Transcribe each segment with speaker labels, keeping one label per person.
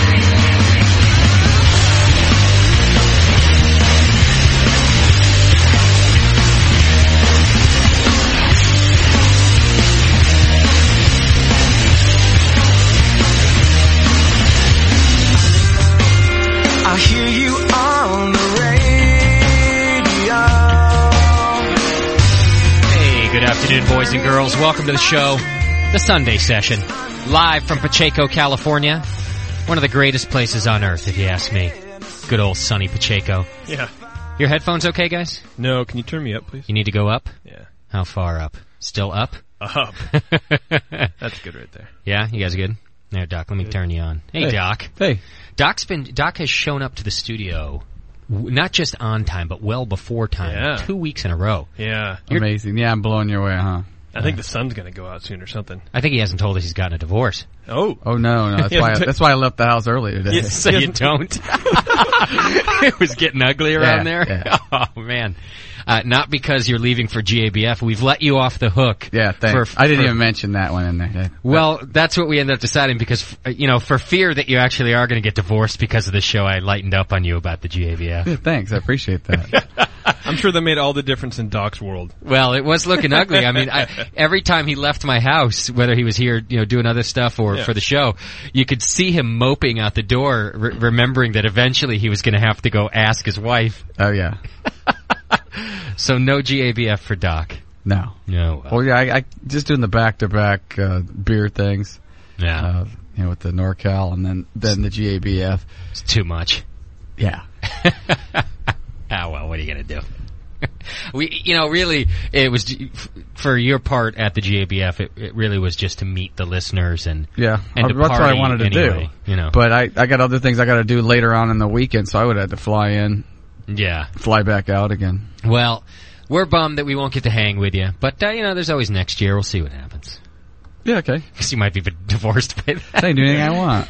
Speaker 1: I hear you on the radio.
Speaker 2: Hey, good afternoon, boys and girls. Welcome to the show, the Sunday session, live from Pacheco, California. One of the greatest places on earth, if you ask me. Good old sunny Pacheco.
Speaker 3: Yeah.
Speaker 2: Your headphones okay, guys?
Speaker 3: No, can you turn me up, please?
Speaker 2: You need to go up?
Speaker 3: Yeah.
Speaker 2: How far up? Still up?
Speaker 3: Up. That's good right there.
Speaker 2: yeah, you guys good? There, Doc, let me turn you on. Hey, Doc.
Speaker 3: Hey.
Speaker 2: Doc's been, Doc has shown up to the studio, w- not just on time, but well before time.
Speaker 3: Yeah.
Speaker 2: Two weeks in a row.
Speaker 3: Yeah.
Speaker 4: Amazing. Yeah, I'm blowing your way, huh?
Speaker 3: I think the sun's going to go out soon or something.
Speaker 2: I think he hasn't told us he's gotten a divorce.
Speaker 3: Oh.
Speaker 4: Oh no, no. That's why. I, that's why I left the house early today.
Speaker 2: so you don't. it was getting ugly around
Speaker 4: Yeah,
Speaker 2: there. Oh man, uh, not because you're leaving for GABF. We've let you off the hook.
Speaker 4: Yeah, thanks.
Speaker 2: for-
Speaker 4: I didn't
Speaker 2: for-
Speaker 4: even mention that one in there.
Speaker 2: Well, that's what we ended up deciding because uh, you know, for fear that you actually are going to get divorced because of the show, I lightened up on you about the GABF.
Speaker 4: Yeah, thanks. I appreciate that.
Speaker 3: I'm sure that made all the difference in Doc's world.
Speaker 2: well, it was looking ugly. I mean, I, every time he left my house, whether he was here, you know, doing other stuff or
Speaker 3: Yeah.
Speaker 2: for the show, you could see him moping out the door, re- remembering that eventually he was going to have to go ask his wife.
Speaker 4: oh yeah.
Speaker 2: So no GABF for Doc.
Speaker 4: No.
Speaker 2: No.
Speaker 4: Well, yeah. I, I just doing the back to back beer things.
Speaker 2: yeah.
Speaker 4: Uh, you know, with the NorCal and then then the GABF.
Speaker 2: it's too much.
Speaker 4: Yeah.
Speaker 2: Ah, well, what are you going to do? we, you know, really, it was f- for your part at the GABF. It, it really was just to meet the listeners and
Speaker 4: Yeah.
Speaker 2: and to
Speaker 4: that's what I
Speaker 2: party
Speaker 4: wanted to
Speaker 2: anyway,
Speaker 4: do.
Speaker 2: You know,
Speaker 4: But I, I got other things I got to do later on in the weekend, so I would have had to fly in,
Speaker 2: yeah.
Speaker 4: fly back out again.
Speaker 2: Well, we're bummed that we won't get to hang with you, but uh, you know, there's always next year. We'll see what happens.
Speaker 4: Yeah. Okay.
Speaker 2: 'Cause you might be divorced by
Speaker 4: I
Speaker 2: that.
Speaker 4: can do anything I want.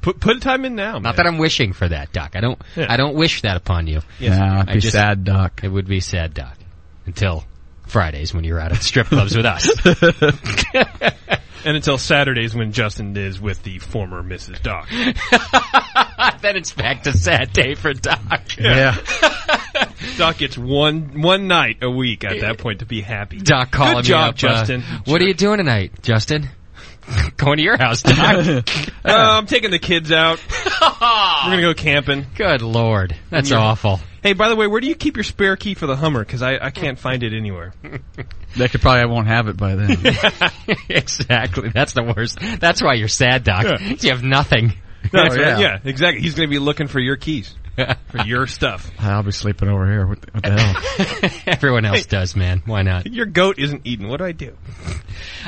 Speaker 3: Put put time in now.
Speaker 2: Not that I'm wishing for that, Doc. I don't.
Speaker 3: Yeah.
Speaker 2: I don't wish that upon you.
Speaker 4: Nah, it'd
Speaker 2: I
Speaker 4: be
Speaker 2: just-
Speaker 4: sad, Doc.
Speaker 2: It would be sad, Doc. Until Fridays when you're out at strip clubs with us.
Speaker 3: And until Saturdays when Justin is with the former Mrs. Doc.
Speaker 2: then it's back to sad day for Doc.
Speaker 4: Yeah.
Speaker 3: Doc gets one one night a week at that point to be happy.
Speaker 2: Doc calling
Speaker 3: Good job,
Speaker 2: me up. uh,
Speaker 3: Justin.
Speaker 2: what are you doing tonight, Justin? Going to your house, Doc.
Speaker 3: Uh, I'm taking the kids out. We're gonna go camping.
Speaker 2: Good lord, that's awful.
Speaker 3: Hey, by the way, where do you keep your spare key for the Hummer? Because I, I can't find it anywhere.
Speaker 4: They could probably I won't have it by then.
Speaker 2: exactly, that's the worst. That's why you're sad, Doc. You have nothing.
Speaker 3: No, that's
Speaker 4: Oh,
Speaker 3: right.
Speaker 4: yeah.
Speaker 3: yeah, exactly. He's gonna be looking for your keys, for your stuff.
Speaker 4: I'll be sleeping over here. What, what the hell?
Speaker 2: Everyone else does, man. Why not?
Speaker 3: Your goat isn't eaten. What do I do?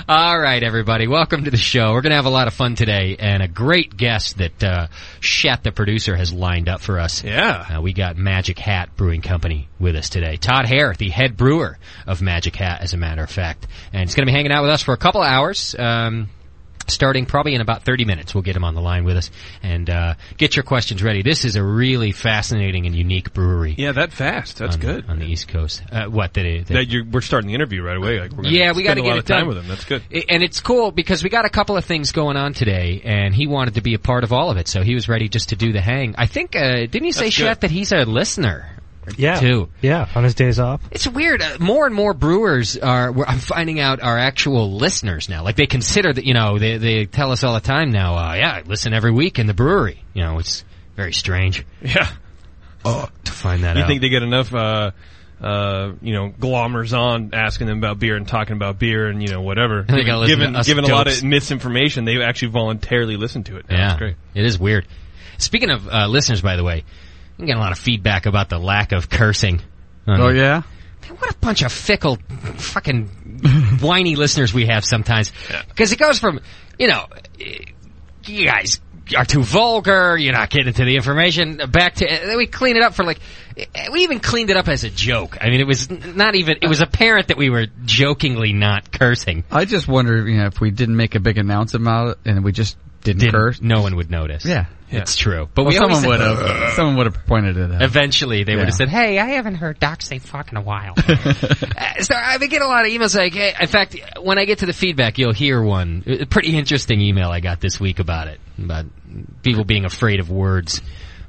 Speaker 2: All right, everybody, welcome to the show. We're going to have a lot of fun today, and a great guest that uh, Shat, the producer, has lined up for us.
Speaker 3: Yeah.
Speaker 2: Uh, we got Magic Hat Brewing Company with us today. Todd Hare, the head brewer of Magic Hat, as a matter of fact, and he's going to be hanging out with us for a couple of hours. Um, starting probably in about 30 minutes. We'll get him on the line with us and uh, get your questions ready. This is a really fascinating and unique brewery.
Speaker 5: Yeah, that fast. That's
Speaker 2: on,
Speaker 5: good.
Speaker 2: on the East Coast. Uh, what that it?
Speaker 5: That you we're starting the interview right away. Like we're gonna
Speaker 2: yeah, we got
Speaker 5: spend
Speaker 2: to
Speaker 5: a
Speaker 2: get
Speaker 5: lot
Speaker 2: it
Speaker 5: of time
Speaker 2: done.
Speaker 5: with him. That's good.
Speaker 2: I- And it's cool because we got a couple of things going on today, and he wanted to be a part of all of it, so he was ready just to do the hang. I think uh, didn't he say
Speaker 5: That's good.
Speaker 2: Chet that he's a listener?
Speaker 6: Yeah.
Speaker 2: Too.
Speaker 6: Yeah, on his days off.
Speaker 2: It's weird. Uh, more and more brewers are. we're- I'm finding out are actual listeners now. Like they consider that. You know, they they tell us all the time now. Uh, yeah, I listen every week in the brewery. You know, it's very strange Oh,
Speaker 5: Yeah.
Speaker 2: to find that
Speaker 5: You
Speaker 2: out.
Speaker 5: think they get enough, uh, uh, you know, glommers on asking them about beer and talking about beer and you know whatever.
Speaker 2: They gotta listen
Speaker 5: given
Speaker 2: to us
Speaker 5: given a lot
Speaker 2: dopes.
Speaker 5: of misinformation, they actually voluntarily listen to it. now.
Speaker 2: Yeah,
Speaker 5: It's great.
Speaker 2: it is weird. Speaking of uh, listeners, by the way, I'm getting a lot of feedback about the lack of cursing. on
Speaker 4: Oh
Speaker 2: the-
Speaker 4: yeah.
Speaker 2: Man, what a bunch of fickle, fucking whiny listeners we have sometimes. Because it goes from, you know, eh, you guys are too vulgar. You're not getting to the information. uh, Back to eh, we clean it up for like eh, we even cleaned it up as a joke. I mean, it was n- not even. It was apparent that we were jokingly not cursing.
Speaker 4: I just wonder, you know, if we didn't make a big announcement about it and we just didn't,
Speaker 2: Didn't-
Speaker 4: curse.
Speaker 2: No one would notice.
Speaker 4: Yeah.
Speaker 2: it's true. But
Speaker 4: Well,
Speaker 2: we always
Speaker 4: someone
Speaker 2: said-
Speaker 4: would have. Someone would have pointed it out.
Speaker 2: Eventually, they would
Speaker 4: Yeah.
Speaker 2: have said, "Hey, I haven't heard Doc say fuck in a while." Uh, so I've been getting a lot of emails. Like, hey, in fact, when I get to the feedback, you'll hear one a pretty interesting email I got this week about it, about people being afraid of words.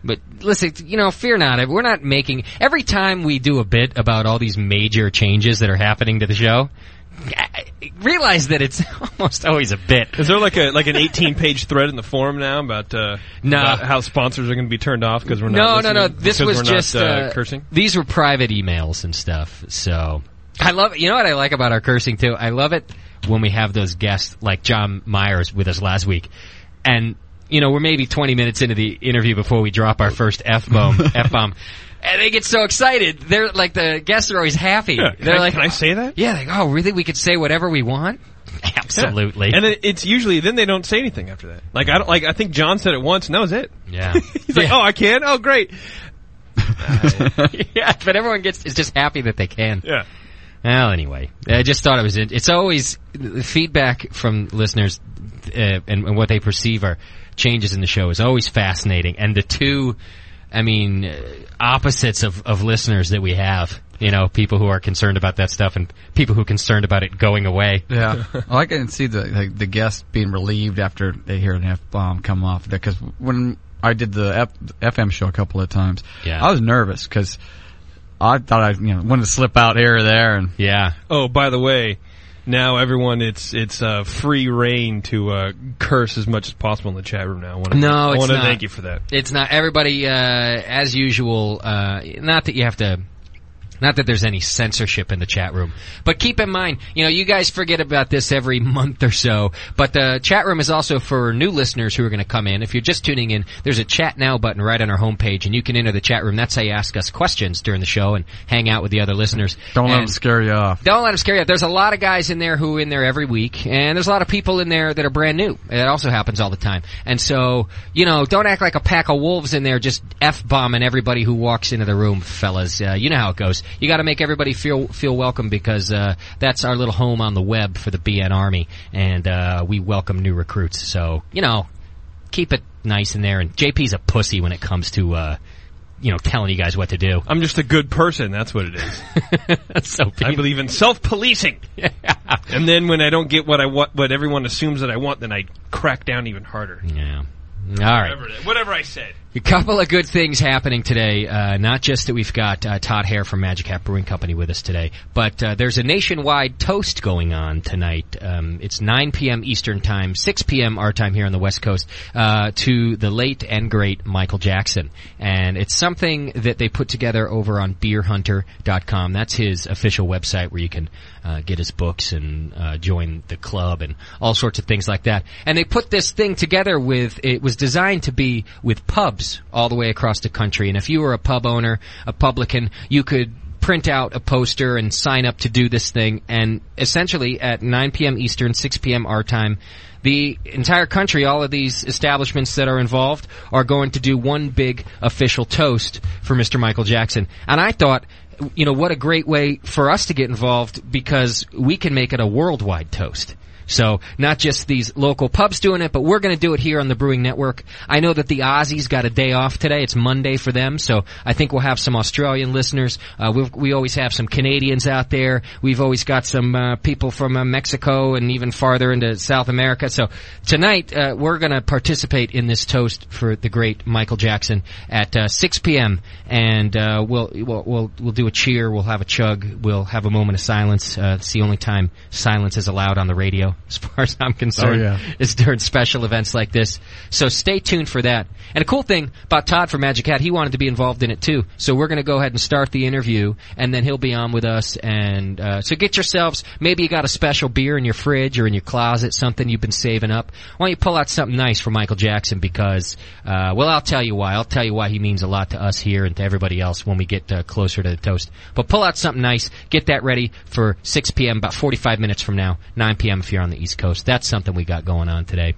Speaker 2: But listen, you know, fear not. We're not making every time we do a bit about all these major changes that are happening to the show. I- I realize that it's almost always a bit.
Speaker 5: Is there like a like an 18 page thread in the forum now about, uh,
Speaker 2: Nah.
Speaker 5: about how sponsors are going to be turned off because we're
Speaker 2: No,
Speaker 5: not
Speaker 2: no, no.
Speaker 5: listening,
Speaker 2: This
Speaker 5: because
Speaker 2: was
Speaker 5: we're not,
Speaker 2: just
Speaker 5: uh,
Speaker 2: uh,
Speaker 5: cursing.
Speaker 2: These were private emails and stuff. So I love. You know what I like about our cursing too. I love it when we have those guests like John Myers with us last week, and you know we're maybe twenty minutes into the interview before we drop our first f bomb. f bomb. And they get so excited. They're like the guests are always happy.
Speaker 5: Can
Speaker 2: They're
Speaker 5: I-
Speaker 2: like,
Speaker 5: can I say that?
Speaker 2: Yeah, like, oh, really? We could say whatever we want. Absolutely.
Speaker 5: And it, it's usually then they don't say anything after that. Like I don't like I think John said it once and that was it.
Speaker 2: yeah.
Speaker 5: He's like, "Oh, I can. Oh, great."
Speaker 2: yeah, but everyone gets is just happy that they can.
Speaker 5: Yeah.
Speaker 2: Well, anyway, I just thought it was. In, it's always the feedback from listeners uh, and, and what they perceive are changes in the show is always fascinating. And the two, I mean, uh, opposites of, of listeners that we have. You know, people who are concerned about that stuff and people who are concerned about it going away.
Speaker 4: Yeah, well, I can see the like, the guests being relieved after they hear an F bomb come off there. Because when I did the F- FM show a couple of times,
Speaker 2: Yeah.
Speaker 4: I was nervous because I thought I you know wanted to slip out here or there, and
Speaker 2: Yeah.
Speaker 5: Oh, by the way, now everyone it's it's uh, free reign to uh, curse as much as possible in the chat room now. I wanna,
Speaker 2: No,
Speaker 5: I
Speaker 2: it's
Speaker 5: wanna
Speaker 2: not.
Speaker 5: thank you for that.
Speaker 2: it's not everybody uh, as usual. Uh, not that you have to. Not that there's any censorship in the chat room, but keep in mind, you know, you guys forget about this every month or so, but the chat room is also for new listeners who are going to come in. If you're just tuning in, there's a chat now button right on our homepage and you can enter the chat room. That's how you ask us questions during the show and hang out with the other listeners.
Speaker 4: don't let
Speaker 2: And-
Speaker 4: them scare you off.
Speaker 2: don't let them scare you. There's a lot of guys in there who are in there every week, and there's a lot of people in there that are brand new. That also happens all the time. And so, you know, don't act like a pack of wolves in there just f bombing everybody who walks into the room, fellas. Uh, you know how it goes. You got to make everybody feel feel welcome because uh, that's our little home on the web for the BN Army, and uh, we welcome new recruits. So, you know, keep it nice in there. And JP's a pussy when it comes to. Uh, you know, telling you guys what to do.
Speaker 5: I'm just a good person. That's what it is.
Speaker 2: That's so
Speaker 5: I believe in self-policing. And then when I don't get what I want, what everyone assumes that I want, then I crack down even harder.
Speaker 2: Yeah. All right.
Speaker 5: Whatever, it- whatever I said.
Speaker 2: A couple of good things happening today. Uh, not just that we've got uh, Todd Hare from Magic Hat Brewing Company with us today, but uh, there's a nationwide toast going on tonight. Um, it's 9 p.m. Eastern Time, 6 p.m. our time here on the West Coast, uh, to the late and great Michael Jackson. And it's something that they put together over on beerhunter.com. That's his official website where you can uh, get his books and uh, join the club and all sorts of things like that. And they put this thing together with it was designed to be with pubs all the way across the country. And if you were a pub owner, a publican, you could print out a poster and sign up to do this thing. And essentially at 9 p.m. Eastern, 6 p.m. our time, the entire country, all of these establishments that are involved are going to do one big official toast for Mr. Michael Jackson. And I thought, you know, what a great way for us to get involved because we can make it a worldwide toast. So not just these local pubs doing it, but we're going to do it here on the Brewing Network. I know that the Aussies got a day off today. It's Monday for them, so I think we'll have some Australian listeners. Uh, we've, we always have some Canadians out there. We've always got some uh, people from uh, Mexico and even farther into South America. So tonight uh, we're going to participate in this toast for the great Michael Jackson at uh, 6 p.m. and uh, we'll, we'll we'll we'll do a cheer. We'll have a chug. We'll have a moment of silence. Uh, it's the only time silence is allowed on the radio, as far as I'm concerned.
Speaker 4: Oh, yeah.
Speaker 2: It's during special events like this. So stay tuned for that. And a cool thing about Todd from Magic Hat, he wanted to be involved in it too. So we're going to go ahead and start the interview, and then he'll be on with us. And uh, so get yourselves, maybe you got a special beer in your fridge or in your closet, something you've been saving up. Why don't you pull out something nice for Michael Jackson? Because, uh, well, I'll tell you why. I'll tell you why he means a lot to us here and to everybody else when we get uh, closer to the toast. But pull out something nice. Get that ready for 6 p.m. about 45 minutes from now, 9 p.m. if you're on the East Coast. That's something we got going on today.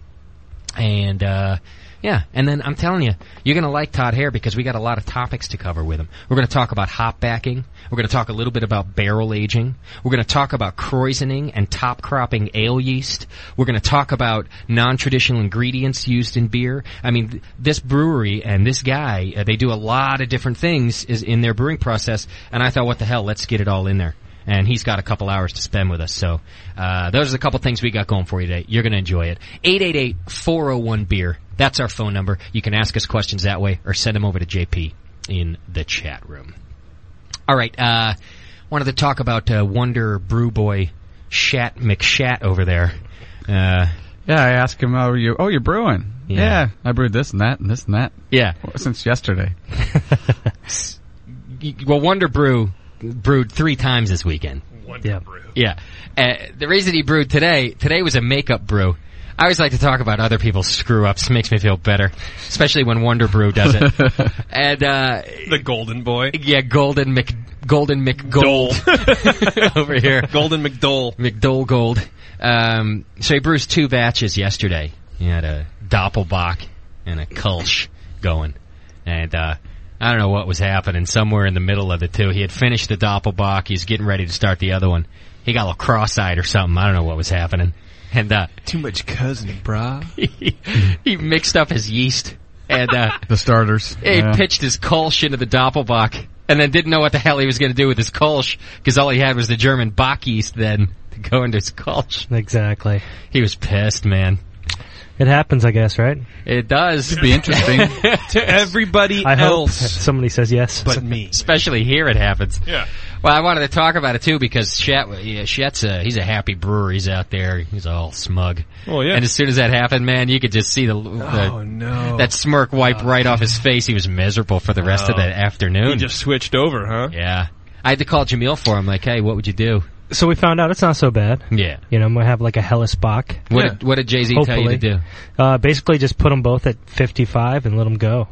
Speaker 2: And uh, yeah, and then I'm telling you, you're going to like Todd Hare because we got a lot of topics to cover with him. We're going to talk about hop backing. We're going to talk a little bit about barrel aging. We're going to talk about croisoning and top cropping ale yeast. We're going to talk about non-traditional ingredients used in beer. I mean, th- this brewery and this guy, uh, they do a lot of different things is in their brewing process. And I thought, what the hell? Let's get it all in there. And he's got a couple hours to spend with us. So, uh, those are the couple things we got going for you today. You're going to enjoy it. 888-401-BEER. E That's our phone number. You can ask us questions that way or send them over to JP in the chat room. All right. Uh, wanted to talk about uh, Wonder Brew Boy Shat McShat over there. Uh,
Speaker 4: Yeah, I asked him, "Oh, you? Oh, you're brewing?
Speaker 2: Yeah.
Speaker 4: I brewed this and that and this and that
Speaker 2: yeah.
Speaker 4: since yesterday.
Speaker 2: Y- Well, Wonder Brew brewed three times this weekend.
Speaker 5: Wonder Brew.
Speaker 2: Yeah. Uh, the reason he brewed today, today was a makeup brew. I always like to talk about other people's screw ups. Makes me feel better. Especially when Wonder Brew does it. and, uh,
Speaker 5: The Golden Boy.
Speaker 2: yeah, Golden Mc, Golden McGold over here.
Speaker 5: Golden McDole.
Speaker 2: McDole Gold. Um, so he brews two batches yesterday. He had a Doppelbock and a Kulsch going. And, uh, I don't know what was happening somewhere in the middle of the two. He had finished the Doppelbock. He was getting ready to start the other one. He got a little cross-eyed or something. I don't know what was happening. And, uh,
Speaker 5: Too much cousin, brah.
Speaker 2: he, he mixed up his yeast and, uh,
Speaker 4: The starters.
Speaker 2: he
Speaker 4: Yeah.
Speaker 2: pitched his Kolsch into the Doppelbock and then didn't know what the hell he was going to do with his Kolsch because all he had was the German Bock yeast then to go into his Kolsch.
Speaker 6: Exactly.
Speaker 2: He was pissed, man.
Speaker 6: It happens, I guess, right?
Speaker 2: It does,
Speaker 4: Be interesting.
Speaker 5: Everybody
Speaker 6: I hope
Speaker 5: else
Speaker 6: somebody says yes.
Speaker 5: but me.
Speaker 2: especially here. It happens.
Speaker 5: Yeah.
Speaker 2: Well, I wanted to talk about it too because Shet, yeah, Shet's a he's a happy brewer. He's out there. He's all smug.
Speaker 5: Well, Oh, yeah.
Speaker 2: And as soon as that happened, man, you could just see the, the
Speaker 5: Oh no.
Speaker 2: that smirk wipe right off his face. He was miserable for the rest of
Speaker 5: Oh.
Speaker 2: the afternoon.
Speaker 5: he just switched over, huh?
Speaker 2: yeah. I had to call Jamil for him. Like, hey, what would you do?
Speaker 6: so we found out it's not so bad.
Speaker 2: Yeah.
Speaker 6: You know, we have like a Hellas Bach.
Speaker 2: What Did, what did Jay Z tell you to
Speaker 6: Hopefully.
Speaker 2: do?
Speaker 6: Uh, basically, just put them both at 55 and let them go.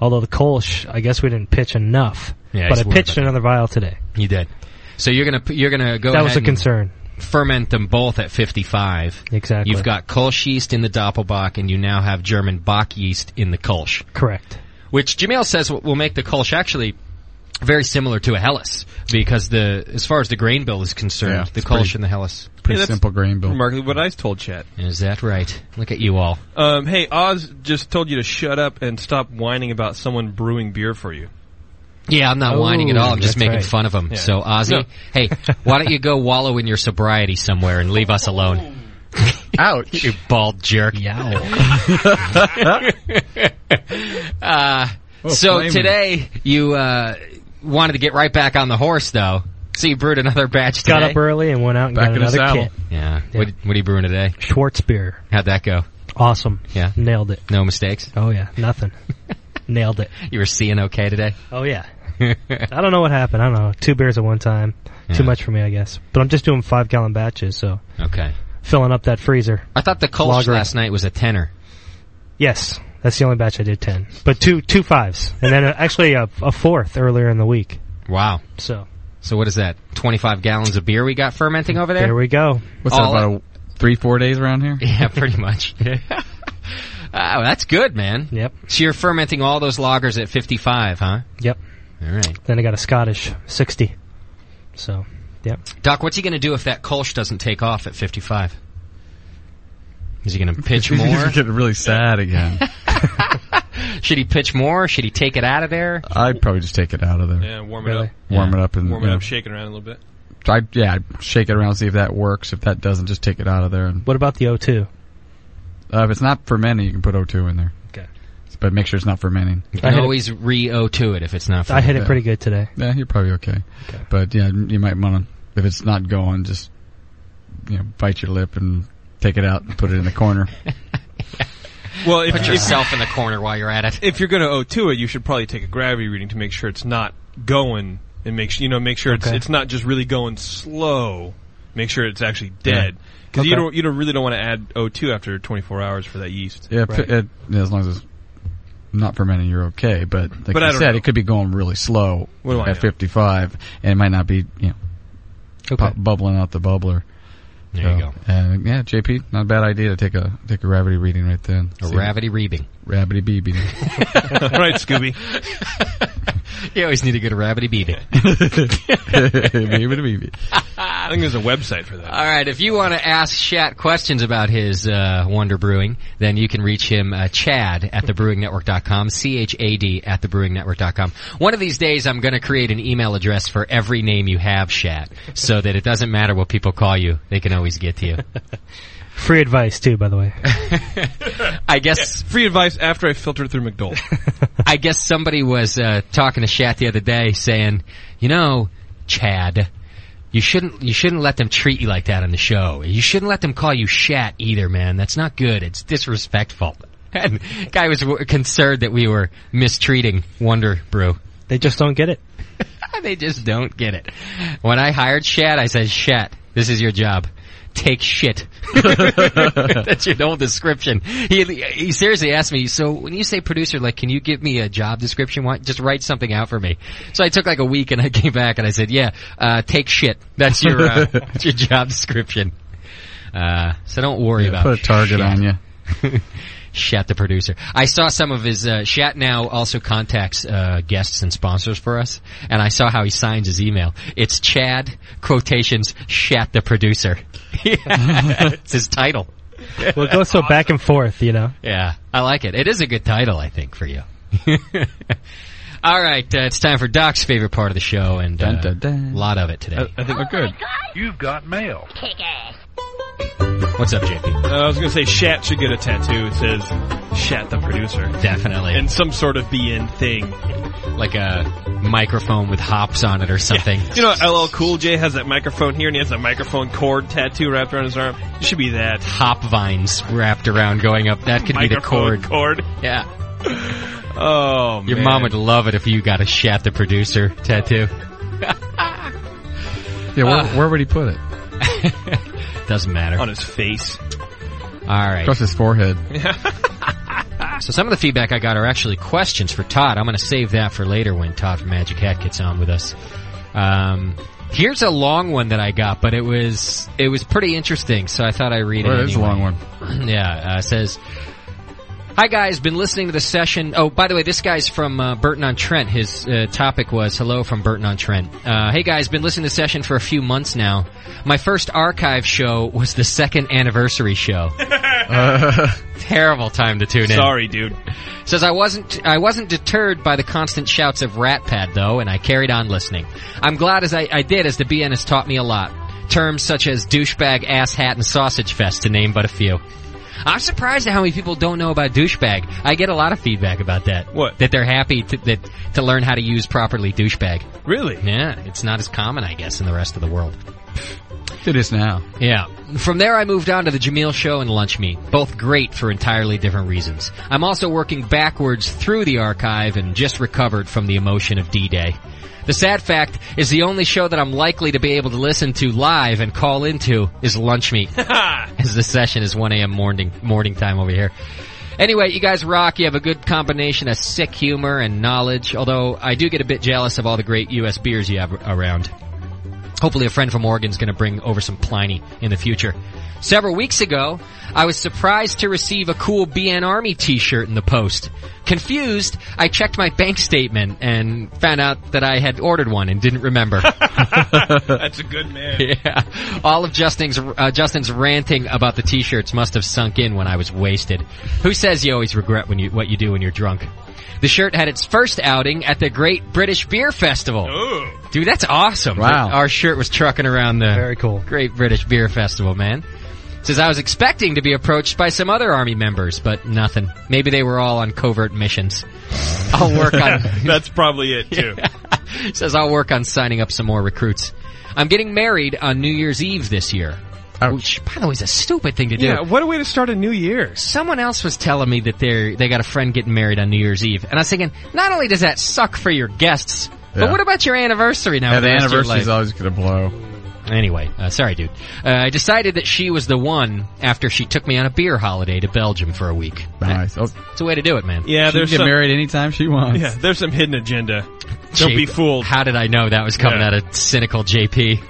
Speaker 6: Although the Kolsch, I guess we didn't pitch enough.
Speaker 2: Yeah,
Speaker 6: but
Speaker 2: he's
Speaker 6: I
Speaker 2: worried
Speaker 6: pitched
Speaker 2: about
Speaker 6: another vial today.
Speaker 2: You did. So you're gonna you're gonna go.
Speaker 6: that
Speaker 2: ahead
Speaker 6: was a
Speaker 2: and-
Speaker 6: concern.
Speaker 2: ferment them both at 55.
Speaker 6: Exactly.
Speaker 2: You've got Kolsch yeast in the Doppelbock, and you now have German Bock yeast in the Kolsch,
Speaker 6: Correct.
Speaker 2: which Jamil says will- will make the Kolsch actually very similar to a Helles because the as far as the grain bill is concerned,
Speaker 4: Yeah,
Speaker 2: the
Speaker 4: it's
Speaker 2: Kolsch
Speaker 4: pretty-
Speaker 2: and the Helles.
Speaker 4: Pretty
Speaker 5: that's
Speaker 4: simple grain bill.
Speaker 5: Remarkably what I told Chet.
Speaker 2: Is that right? Look at you all.
Speaker 5: Um, hey, Oz just told you to shut up and stop whining about someone brewing beer for you.
Speaker 2: Yeah, I'm not
Speaker 6: Oh,
Speaker 2: whining at all. I'm just
Speaker 6: that's
Speaker 2: making
Speaker 6: right.
Speaker 2: fun of him.
Speaker 5: Yeah.
Speaker 2: So, Ozzy,
Speaker 5: No.
Speaker 2: hey, why don't you go wallow in your sobriety somewhere and leave us alone?
Speaker 4: Ouch.
Speaker 2: You bald jerk. uh,
Speaker 6: Oh,
Speaker 2: so
Speaker 4: flaming.
Speaker 2: today you uh, wanted to get right back on the horse, though. So you brewed another batch today.
Speaker 6: Got up early and went out and
Speaker 4: Back
Speaker 6: got
Speaker 4: in the
Speaker 6: another
Speaker 4: saddle.
Speaker 6: kit.
Speaker 2: Yeah. What, what are you brewing today?
Speaker 6: Schwartz beer.
Speaker 2: How'd that go?
Speaker 6: Awesome.
Speaker 2: Yeah.
Speaker 6: Nailed it.
Speaker 2: No mistakes.
Speaker 6: Oh yeah. Nothing. Nailed it.
Speaker 2: You were seeing okay today.
Speaker 6: Oh yeah. I don't know what happened. I don't know. Two beers at one time.
Speaker 2: Yeah.
Speaker 6: Too much for me, I guess. But I'm just doing five gallon batches, so
Speaker 2: Okay.
Speaker 6: filling up that freezer.
Speaker 2: I thought the Kolsch
Speaker 6: Lager.
Speaker 2: last night was a tenner.
Speaker 6: Yes, that's the only batch I did ten, but two two fives, and then uh, actually a, a fourth earlier in the week.
Speaker 2: Wow.
Speaker 6: So
Speaker 2: So what is that? Twenty-five gallons of beer we got fermenting over there.
Speaker 6: there we go.
Speaker 4: What's that
Speaker 2: All-
Speaker 4: about? a- three, four days around here.
Speaker 2: yeah, pretty much. oh, that's good, man.
Speaker 6: Yep,
Speaker 2: So you're fermenting all those lagers at 55, huh?
Speaker 6: yep.
Speaker 2: All right.
Speaker 6: Then I got a Scottish sixty. So yep.
Speaker 2: Doc, what's he going to do if that Kolsch doesn't take off at 55? Is he going to pitch
Speaker 4: He's
Speaker 2: more?
Speaker 4: just getting really sad again.
Speaker 2: Should he pitch more? Should he take it out of there?
Speaker 4: I'd probably just take it out of there,
Speaker 5: Yeah, warm it
Speaker 6: Really?
Speaker 5: up.
Speaker 4: warm
Speaker 2: Yeah.
Speaker 4: it up, and
Speaker 5: Warm
Speaker 4: you
Speaker 5: it
Speaker 4: know,
Speaker 5: up, shake it around a little bit.
Speaker 4: I'd, yeah, I'd shake it around, see if that works. If that doesn't, just take it out of there. And
Speaker 6: What about the O2?
Speaker 4: uh, if it's not fermenting, you can put O2 in there,
Speaker 6: Okay.
Speaker 4: but make sure it's not fermenting.
Speaker 2: You
Speaker 6: I
Speaker 2: can
Speaker 6: had a-
Speaker 2: always re O to it if it's not.
Speaker 6: I hit it
Speaker 4: Yeah.
Speaker 6: pretty good today.
Speaker 4: Yeah, you're probably okay.
Speaker 6: Okay.
Speaker 4: But yeah, you might want to. If it's not going, just you know, bite your lip and take it out and put it in the corner.
Speaker 5: Well, if,
Speaker 2: Put
Speaker 5: if,
Speaker 2: yourself in the corner while you're at it.
Speaker 5: if you're going to O2 it, you should probably take a gravity reading to make sure it's not going and make sure you know make sure it's
Speaker 6: Okay.
Speaker 5: it's not just really going slow. Make sure it's actually dead because you
Speaker 6: Okay.
Speaker 5: don't you don't really don't want to add O2 after 24 hours for that yeast.
Speaker 4: Yeah, uh, if
Speaker 6: Right.
Speaker 4: it, yeah, as long as it's not fermenting, you're okay. But like
Speaker 5: But I
Speaker 4: you
Speaker 5: don't
Speaker 4: said,
Speaker 5: know.
Speaker 4: it could be going really slow
Speaker 5: What do I
Speaker 4: at
Speaker 5: know?
Speaker 4: 55, and it might not be you know
Speaker 6: Okay.
Speaker 4: pop, bubbling out the bubbler.
Speaker 2: There you
Speaker 4: So,
Speaker 2: go.
Speaker 4: And yeah, JP, not a bad idea to take a take a gravity reading right then.
Speaker 2: A
Speaker 4: See-
Speaker 2: rabbity reebing.
Speaker 4: rabbity bee beating.
Speaker 5: right, Scooby.
Speaker 2: You always need a good rabbity beebing.
Speaker 4: Rabbity bee.
Speaker 5: I think there's a website for that.
Speaker 2: All right, if you want to ask Shat questions about his uh, Wonder Brewing, then you can reach him, uh, Chad, at thebrewingnetwork.com, C-H-A-D at thebrewingnetwork.com. One of these days, I'm going to create an email address for every name you have, Shat, so that it doesn't matter what people call you. They can always get to you.
Speaker 6: Free advice too, by the way.
Speaker 2: I guess
Speaker 5: Free advice after I filter it through McDowell.
Speaker 2: I guess somebody was uh, talking to Shat the other day, saying, "You know, Chad, you shouldn't you shouldn't let them treat you like that on the show. You shouldn't let them call you Shat either, man. That's not good. It's disrespectful." And guy was w- concerned that we were mistreating Wonder Brew.
Speaker 6: They just don't get it.
Speaker 2: they just don't get it. When I hired Shat, I said, "Shat, this is your job." Take shit. That's your whole description. He, he seriously asked me, so when you say producer, like, can you give me a job description? Why, just write something out for me. So I took like a week and I came back and I said, yeah, uh, take shit. That's your, uh, that's your job description. Uh, so don't worry about
Speaker 4: Put a target
Speaker 2: shit.
Speaker 4: on you.
Speaker 2: Shat the producer. I saw some of his, uh, Shat now also contacts, uh, guests and sponsors for us, and I saw how he signs his email. It's Chad, quotations, Shat the producer. it's his title.
Speaker 6: Well, it goes so back and forth, you know.
Speaker 2: Yeah, I like it. It is a good title, I think, for you. All right, uh, it's time for Doc's favorite part of the show, and uh,
Speaker 4: Dun, dun, dun.
Speaker 2: a lot of it today.
Speaker 5: I think we're good.
Speaker 2: What's up, JP?
Speaker 5: Uh, I was going to say Shat should get a tattoo. It says Shat the producer
Speaker 2: Definitely,
Speaker 5: and some sort of BN thing.
Speaker 2: like a microphone with hops on it or something.
Speaker 5: You know, LL Cool J has that microphone here, and he has a microphone cord tattoo wrapped around his arm. It should be that
Speaker 2: Hop vines wrapped around going up. That could be the
Speaker 5: microphone
Speaker 2: cord.
Speaker 5: cord.
Speaker 2: Yeah.
Speaker 5: Oh,
Speaker 2: Your
Speaker 5: man.
Speaker 2: mom would love it if you got a Shat the Producer tattoo.
Speaker 4: Yeah, where, where would he put it?
Speaker 2: Doesn't matter.
Speaker 5: Ah. on his face.
Speaker 2: All right.
Speaker 4: Across his forehead.
Speaker 2: So some of the feedback I got are actually questions for Todd. I'm going to save that for later when Todd from Magic Hat gets on with us. Um, here's a long one that I got, but it was it was pretty interesting, so I thought I'd read
Speaker 4: Well,
Speaker 2: it.
Speaker 4: it is a
Speaker 2: anyway.
Speaker 4: long one.
Speaker 2: yeah, uh, it says. Hi guys, been listening to the session. Oh, by the way, this guy's from uh, Burton on Trent. His uh, topic was "Hello from Burton on Trent." Uh, hey guys, been listening to the session for a few months now. My first archive show was the second anniversary show. Terrible time to tune in.
Speaker 5: Sorry, dude.
Speaker 2: Says I wasn't I wasn't deterred by the constant shouts of Rat Pad though, and I carried on listening. I'm glad as I, I did as the BN has taught me a lot. Terms such as douchebag, ass hat, and sausage fest to name but a few. I'm surprised at how many people don't know about douchebag. I get a lot of feedback about that.
Speaker 5: What?
Speaker 2: That they're happy to that to learn how to use properly douchebag.
Speaker 5: Really?
Speaker 2: Yeah, it's not as common, I guess, in the rest of the world.
Speaker 4: Do this now.
Speaker 2: Yeah. From there, I moved on to the Jameel Show and Lunch Me, both great for entirely different reasons. I'm also working backwards through the archive and just recovered from the emotion of D-Day. The sad fact is the only show that I'm likely to be able to listen to live and call into is Lunch Me, as the session is 1 a.m. morning morning time over here. Anyway, you guys rock. You have a good combination of sick humor and knowledge, although I do get a bit jealous of all the great US beers you have around. Hopefully a friend from Oregon's going to bring over some Pliny in the future. Several weeks ago, I was surprised to receive a cool BN Army t-shirt in the post. Confused, I checked my bank statement and found out that I had ordered one and didn't remember.
Speaker 5: That's a good man.
Speaker 2: yeah. All of Justin's uh, Justin's ranting about the t-shirts must have sunk in when I was wasted. Who says you always regret when you what you do when you're drunk? The shirt had its first outing at the Great British Beer Festival. Dude, that's awesome.
Speaker 4: Wow.
Speaker 2: Our shirt was trucking around the
Speaker 6: Very cool.
Speaker 2: Great British Beer Festival, man. Says I was expecting to be approached by some other army members, but nothing. Maybe they were all on covert missions. I'll work on
Speaker 5: That's probably it too.
Speaker 2: says I'll work on signing up some more recruits. I'm getting married on New Year's Eve this year. Which, by the way, is a stupid thing to do.
Speaker 5: Yeah, what a way to start a new year.
Speaker 2: Someone else was telling me that they they got a friend getting married on New Year's Eve, and I was thinking, not only does that suck for your guests, but
Speaker 4: Yeah.
Speaker 2: what about your anniversary now?
Speaker 4: Yeah,
Speaker 2: for
Speaker 4: the
Speaker 2: rest of your
Speaker 4: anniversary's
Speaker 2: life?
Speaker 4: always going to blow.
Speaker 2: Anyway, uh, sorry, dude. Uh, I decided that she was the one after she took me on a beer holiday to Belgium for a week.
Speaker 4: Nice. Oh,
Speaker 2: It's a way to do it, man.
Speaker 5: Yeah,
Speaker 4: she can
Speaker 5: there's
Speaker 4: get
Speaker 5: some,
Speaker 4: married anytime she wants.
Speaker 5: yeah, there's some hidden agenda. Don't be
Speaker 2: Jake,
Speaker 5: fooled.
Speaker 2: How did I know that was coming
Speaker 5: Yeah.
Speaker 2: out of cynical JP?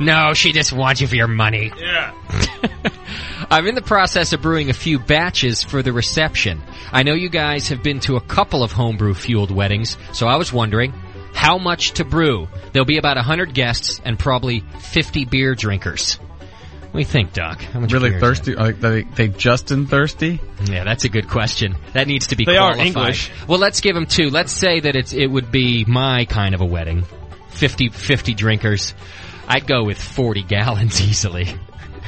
Speaker 2: No, she just wants you for your money.
Speaker 5: Yeah.
Speaker 2: I'm in the process of brewing a few batches for the reception. I know you guys have been to a couple of homebrew fueled weddings, so I was wondering how much to brew. There'll be about 100 guests and probably 50 beer drinkers. What do you think, Doc? How much beer
Speaker 4: Really
Speaker 2: is that?
Speaker 4: thirsty. Like, they, they Justin thirsty?
Speaker 2: Yeah, that's a good question. That needs to be
Speaker 5: They are
Speaker 2: qualified.
Speaker 5: English.
Speaker 2: Well, let's give them two. Let's say that it's it would be my kind of a wedding. 50, 50 drinkers. I'd go with 40 gallons easily.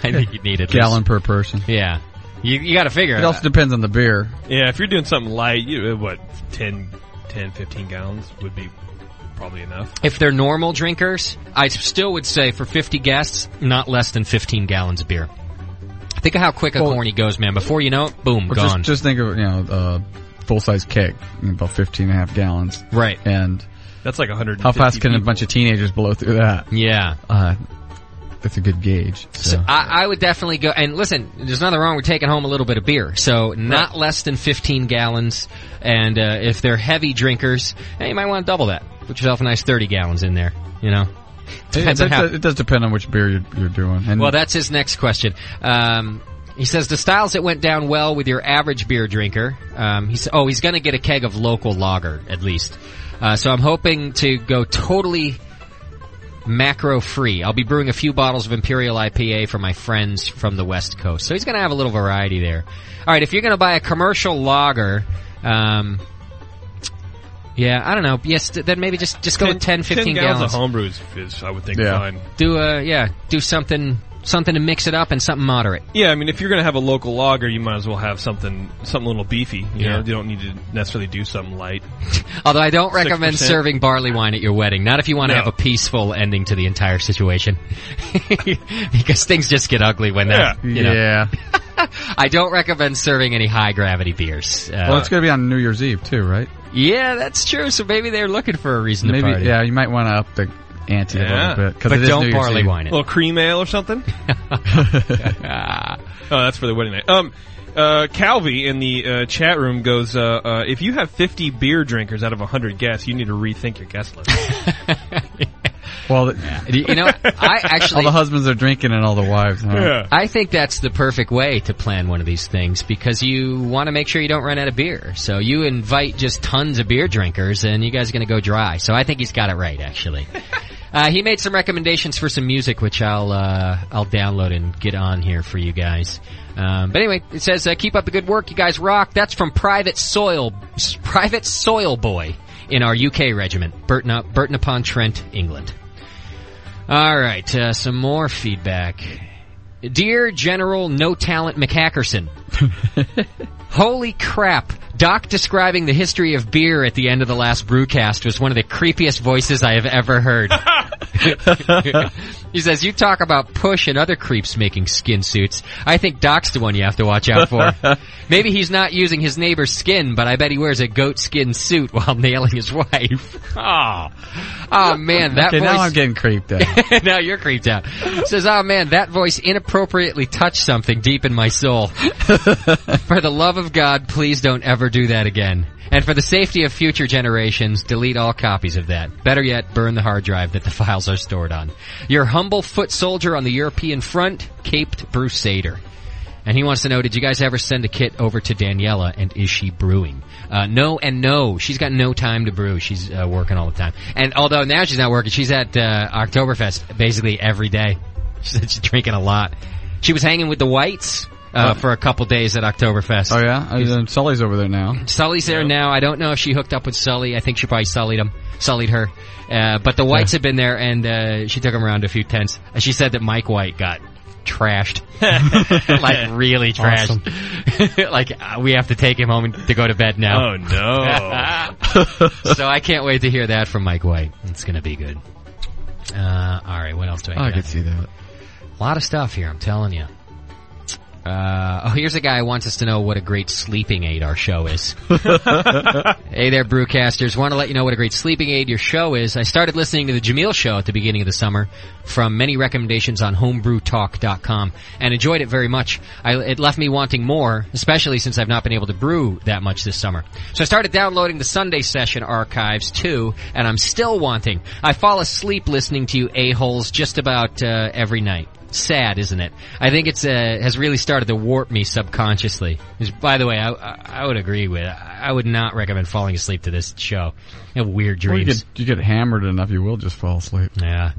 Speaker 2: I think you'd need at least-
Speaker 4: Gallon per person.
Speaker 2: Yeah. You, you gotta figure
Speaker 4: It
Speaker 2: it
Speaker 4: also depends on the beer.
Speaker 5: Yeah, if you're doing something light, you uh, what 10, 10, 15 gallons would be probably enough.
Speaker 2: If they're normal drinkers, I still would say for 50 guests, not less than 15 gallons of beer. Think of how quick a
Speaker 4: Well-
Speaker 2: corny goes, man. Before you know it, boom,
Speaker 4: Or
Speaker 2: gone.
Speaker 4: Just, just think of, you know, uh, full size keg, you know, about 15 and a half gallons.
Speaker 2: right.
Speaker 4: And
Speaker 5: That's like 100.
Speaker 4: how fast can a bunch of teenagers blow through that?
Speaker 2: Yeah.
Speaker 4: Uh, that's a good gauge. So.
Speaker 2: So I, I would definitely go. And listen, there's nothing wrong with taking home a little bit of beer. So not less than 15 gallons. And uh, if they're heavy drinkers, hey, you might want to double that. Put yourself a nice 30 gallons in there. You know.
Speaker 4: it,
Speaker 2: Depends on
Speaker 4: it-
Speaker 2: how-
Speaker 4: it does depend on which beer you're, you're doing. And
Speaker 2: Well, that's his next question. Um, he says the styles that went down well with your average beer drinker. Um, he's oh, he's going to get a keg of local lager at least. Uh, so I'm hoping to go totally macro free. I'll be brewing a few bottles of Imperial IPA for my friends from the West Coast. So he's going to have a little variety there. All right, if you're going to buy a commercial lager. Um, yeah, I don't know. Yes, th- then maybe just just go with 10, 15
Speaker 5: gallons, of homebrew is, is, I would think,
Speaker 4: Yeah.
Speaker 5: fine.
Speaker 2: do a yeah do something something to mix it up and something moderate
Speaker 5: Yeah, I mean, if you're going to have a local lager, you might as well have something something a little beefy. You
Speaker 2: Yeah.
Speaker 5: know, you don't need to necessarily do something light.
Speaker 2: although i don't
Speaker 5: 6%.
Speaker 2: recommend serving barley wine at your wedding not if you want to
Speaker 5: No.
Speaker 2: have a peaceful ending to the entire situation because things just get ugly when that
Speaker 5: Yeah.
Speaker 2: you know
Speaker 4: yeah.
Speaker 2: i don't recommend serving any high gravity beers uh,
Speaker 4: well, it's going to be on New Year's Eve too, right?
Speaker 2: yeah that's true so maybe they're looking for a reason to
Speaker 4: Maybe.
Speaker 2: party
Speaker 4: Yeah, you might want to up the ante
Speaker 5: Yeah.
Speaker 4: a little bit because
Speaker 2: but
Speaker 4: it is New
Speaker 2: don't
Speaker 4: Year's
Speaker 2: barley
Speaker 4: Eve.
Speaker 2: wine
Speaker 5: A
Speaker 2: it
Speaker 5: little cream ale or something.
Speaker 2: Ah.
Speaker 5: Oh, that's for the wedding night. Um, uh, Calvi in the uh, chat room goes, uh, uh, if you have 50 beer drinkers out of 100 guests, you need to rethink your guest list.
Speaker 4: Well, th-
Speaker 2: you know i
Speaker 4: all
Speaker 2: actually
Speaker 4: the husbands are drinking and all the wives. Huh?
Speaker 2: I think that's the perfect way to plan one of these things because you want to make sure you don't run out of beer. So you invite just tons of beer drinkers and you guys are going to go dry. So I think he's got it right, actually. uh, he made some recommendations for some music, which I'll, uh, I'll download and get on here for you guys. Um, but anyway, it says, uh, keep up the good work. You guys rock. That's from Private Soil, Private Soil Boy in our UK regiment, Burton, up- Burton upon Trent, England. All right, uh, some more feedback. Dear General No Talent McHackerson. Holy crap. Doc describing the history of beer at the end of the last brewcast was one of the creepiest voices I have ever heard. he says, You talk about Push and other creeps making skin suits. I think Doc's the one you have to watch out for. Maybe he's not using his neighbor's skin, but I bet he wears a goat skin suit while nailing his wife. oh. oh, man, that
Speaker 4: Okay,
Speaker 2: voice
Speaker 4: now I'm getting creeped out.
Speaker 2: now you're creeped out. Says, oh man, that voice inappropriately touched something deep in my soul. for the love of God, please don't ever do that again. And for the safety of future generations, delete all copies of that. Better yet, burn the hard drive that the files are stored on. Your humble humble foot soldier on the European front, caped Brusader. And he wants to know, did you guys ever send a kit over to Daniela and is she brewing? Uh, no and no. She's got no time to brew. She's uh, working all the time. And although now she's not working, she's at uh, Oktoberfest basically every day. She said she's drinking a lot. She was hanging with the whites uh, for a couple days at Oktoberfest.
Speaker 4: Oh yeah, I, then Sully's over there now.
Speaker 2: Sully's there now. I don't know if she hooked up with Sully. I think she probably sullied him, sullied her. Uh, but the Whites have been there, and uh, she took him around to a few tents. Uh, She said that Mike White got trashed, like really trashed. like uh, we have to take him home and- to go to bed now.
Speaker 5: Oh no!
Speaker 2: so I can't wait to hear that from Mike White. It's gonna be good. Uh, all right, what else do I?
Speaker 4: Oh, I
Speaker 2: got?
Speaker 4: could see that.
Speaker 2: A lot of stuff here, I'm telling you. Uh, oh, here's a guy who wants us to know what a great sleeping aid our show is. hey there, brewcasters. Want to let you know what a great sleeping aid your show is. I started listening to the Jameel show at the beginning of the summer from many recommendations on homebrewtalk.com and enjoyed it very much. I, it left me wanting more, especially since I've not been able to brew that much this summer. So I started downloading the Sunday session archives too, and I'm still wanting. I fall asleep listening to you a-holes just about uh, every night sad, isn't it? I think it's uh, has really started to warp me subconsciously. Which, by the way, I, I I would agree with. I would not recommend falling asleep to this show. I have weird
Speaker 4: Well, you,
Speaker 2: dreams.
Speaker 4: get, you get hammered enough, you will just fall asleep.
Speaker 2: Yeah.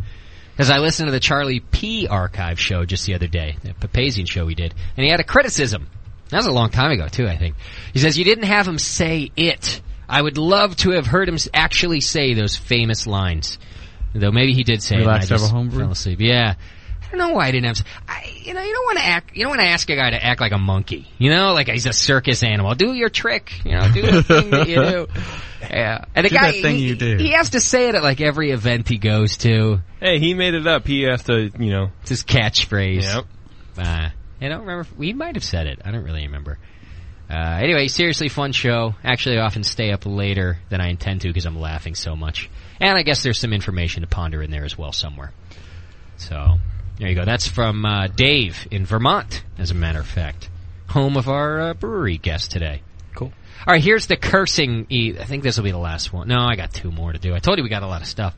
Speaker 2: Because I listened to the Charlie P. Archive show just the other day, the Papazian show we did, and he had a criticism. That was a long time ago, too, I think. He says, You didn't have him say it. I would love to have heard him s- actually say those famous lines. Though maybe he did say
Speaker 4: Relax,
Speaker 2: it. and I
Speaker 4: have a
Speaker 2: just
Speaker 4: homebrew?
Speaker 2: Fell asleep. Yeah. I don't know why I didn't have. s- I, you know, you don't want to act. You don't want to ask a guy to act like a monkey. You know, like he's a circus animal. Do your trick. You know, do the thing that you do. Yeah, and the
Speaker 4: Do
Speaker 2: guy
Speaker 4: that thing
Speaker 2: he,
Speaker 4: you do.
Speaker 2: he has to say it at like every event he goes to.
Speaker 5: hey, he made it up. He has to, you know.
Speaker 2: It's his catchphrase.
Speaker 5: Yep.
Speaker 2: Uh, I don't remember. If, we might have said it. I don't really remember. Uh, anyway, seriously, fun show. Actually, I often stay up later than I intend to because I'm laughing so much. And I guess there's some information to ponder in there as well somewhere. So there you go. That's from uh, Dave in Vermont, as a matter of fact, home of our uh, brewery guest today. Cool. All right, here's the cursing. E- I think this will be the last one. No, I got two more to do. I told you we got a lot of stuff.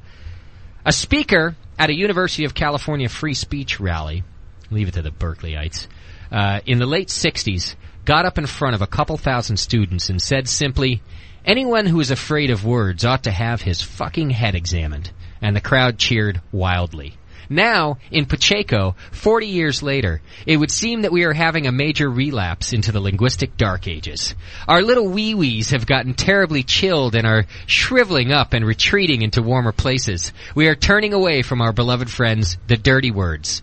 Speaker 2: A speaker at a University of California free speech rally, leave it to the Berkeleyites, uh, in the late 60s, got up in front of a couple thousand students and said simply, anyone who is afraid of words ought to have his fucking head examined. And the crowd cheered wildly. Now, in Pacheco, 40 years later, it would seem that we are having a major relapse into the linguistic dark ages. Our little wee-wees have gotten terribly chilled and are shriveling up and retreating into warmer places. We are turning away from our beloved friends, the dirty words.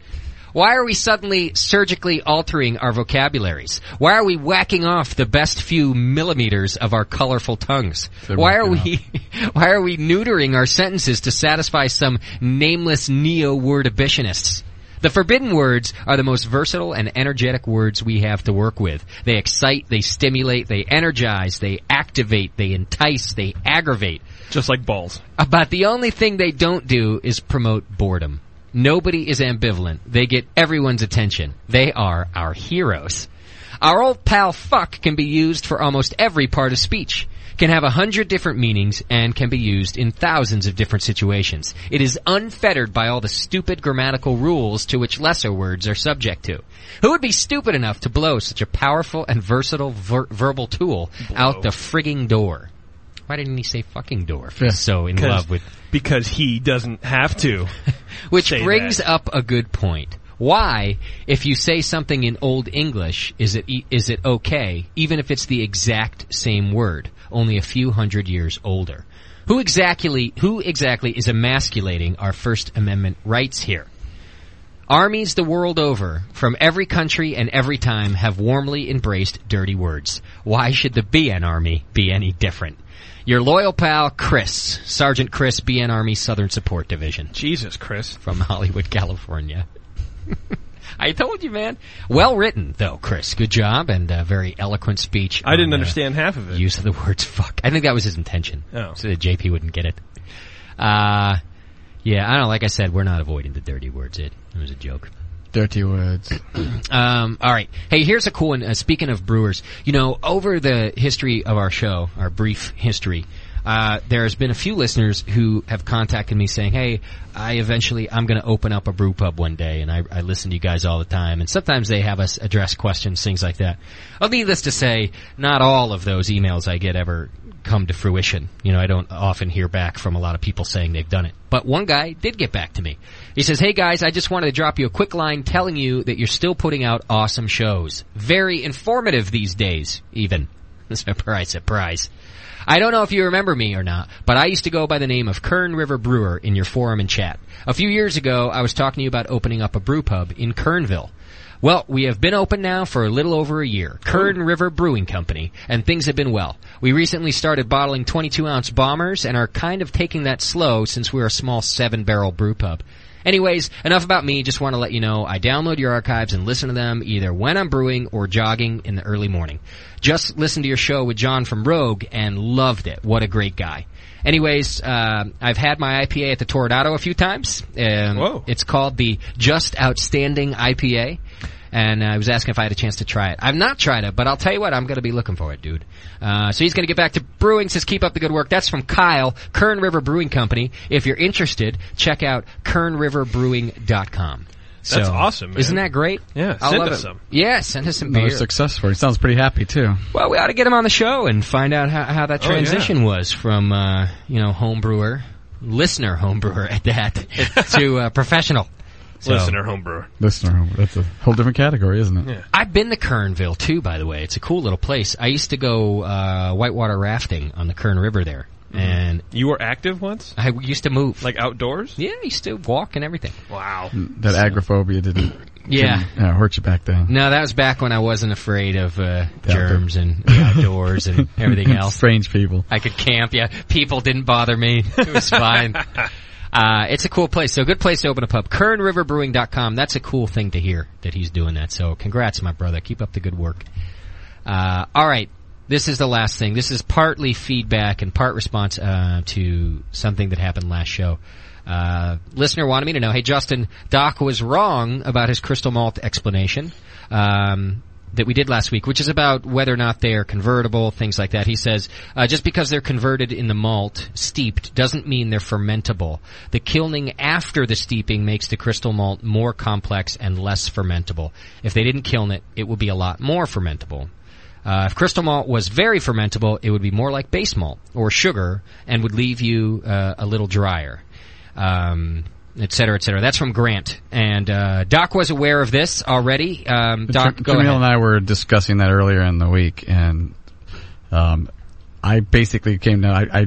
Speaker 2: Why are we suddenly surgically altering our vocabularies? Why are we whacking off the best few millimeters of our colorful tongues? Why are
Speaker 4: whacking
Speaker 2: we why are we neutering our sentences to satisfy some nameless neo-word abolitionists? The forbidden words are the most versatile and energetic words we have to work with. They excite, they stimulate, they energize, they activate, they entice, they aggravate.
Speaker 5: Just like balls.
Speaker 2: About the only thing they don't do is promote boredom. Nobody is ambivalent. They get everyone's attention. They are our heroes. Our old pal fuck can be used for almost every part of speech, can have a hundred different meanings, and can be used in thousands of different situations. It is unfettered by all the stupid grammatical rules to which lesser words are subject to. Who would be stupid enough to blow such a powerful and versatile ver- verbal tool out the frigging door? Why didn't he say fucking door? if he's so in
Speaker 5: 'Cause-
Speaker 2: love with.
Speaker 5: because he doesn't have to.
Speaker 2: Which
Speaker 5: say
Speaker 2: brings
Speaker 5: that.
Speaker 2: up a good point. Why, if you say something in Old English, is it e- is it okay, even if it's the exact same word, only a few hundred years older? Who exactly who exactly is emasculating our First Amendment rights here? Armies the world over, from every country and every time, have warmly embraced dirty words. Why should the BN Army be any different? Your loyal pal, Chris, Sergeant Chris, BN Army Southern Support Division
Speaker 5: Jesus, Chris.
Speaker 2: from Hollywood, California. I told you, man. Well written, though, Chris. Good job and uh, very eloquent speech.
Speaker 5: I didn't
Speaker 2: on, uh,
Speaker 5: understand half of it.
Speaker 2: use of the words fuck. I think that was his intention.
Speaker 5: Oh.
Speaker 2: So that JP wouldn't get it. Uh, yeah, I don't know. Like I said, we're not avoiding the dirty words. It, it was a joke.
Speaker 4: Dirty words.
Speaker 2: Um, all right. Hey, here's a cool one. Uh, speaking of brewers, you know, over the history of our show, our brief history, uh, there's been a few listeners who have contacted me saying, "Hey, I eventually I'm going to open up a brew pub one day, and I, I listen to you guys all the time." And sometimes they have us address questions, things like that. Well, needless to say, not all of those emails I get ever come to fruition. You know, I don't often hear back from a lot of people saying they've done it. But one guy did get back to me. He says, Hey guys, I just wanted to drop you a quick line telling you that you're still putting out awesome shows. Very informative these days, even. surprise, surprise. I don't know if you remember me or not, but I used to go by the name of Kern River Brewer in your forum and chat. A few years ago, I was talking to you about opening up a brew pub in Kernville. Well, we have been open now for a little over a year. Kern River Brewing Company, and things have been well. We recently started bottling 22 ounce bombers and are kind of taking that slow since we're a small seven barrel brew pub. Anyways, enough about me. Just want to let you know I download your archives and listen to them either when I'm brewing or jogging in the early morning. Just listened to your show with John from Rogue and loved it. What a great guy. Anyways, uh, I've had my IPA at the Toradado a few times. Um,
Speaker 5: Whoa.
Speaker 2: It's called the Just Outstanding IPA. And uh, I was asking if I had a chance to try it. I've not tried it, but I'll tell you what, I'm going to be looking for it, dude. Uh, so he's going to get back to brewing. Says keep up the good work. That's from Kyle, Kern River Brewing Company. If you're interested, check out kernriverbrewing.com. So,
Speaker 5: That's awesome, man.
Speaker 2: Isn't that great?
Speaker 5: Yeah,
Speaker 2: I
Speaker 5: send
Speaker 2: love
Speaker 5: us
Speaker 2: it.
Speaker 5: some.
Speaker 2: Yeah, send us some
Speaker 4: Another
Speaker 2: beer.
Speaker 4: success story. Sounds pretty happy too.
Speaker 2: Well, we ought to get him on the show and find out how, how that
Speaker 5: Oh, yeah.
Speaker 2: transition was from, uh, you know, homebrewer, listener homebrewer at that, to uh, professional. So-
Speaker 5: Listener, homebrewer.
Speaker 4: Listener, that's a whole different category, isn't it?
Speaker 5: Yeah.
Speaker 2: I've been to Kernville too, by the way. It's a cool little place. I used to go uh, whitewater rafting on the Kern River there, and
Speaker 5: Mm-hmm. You were active once,
Speaker 2: I used to move.
Speaker 5: like outdoors.
Speaker 2: yeah, I used to walk and everything.
Speaker 5: Wow.
Speaker 4: That agoraphobia didn't
Speaker 2: Yeah.
Speaker 4: didn't, uh, hurt you back then.
Speaker 2: No, that was back when I wasn't afraid of uh,
Speaker 4: The outdoor-
Speaker 2: germs and the outdoors and everything else.
Speaker 4: Strange people.
Speaker 2: I could camp. Yeah, people didn't bother me. It was fine. Uh, it's a cool place. So a good place to open a pub. KernRiverBrewing.com. That's a cool thing to hear that he's doing that. So congrats, my brother. Keep up the good work. Uh, all right. This is the last thing. This is partly feedback and part response uh, to something that happened last show. Uh, listener wanted me to know, hey Justin, Doc was wrong about his crystal malt explanation um, that we did last week, which is about whether or not they are convertible, things like that. He says uh, just because they're converted in the malt steeped doesn't mean they're fermentable. The kilning after the steeping makes the crystal malt more complex and less fermentable. If they didn't kiln it, it would be a lot more fermentable. Uh, if crystal malt was very fermentable, it would be more like base malt or sugar and would leave you uh, a little drier, um, et cetera, et cetera. That's from Grant. And uh, Doc was aware of this already. Um, Doc,
Speaker 4: Jam-
Speaker 2: go
Speaker 4: Jamil
Speaker 2: ahead.
Speaker 4: and I were discussing that earlier in the week, and um, I basically came down. I, I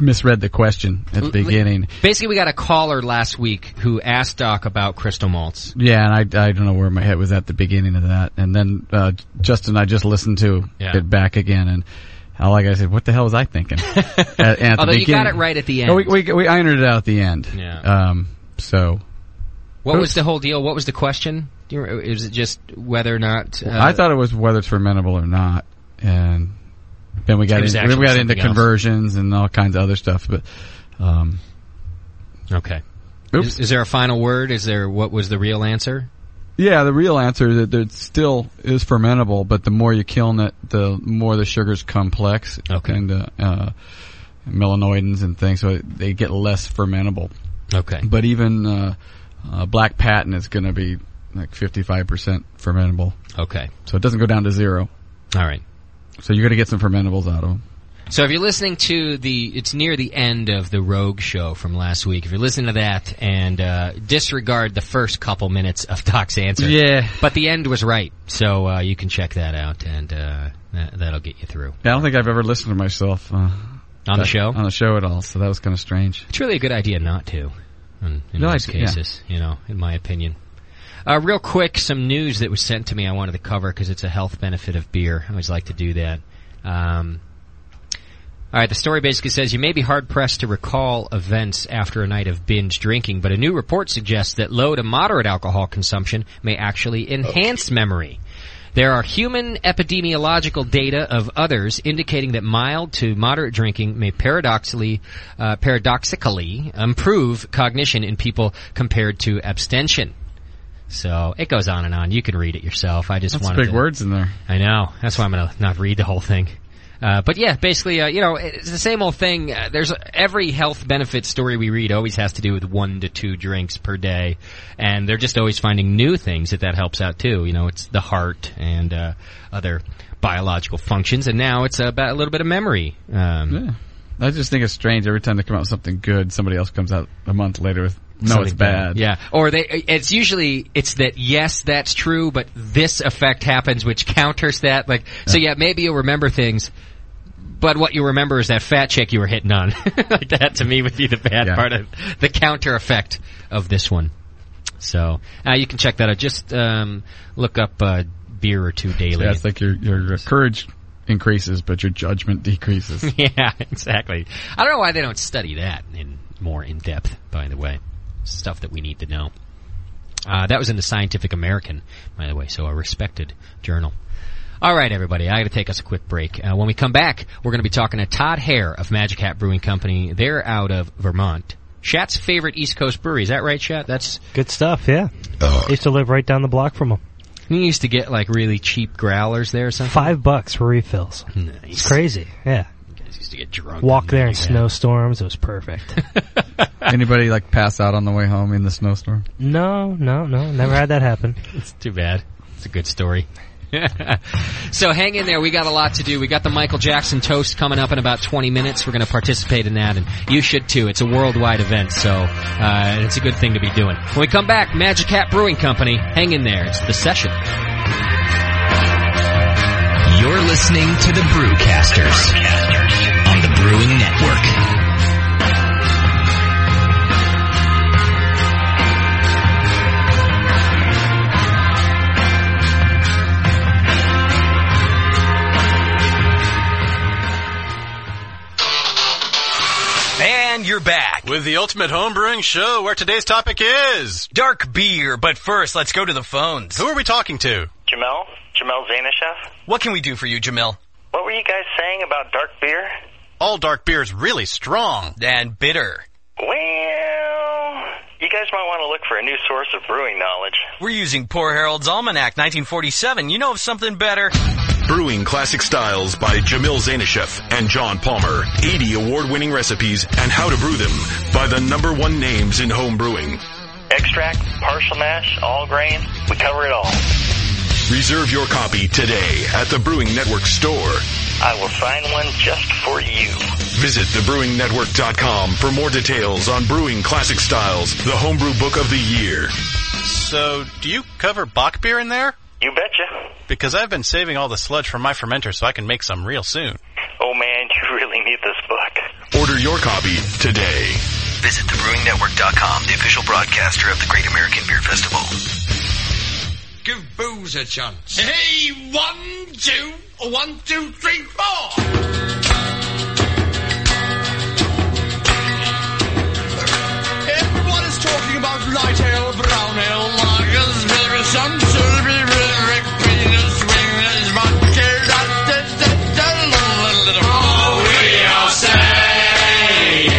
Speaker 4: misread the question at the beginning.
Speaker 2: Basically, we got a caller last week who asked Doc about crystal malts.
Speaker 4: Yeah, and I, I don't know where my head was at the beginning of that. And then uh, Justin, I just listened to
Speaker 2: Yeah.
Speaker 4: it back again, and I, like I said, what the hell was I thinking? at, and at the
Speaker 2: Although you got
Speaker 4: beginning-
Speaker 2: it right at the end.
Speaker 4: Oh, we, we, we ironed it out at the end.
Speaker 2: Yeah.
Speaker 4: Um, so
Speaker 2: what was the whole deal? What was the question? Do you, re- is it just whether or not? Uh,
Speaker 4: I thought it was whether it's fermentable or not, and then we got
Speaker 2: It was
Speaker 4: in, then
Speaker 2: actually
Speaker 4: we got into
Speaker 2: something else.
Speaker 4: conversions and all kinds of other stuff. But um,
Speaker 2: Okay.
Speaker 4: Oops.
Speaker 2: Is, is there a final word? Is there what was the real answer?
Speaker 4: yeah, the real answer is that there still is fermentable, but the more you kiln it, the more the sugar's complex
Speaker 2: Okay.
Speaker 4: and uh, uh, melanoidins and things, so they get less fermentable.
Speaker 2: Okay.
Speaker 4: But even uh, uh, black patent is going to be like fifty-five percent fermentable,
Speaker 2: Okay.
Speaker 4: so it doesn't go down to zero.
Speaker 2: All right.
Speaker 4: So you're going to get some fermentables out of them.
Speaker 2: So if you're listening to the, it's near the end of the Rogue show from last week. If you're listening to that and uh, disregard the first couple minutes of Doc's answer,
Speaker 4: Yeah.
Speaker 2: But the end was right, so uh, you can check that out, and uh, that, that'll get you through
Speaker 4: Yeah, I don't think I've ever listened to myself uh,
Speaker 2: on the show.
Speaker 4: on the show at all, so that was kind of strange.
Speaker 2: It's really a good idea not to, in, in
Speaker 4: No, I-
Speaker 2: most
Speaker 4: yeah.
Speaker 2: cases, you know, in my opinion. Uh, real quick, some news that was sent to me I wanted to cover because it's a health benefit of beer. I always like to do that. Um, all right, the story basically says you may be hard pressed to recall events after a night of binge drinking, but a new report suggests that low to moderate alcohol consumption may actually enhance memory. There are human epidemiological data of others indicating that mild to moderate drinking may paradoxically, uh, paradoxically improve cognition in people compared to abstention. So it goes on and on. You can read it yourself. I just
Speaker 4: That's
Speaker 2: wanted
Speaker 4: big
Speaker 2: to,
Speaker 4: words in there.
Speaker 2: I know. That's why I'm going to not read the whole thing. Uh, but yeah, basically, uh, you know, it's the same old thing. Uh, there's every health benefit story we read always has to do with one to two drinks per day, and they're just always finding new things that that helps out too. You know, it's the heart and uh, other biological functions, and now it's about a little bit of memory. Um,
Speaker 4: I just think it's strange every time they come out with something good, somebody else comes out a month later with no, it's
Speaker 2: something
Speaker 4: bad.
Speaker 2: Yeah, or they. It's usually it's that yes, that's true, but this effect happens, which counters that. Like so, yeah, maybe you'll remember things, but what you remember is that fat chick you were hitting on. like that to me would be the bad
Speaker 4: Yeah.
Speaker 2: part of the counter effect of this one. So uh, you can check that out. Just um, look up uh, beer or two daily.
Speaker 4: Yeah, it's like your your courage increases, but your judgment decreases.
Speaker 2: yeah, exactly. I don't know why they don't study that in more in depth. By the way, stuff that we need to know. Uh, that was in the Scientific American, by the way, so a respected journal. All right, everybody, I got to take us a quick break. Uh, when we come back, we're going to be talking to Todd Hare of Magic Hat Brewing Company. They're out of Vermont. Shat's favorite East Coast brewery. Is that right, Shat? That's
Speaker 6: Good stuff, yeah.
Speaker 2: Uh,
Speaker 6: I used to live right down the block from them.
Speaker 2: he used to get like really cheap growlers there or something.
Speaker 6: Five bucks for refills.
Speaker 2: Nice.
Speaker 6: It's crazy, yeah.
Speaker 2: You guys used to get drunk.
Speaker 6: Walk
Speaker 2: and
Speaker 6: there in
Speaker 2: like that.
Speaker 6: snowstorms, it was perfect.
Speaker 4: Anybody like pass out on the way home in the snowstorm?
Speaker 6: no, no, no, never had that happen.
Speaker 2: It's too bad. It's a good story. so hang in there. We got a lot to do. We got the Michael Jackson toast coming up in about 20 minutes. We're going to participate in that, and you should too. It's a worldwide event, so uh, it's a good thing to be doing. When we come back, Magic Hat Brewing Company. Hang in there. It's the session.
Speaker 7: You're listening to the Brewcasters on the Brewing Network.
Speaker 8: And you're back.
Speaker 9: With the Ultimate Homebrewing Show, where today's topic is
Speaker 8: Dark beer, but first, let's go to the phones.
Speaker 9: Who are we talking to?
Speaker 10: Jamel? Jamel Zanishev?
Speaker 8: What can we do for you, Jamil?
Speaker 10: What were you guys saying about dark beer?
Speaker 9: All dark beer is really strong.
Speaker 8: And bitter.
Speaker 10: Well, you guys might want to look for a new source of brewing knowledge.
Speaker 8: We're using Poor Harold's Almanac 1947. You know of something better?
Speaker 9: Brewing Classic Styles by Jamil Zanishev and John Palmer. 80 award-winning recipes and how to brew them by the number one names in home brewing.
Speaker 10: Extract, partial mash, all grain, we cover it all.
Speaker 9: Reserve your copy today at the Brewing Network store.
Speaker 10: I will find one just for you.
Speaker 9: Visit thebrewingnetwork.com for more details on Brewing Classic Styles, the homebrew book of the year.
Speaker 11: So, do you cover Bach beer in there?
Speaker 10: You betcha.
Speaker 11: Because I've been saving all the sludge from my fermenter so I can make some real soon.
Speaker 10: Oh man, you really need this book.
Speaker 9: Order your copy today.
Speaker 7: Visit thebrewingnetwork.com, the official broadcaster of the Great American Beer Festival.
Speaker 1: Give booze a chance. Hey, one, two, one, two, three, four. Everyone is talking about light ale, brown ale, lagers, bitter, sun, silver, red, penis, swingers, vodka, da, da, da, da, la, la, la, la. Oh, we are saying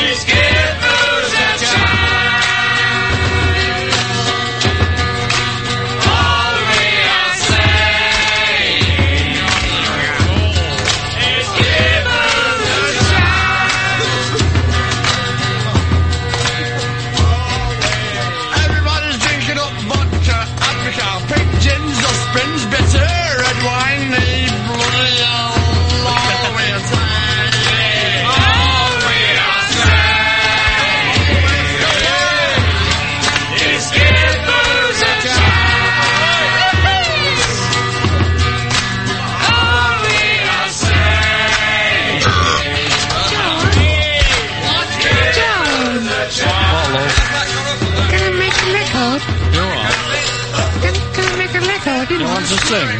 Speaker 1: is give booze a chance. All we are saying is give booze a chance. Everybody's drinking up vodka, Africa, pink gins, aspirins, bitter, red wine, the bloody hell. All we are saying. All we are saying. Is give booze a chance. All we are saying. John. John.
Speaker 12: Gonna make a record. Gonna, gonna make a record, you know.
Speaker 1: want to sing?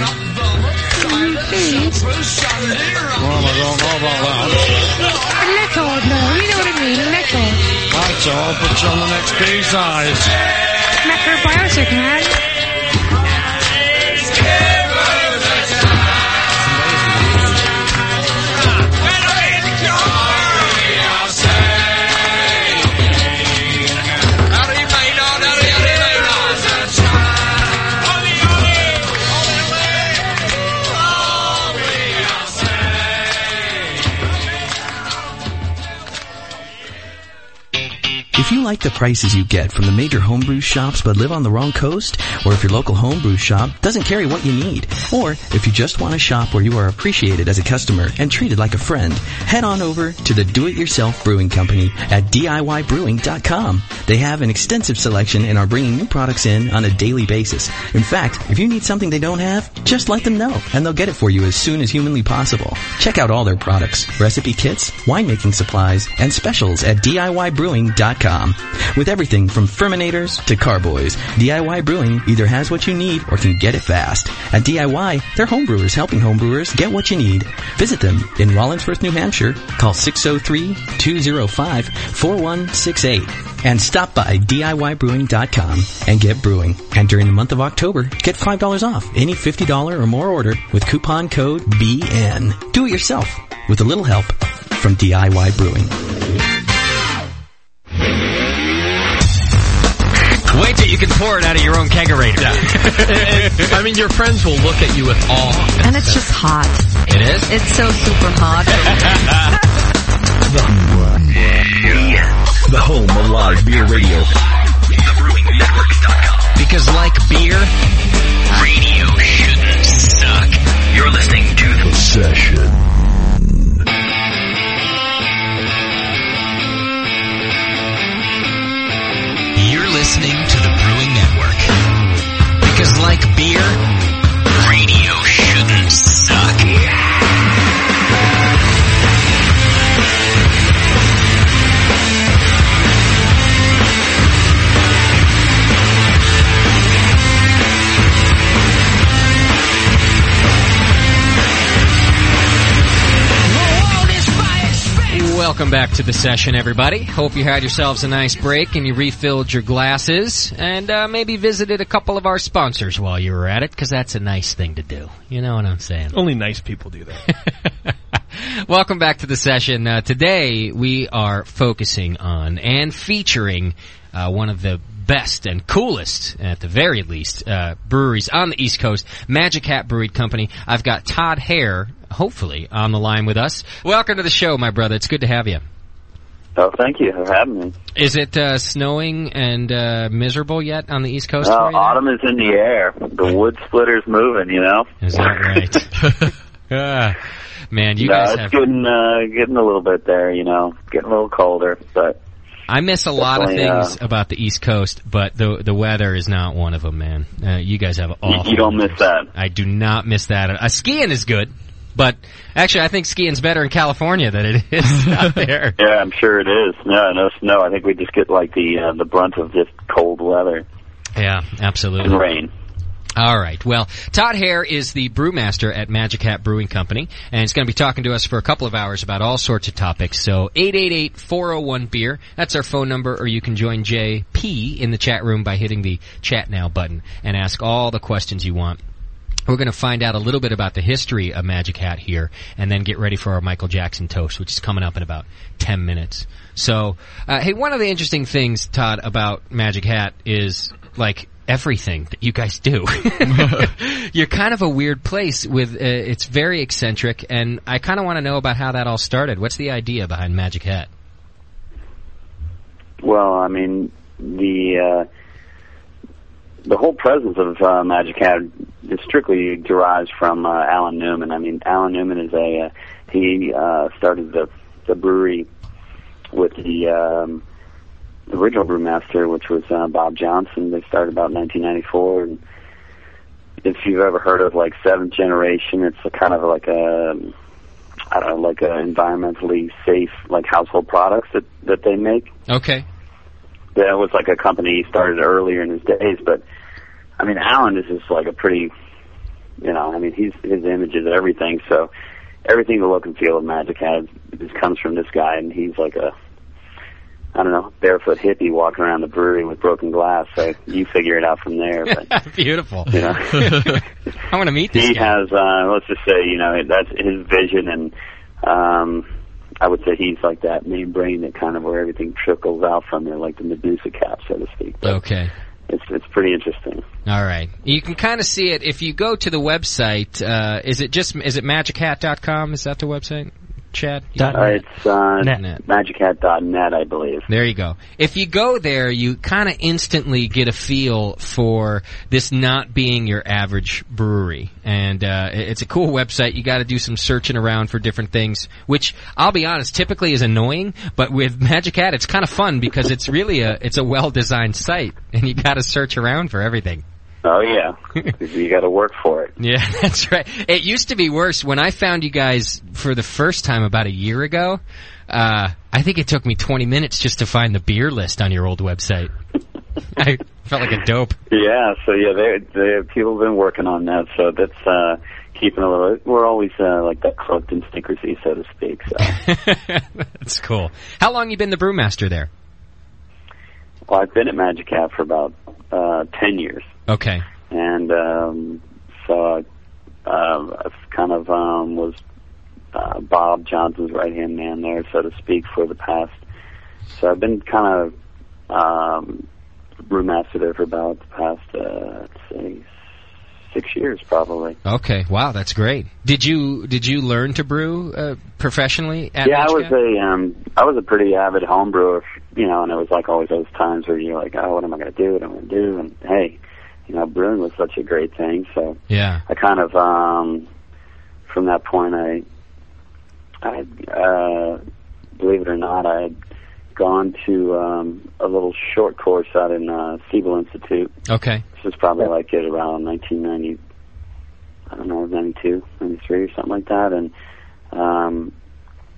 Speaker 12: Please.
Speaker 1: Well, I don't know about that.
Speaker 12: A record, no, you know what I mean, a record.
Speaker 1: That's all, put you on the next B-sides.
Speaker 12: Macrobiotic, man.
Speaker 1: All
Speaker 7: If you like the prices you get from the major homebrew shops but live on the wrong coast, or if your local homebrew shop doesn't carry what you need, or if you just want a shop where you are appreciated as a customer and treated like a friend, head on over to the Do It Yourself Brewing Company at DIYbrewing.com. They have an extensive selection and are bringing new products in on a daily basis. In fact, if you need something they don't have, just let them know and they'll get it for you as soon as humanly possible. Check out all their products, recipe kits, winemaking supplies, and specials at DIYbrewing.com. With everything from ferminators to carboys, DIY Brewing either has what you need or can get it fast. At DIY, they're homebrewers helping homebrewers get what you need. Visit them in Rollinsworth, New Hampshire. Call 603-205-4168 and stop by DIYbrewing.com and get brewing. And during the month of October, get $5 off any $50 or more order with coupon code BN. Do it yourself with a little help from DIY Brewing.
Speaker 2: Wait till you can pour it out of your own kegerator.
Speaker 4: I mean, your friends will look at you with awe.
Speaker 13: And it's just hot.
Speaker 4: It is?
Speaker 13: It's so super hot.
Speaker 14: The home of live beer radio.
Speaker 1: Because like beer, radio shouldn't suck. You're listening to The Session. You're listening to the Brewing Network. Because like beer, radio shouldn't suck.
Speaker 2: Welcome back to the session, everybody. Hope you had yourselves a nice break and you refilled your glasses and uh, maybe visited a couple of our sponsors while you were at it, because that's a nice thing to do. You know what I'm saying?
Speaker 15: Only nice people do that.
Speaker 2: Welcome back to the session. Uh, today we are focusing on and featuring uh, one of the best and coolest, at the very least, uh, breweries on the East Coast, Magic Hat Brewing Company. I've got Todd Hare, hopefully, on the line with us. Welcome to the show, my brother. It's good to have you.
Speaker 16: Oh, thank you for having me.
Speaker 2: Is it uh, snowing and uh, miserable yet on the East Coast?
Speaker 16: Uh,
Speaker 2: where you're at?
Speaker 16: autumn is in the air. The wood splitter's moving, you know?
Speaker 2: Is that right? Ah, man, you
Speaker 16: no,
Speaker 2: guys
Speaker 16: it's
Speaker 2: have.
Speaker 16: getting, uh, getting a little bit there, you know? Getting a little colder, but
Speaker 2: I miss a lot of
Speaker 16: Definitely, uh,
Speaker 2: things about the East Coast, but the the weather is not one of them, man. Uh, you guys have all.
Speaker 16: you don't miss that.
Speaker 2: I do not miss that. Uh, skiing is good, but actually, I think skiing's better in California than it is out there.
Speaker 16: Yeah, I'm sure it is. No, no snow. I think we just get like the uh, the brunt of just cold weather
Speaker 2: Yeah, absolutely.
Speaker 16: and rain.
Speaker 2: All right. Well, Todd Hare is the brewmaster at Magic Hat Brewing Company, and he's going to be talking to us for a couple of hours about all sorts of topics. So, 888-401-BEER. E That's our phone number, or you can join JP in the chat room by hitting the chat now button and ask all the questions you want. We're going to find out a little bit about the history of Magic Hat here and then get ready for our Michael Jackson toast, which is coming up in about 10 minutes. So, uh, hey, one of the interesting things, Todd, about Magic Hat is like everything that you guys do. You're kind of a weird place with, uh, it's very eccentric and I kind of want to know about how that all started. What's the idea behind Magic Hat?
Speaker 16: Well, I mean the uh, the whole presence of uh, Magic Hat is strictly derives from uh, Alan Newman. I mean, Alan Newman is a uh, he uh, started the the brewery with the um, the original brewmaster, which was uh, Bob Johnson. They started about 1994. And if you've ever heard of like seventh generation, it's a kind of like a I don't know, like a environmentally safe like household products that that they make
Speaker 2: Okay.
Speaker 16: that was like a company he started earlier in his days. But I mean, Allen is just like a pretty, you know, I mean, he's his image is everything. So everything the look and feel of Magic has just comes from this guy, and he's like a, I don't know, barefoot hippie walking around the brewery with broken glass. So you figure it out from there. But
Speaker 2: Beautiful.
Speaker 16: you know.
Speaker 2: I want to meet this
Speaker 16: he
Speaker 2: guy.
Speaker 16: has uh let's just say you know that's his vision and um i would say he's like that main brain that kind of where everything trickles out from there like the medusa cap so to speak but
Speaker 2: Okay.
Speaker 16: it's it's pretty interesting
Speaker 2: All right. You can kind of see it if you go to the website. Uh, is it just is it magichat.com? Is that the website? Chad?
Speaker 16: Uh, it's uh, magicat.net, I believe.
Speaker 2: There you go. If you go there, you kind of instantly get a feel for this not being your average brewery, and uh, it- it's a cool website. You got to do some searching around for different things, which I'll be honest, typically is annoying. But with Magic Hat, it's kind of fun because it's really a it's a well designed site, and you got to search around for everything.
Speaker 16: Oh yeah, you got to work for it.
Speaker 2: Yeah, that's right. It used to be worse when I found you guys for the first time about a year ago. Uh, I think it took me 20 minutes just to find the beer list on your old website. I felt like a dope.
Speaker 16: Yeah, so yeah, they, they people have been working on that, so that's uh, keeping a little. We're always uh, like that cloaked in stickersy, so to speak. So
Speaker 2: That's cool. How long you been the brewmaster there?
Speaker 16: well, I've been at Magic Hat for about uh, ten years,
Speaker 2: Okay.
Speaker 16: and um, so I, uh, I kind of um, was uh, Bob Johnson's right hand man there, so to speak, for the past. So I've been kind of um, brewmaster there for about the past, uh, let's say, six years probably.
Speaker 2: Okay. Wow, that's great. Did you did you learn to brew uh, professionally? At
Speaker 16: yeah, I
Speaker 2: Magic
Speaker 16: was
Speaker 2: Hat?
Speaker 16: a um, I was a pretty avid home brewer, you know, and it was like always those times where you're like, oh, what am I going to do? What am I going to do? And hey, you know, brewing was such a great thing, so
Speaker 2: Yeah.
Speaker 16: I kind of um, from that point, I, I uh, believe it or not, I had gone to um, a little short course out in uh, Siebel Institute.
Speaker 2: Okay.
Speaker 16: This was probably like it around 1990, I don't know, 92, 93 or something like that. And um,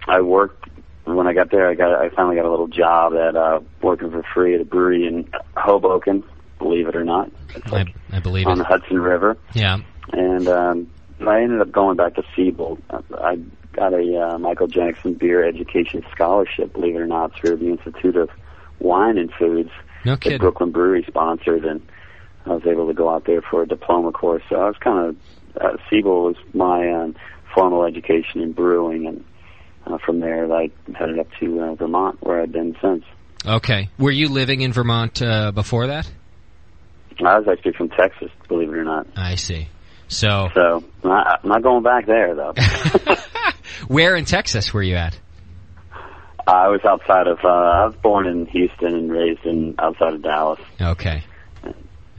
Speaker 16: I worked when I got there. I got I finally got a little job at uh, working for free at a brewery in Hoboken. Believe it or not,
Speaker 2: I, I believe
Speaker 16: on
Speaker 2: it.
Speaker 16: the Hudson River
Speaker 2: Yeah.
Speaker 16: and um, I ended up going back to Siebel. I got a uh, Michael Jackson Beer Education Scholarship, believe it or not, through the Institute of Wine and Foods
Speaker 2: No
Speaker 16: that
Speaker 2: kidding.
Speaker 16: Brooklyn Brewery sponsored, and I was able to go out there for a diploma course. So I was kind of uh, Siebel was my um, formal education in brewing, and uh, from there I headed up to uh, Vermont, where I've been since.
Speaker 2: Okay. Were you living in Vermont uh, before that?
Speaker 16: I was actually from Texas, believe it or not.
Speaker 2: I see. So,
Speaker 16: So not, not going back there though.
Speaker 2: where in Texas were you at?
Speaker 16: I was outside of. Uh, I was born in Houston and raised in outside of Dallas.
Speaker 2: Okay.
Speaker 16: So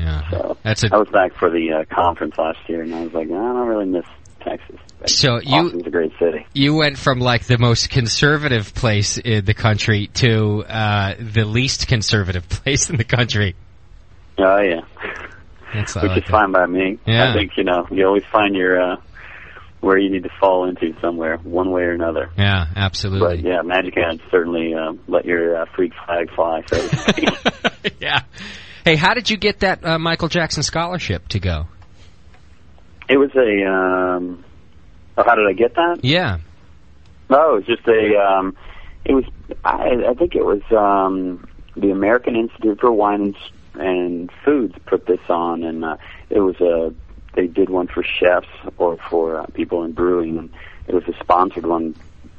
Speaker 2: Uh, That's a-
Speaker 16: I was back for the uh, conference last year, and I was like, I don't really miss Texas.
Speaker 2: So you
Speaker 16: Austin's a great city.
Speaker 2: You went from like the most conservative place in the country to uh, the least conservative place in the country.
Speaker 16: Oh yeah,
Speaker 2: That's I
Speaker 16: which
Speaker 2: like
Speaker 16: is
Speaker 2: that.
Speaker 16: fine by me.
Speaker 2: Yeah.
Speaker 16: I think you know you always find your uh, where you need to fall into somewhere, one way or another.
Speaker 2: Yeah, absolutely.
Speaker 16: But yeah, Magic Hand certainly uh, let your uh, freak flag fly. So to speak.
Speaker 2: Hey, how did you get that uh, Michael Jackson scholarship to go?
Speaker 16: it was a. Um, oh, how did I get that?
Speaker 2: Yeah.
Speaker 16: No, it was just a. Um, it was. I, I think it was um, the American Institute for Wine and, S- and Foods put this on, and uh, it was a. They did one for chefs or for uh, people in brewing, and it was a sponsored one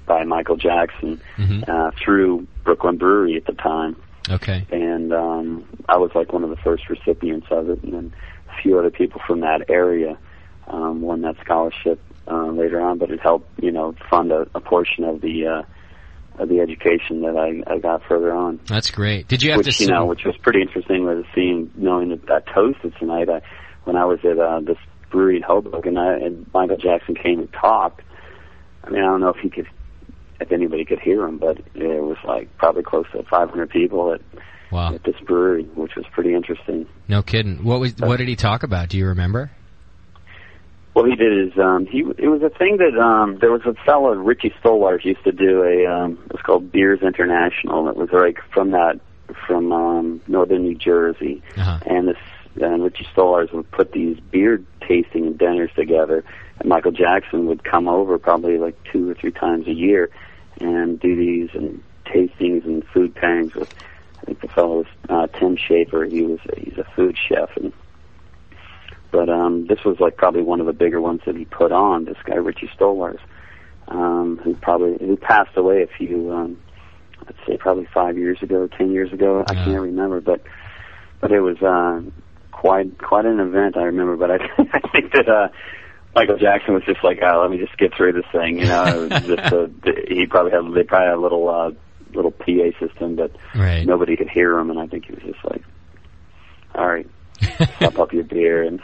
Speaker 16: by Michael Jackson uh, through Brooklyn Brewery at the time
Speaker 2: Okay.
Speaker 16: and um, I was like one of the first recipients of it, and then a few other people from that area um, won that scholarship uh, later on. But it helped, you know, fund a, a portion of the uh, of the education that I, I got further on.
Speaker 2: That's great. Did you have
Speaker 16: which
Speaker 2: to
Speaker 16: you know,
Speaker 2: sing-
Speaker 16: which was pretty interesting was seeing knowing that that toasted tonight. I, when I was at uh, this brewery in Hoboken, I, and Michael Jackson came and talked. I mean, I don't know if he could, if anybody could hear him, but it was like probably close to 500 people at
Speaker 2: Wow.
Speaker 16: at this brewery, which was pretty interesting.
Speaker 2: No kidding. What
Speaker 16: Uh,
Speaker 2: was what did he talk about? Do you remember?
Speaker 16: Well, he did his um he it was a thing that um there was a fellow Richie Stillwater used to do a um it was called Beers International and it was like from that from um northern New Jersey. And this and Richie Stillwater would put these beer tasting and dinners together and Michael Jackson would come over probably like two or three times a year and do these and tastings and food pairings with I think the fellow was uh, Tim Schaefer. He was he's a food chef and but um, this was like probably one of the bigger ones that he put on. This guy Richie Stolars, um, who probably who passed away a few, um, I'd say probably five years ago, ten years ago. I can't remember, but but it was uh, quite quite an event. I remember, but I, I think that uh, Michael Jackson was just like, oh, let me just get through this thing, you know. It was just a, he probably had they probably had a little uh, little PA system, but
Speaker 2: Right.
Speaker 16: nobody could hear him, and I think he was just like, all right, pop up your beer and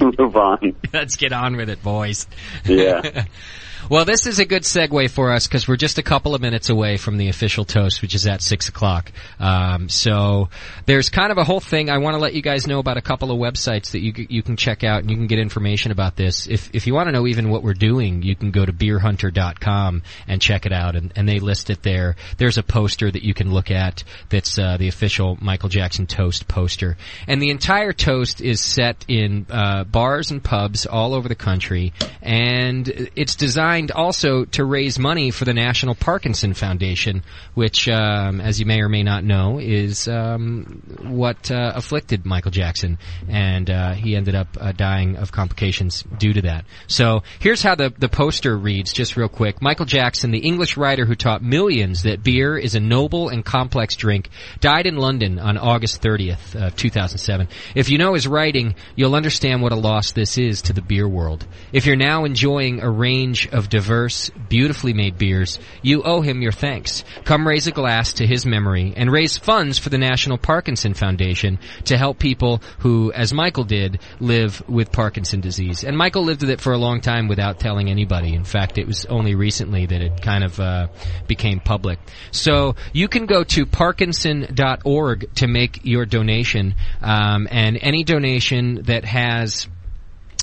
Speaker 16: move on.
Speaker 2: Let's get on with it, boys.
Speaker 16: Yeah.
Speaker 2: well, this is a good segue for us because we're just a couple of minutes away from the official toast, which is at six o'clock. Um, so there's kind of a whole thing. I want to let you guys know about a couple of websites that you c- you can check out and you can get information about this. If if you want to know even what we're doing, you can go to beerhunter.com and check it out, and, and they list it there. There's a poster that you can look at that's uh, the official Michael Jackson toast poster, and the entire toast is set in uh, bars and pubs all over the country, and it's designed also to raise money for the National Parkinson Foundation, which, um, as you may or may not know, is um, what uh, afflicted Michael Jackson, and uh, he ended up uh, dying of complications due to that. So here's how the the poster reads, just real quick. Michael Jackson, the English writer who taught millions that beer is a noble and complex drink, died in London on August 30th, uh, 2007. If you know his writing, you'll understand what a loss this is to the beer world. If you're now enjoying a range of diverse, beautifully made beers, you owe him your thanks. Come raise a glass to his memory and raise funds for the National Parkinson Foundation to help people who, as Michael did, live with Parkinson disease. And Michael lived with it for a long time without telling anybody. In fact, it was only recently that it kind of uh, became public. So you can go to parkinson.org to make your donation, um, and any donation that has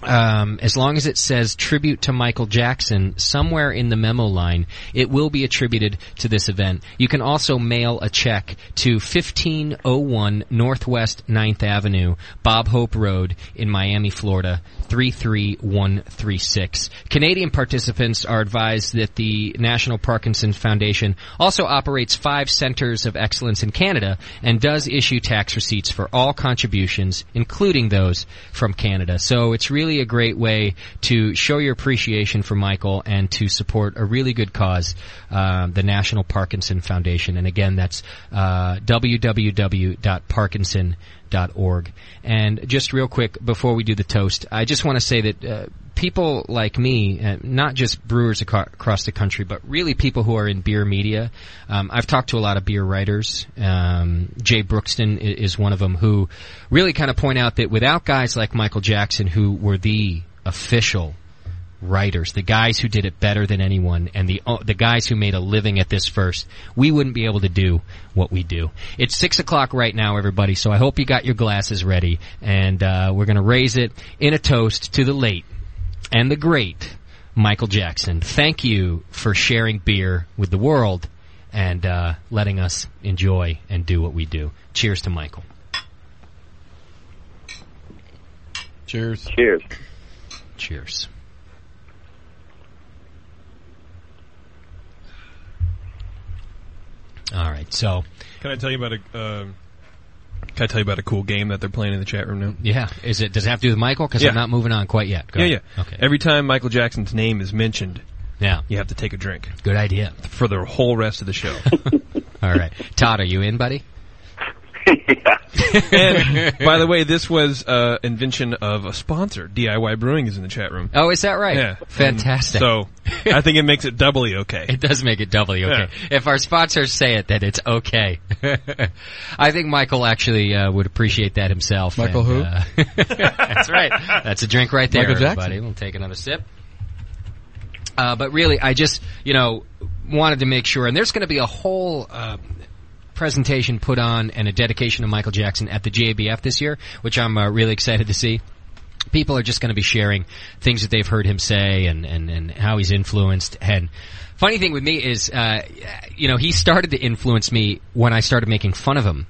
Speaker 2: um, as long as it says tribute to Michael Jackson somewhere in the memo line, it will be attributed to this event. You can also mail a check to 1501 Northwest 9th Avenue, Bob Hope Road in Miami, Florida, 33136. Canadian participants are advised that the National Parkinson Foundation also operates five centers of excellence in Canada and does issue tax receipts for all contributions, including those from Canada. So it's really a great way to show your appreciation for Michael and to support a really good cause, uh, the National Parkinson Foundation. And again, that's uh, www.parkinson.org. And just real quick before we do the toast, I just want to say that. Uh, People like me, uh, not just brewers aco- across the country, but really people who are in beer media. Um, I've talked to a lot of beer writers. Um, Jay Brookston i- is one of them who really kind of point out that without guys like Michael Jackson, who were the official writers, the guys who did it better than anyone, and the uh, the guys who made a living at this first, we wouldn't be able to do what we do. It's six o'clock right now, everybody. So I hope you got your glasses ready, and uh, we're going to raise it in a toast to the late and the great Michael Jackson. Thank you for sharing beer with the world and uh, letting us enjoy and do what we do. Cheers to Michael.
Speaker 4: Cheers.
Speaker 16: Cheers.
Speaker 2: Cheers. All right, so
Speaker 5: Can I tell you about a? um can I tell you about a cool game that they're playing in the chat room now?
Speaker 2: yeah, is it? Does it have to do with Michael? Because
Speaker 5: Yeah.
Speaker 2: I'm not moving on quite yet. Go
Speaker 5: yeah,
Speaker 2: ahead.
Speaker 5: yeah.
Speaker 2: Okay.
Speaker 5: Every time Michael Jackson's name is mentioned,
Speaker 2: yeah,
Speaker 5: you have to take a drink.
Speaker 2: Good idea
Speaker 5: for the whole rest of the show.
Speaker 2: All right, Todd, are you in, buddy?
Speaker 5: and by the way, this was uh, invention of a sponsor. DIY Brewing is in the chat room.
Speaker 2: Oh, is that right?
Speaker 5: Yeah,
Speaker 2: Fantastic.
Speaker 5: And so I think it makes it doubly okay.
Speaker 2: It does make it doubly okay. If our sponsors say it, then it's okay. I think Michael actually uh, would appreciate that himself.
Speaker 4: Michael
Speaker 2: and,
Speaker 4: who?
Speaker 2: uh, that's right. That's a drink right there,
Speaker 4: Michael Jackson.
Speaker 2: everybody. We'll take another sip. Uh, but really, I just you know wanted to make sure, and there's going to be a whole. Uh, presentation put on and a dedication to Michael Jackson at the JBF this year, which I'm uh, really excited to see. People are just going to be sharing things that they've heard him say and, and, and how he's influenced. And funny thing with me is, uh, you know, he started to influence me when I started making fun of him.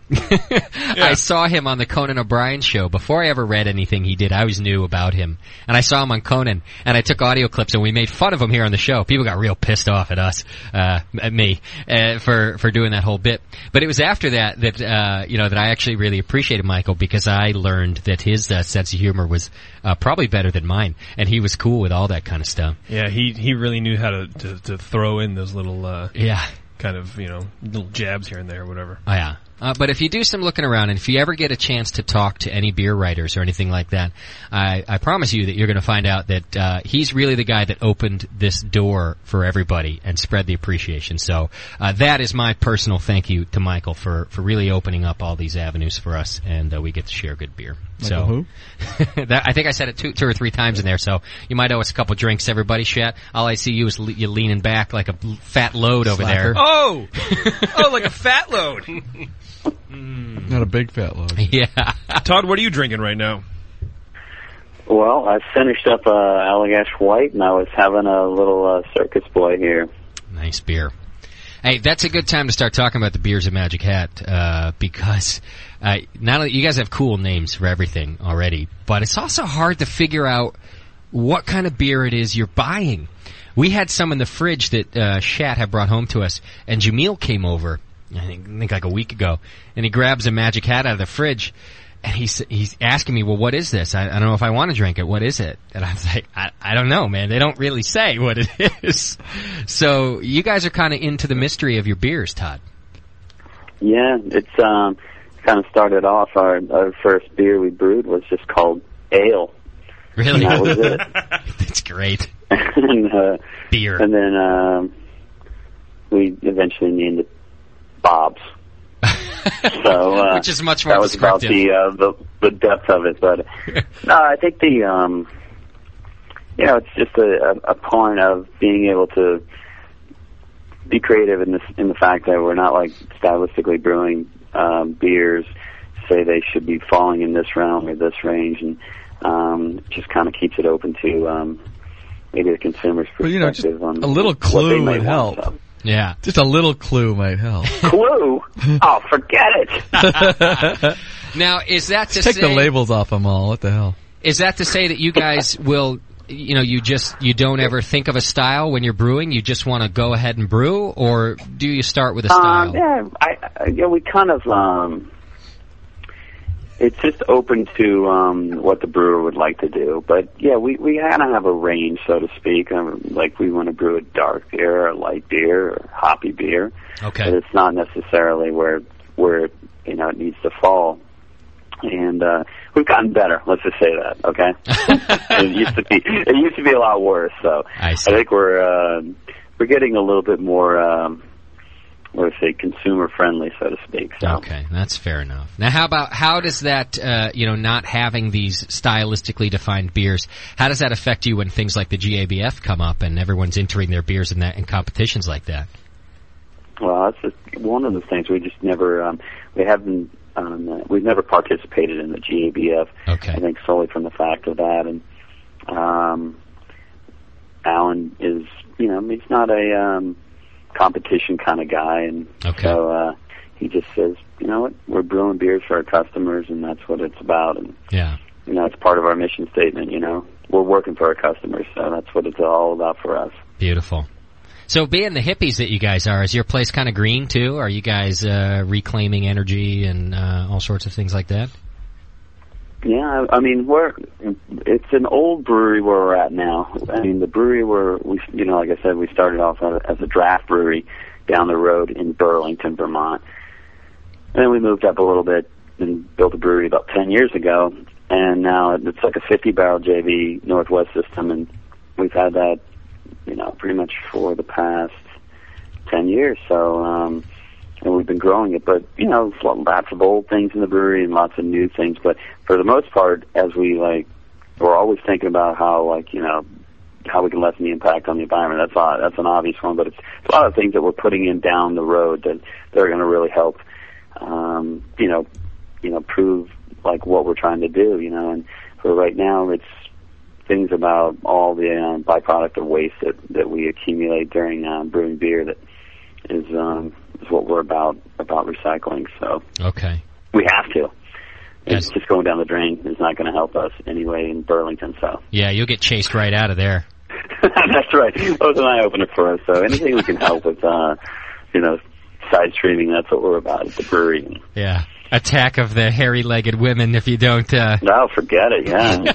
Speaker 2: I saw him on the Conan O'Brien show before I ever read anything he did. I always knew about him, and I saw him on Conan, and I took audio clips, and we made fun of him here on the show. People got real pissed off at us, uh, at me, uh, for for doing that whole bit. But it was after that that uh, you know that I actually really appreciated Michael because I learned that his uh, sense of humor was uh, probably better than mine, and he was cool with all that kind of stuff.
Speaker 5: Yeah, he he really knew how to to, to throw in those little uh,
Speaker 2: Yeah.
Speaker 5: kind of you know little jabs here and there, or whatever.
Speaker 2: Oh, yeah. Uh, but if you do some looking around, and if you ever get a chance to talk to any beer writers or anything like that, I, I promise you that you're going to find out that uh, he's really the guy that opened this door for everybody and spread the appreciation. So uh, that is my personal thank you to Michael for, for really opening up all these avenues for us, and uh, we get to share good beer. so
Speaker 12: Michael
Speaker 2: that, I think I said it two, two or three times in there. So you might owe us a couple drinks, everybody. Shat. All I see you is le- you leaning back like a l- fat load over there.
Speaker 5: Oh, oh, like a fat load.
Speaker 4: Not a big fat load.
Speaker 2: Yeah.
Speaker 5: Todd, what are you drinking right now?
Speaker 16: Well, I finished up uh, Allagash White, and I was having a little uh, circus boy here.
Speaker 2: Nice beer. Hey, that's a good time to start talking about the beers of Magic Hat uh, because uh, not only you guys have cool names for everything already, but it's also hard to figure out what kind of beer it is you're buying. We had some in the fridge that uh, Shat had brought home to us, and Jamil came over, I think, I think like a week ago, and he grabs a Magic Hat out of the fridge. And he's he's asking me, well, what is this? I, I don't know if I want to drink it. What is it? And I was like, I, I don't know, man. They don't really say what it is. So you guys are kind of into the mystery of your beers, Todd.
Speaker 16: Yeah, it's um, kind of started off. Our, our first beer we brewed was just called ale.
Speaker 2: Really?
Speaker 16: And that was it.
Speaker 2: That's great.
Speaker 16: and, uh,
Speaker 2: Beer.
Speaker 16: And then um, we eventually named it Bob's. so, uh,
Speaker 2: Which is much more
Speaker 16: that was about the,
Speaker 2: descriptive.
Speaker 16: uh, the the depth of it, but no, I think the um, you know, it's just a, a, a point of being able to be creative in this in the fact that we're not like stylistically brewing um, beers, say they should be falling in this realm or this range, and um, just kind of keeps it open to um, maybe the consumer's perspective
Speaker 4: But you know, just
Speaker 16: on
Speaker 4: a little
Speaker 16: what they
Speaker 4: clue
Speaker 16: might
Speaker 4: would
Speaker 16: want.
Speaker 4: help.
Speaker 2: Yeah.
Speaker 4: Just a little clue might help.
Speaker 16: Clue? Oh, forget it.
Speaker 2: Now, is that to
Speaker 4: Take
Speaker 2: say
Speaker 4: the labels off them all. What the hell?
Speaker 2: is that to say that you guys will, you know, you just you don't ever think of a style when you're brewing? You just want to go ahead and brew, or do you start with a style?
Speaker 16: Um, yeah, I, I, yeah, we kind of. Um, it's just open to um, what the brewer would like to do, but yeah, we we kind of have a range, so to speak. Um, like we want to brew a dark beer, or a light beer, or hoppy beer.
Speaker 2: Okay.
Speaker 16: But it's not necessarily where where you know it needs to fall. And uh, we've gotten better. Let's just say that, okay? it used to be it used to be a lot worse. So
Speaker 2: I,
Speaker 16: think we're uh, we're getting a little bit more, um, what do I say, consumer friendly, so to speak. So.
Speaker 2: Okay, that's fair enough. Now, how about how does that uh, you know not having these stylistically defined beers? How does that affect you when things like the GABF come up and everyone's entering their beers in that in competitions like that?
Speaker 16: Well, that's just one of the things we just never um, we haven't um, uh, we've never participated in the GABF.
Speaker 2: Okay.
Speaker 16: I think solely from the fact of that, and um, Alan is you know he's not a um, competition kind of guy, and so uh, he just says you know what we're brewing beers for our customers, and that's what it's about, and
Speaker 2: Yeah.
Speaker 16: you know it's part of our mission statement. You know we're working for our customers, so that's what it's all about for us.
Speaker 2: Beautiful. So, being the hippies that you guys are, is your place kind of green too? Are you guys uh, reclaiming energy and uh, all sorts of things like that?
Speaker 16: Yeah, I I mean we're it's an old brewery where we're at now. I mean the brewery where we you know like I said we started off as as a draft brewery down the road in Burlington, Vermont, and then we moved up a little bit and built a brewery about ten years ago, and now it's like a fifty barrel JV Northwest system, and we've had that you know pretty much for the past ten years. So um, and we've been growing it. But you know, it's lots of old things in the brewery and lots of new things. But for the most part, as we like, we're always thinking about how like you know how we can lessen the impact on the environment. That's a, that's an obvious one, but it's, it's a lot of things that we're putting in down the road that that are going to really help. Um, you know, you know, prove like what we're trying to do. You know, and for right now, it's things about all the um, byproduct of waste that that we accumulate during um, brewing beer that is um, is what we're about about recycling. So
Speaker 2: Okay.
Speaker 16: we have to. It's just going down the drain is not going to help us anyway in Burlington. So
Speaker 2: Yeah, you'll get chased right out of there.
Speaker 16: that's right. That was an eye opener for us. So anything we can help with, uh, you know, side streaming, that's what we're about at the brewery.
Speaker 2: Yeah. attack of the hairy-legged women if you don't. Uh,
Speaker 16: no, Oh, forget it.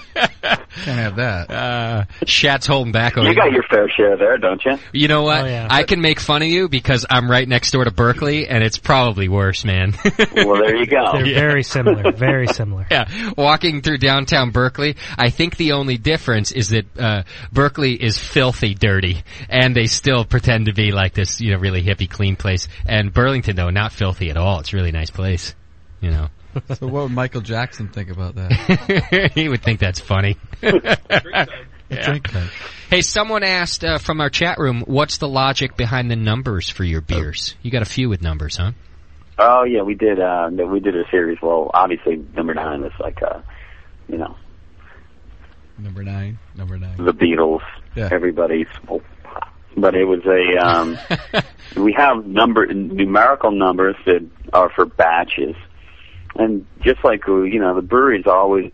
Speaker 16: Yeah,
Speaker 4: can't have that.
Speaker 2: Uh, Shat's holding back. over
Speaker 16: you got
Speaker 2: here.
Speaker 16: your fair share there, don't you?
Speaker 2: You know what? I can make fun of you because I'm right next door to Berkeley, and it's probably worse, man.
Speaker 16: well, there you go.
Speaker 6: They're very similar. Very similar.
Speaker 2: yeah, walking through downtown Berkeley, I think the only difference is that uh, Berkeley is filthy dirty, and they still pretend to be like this, you know, really hippie, clean place. And Burlington, though, not filthy at all. It's a really nice place, you know.
Speaker 4: so what would Michael Jackson think about that?
Speaker 2: he would think that's funny. Yeah.
Speaker 4: Drink time.
Speaker 2: Hey, someone asked uh, from our chat room, what's the logic behind the numbers for your beers? You got a few with numbers, huh?
Speaker 16: Oh yeah, we did. Uh, we did a series. Well, obviously, number nine is like, uh, you know,
Speaker 4: Number nine. Number nine.
Speaker 16: the Beatles.
Speaker 4: Yeah.
Speaker 16: Everybody's. But it was a. Um, we have number numerical numbers that are for batches, and just like uh, you know, the brewery's always.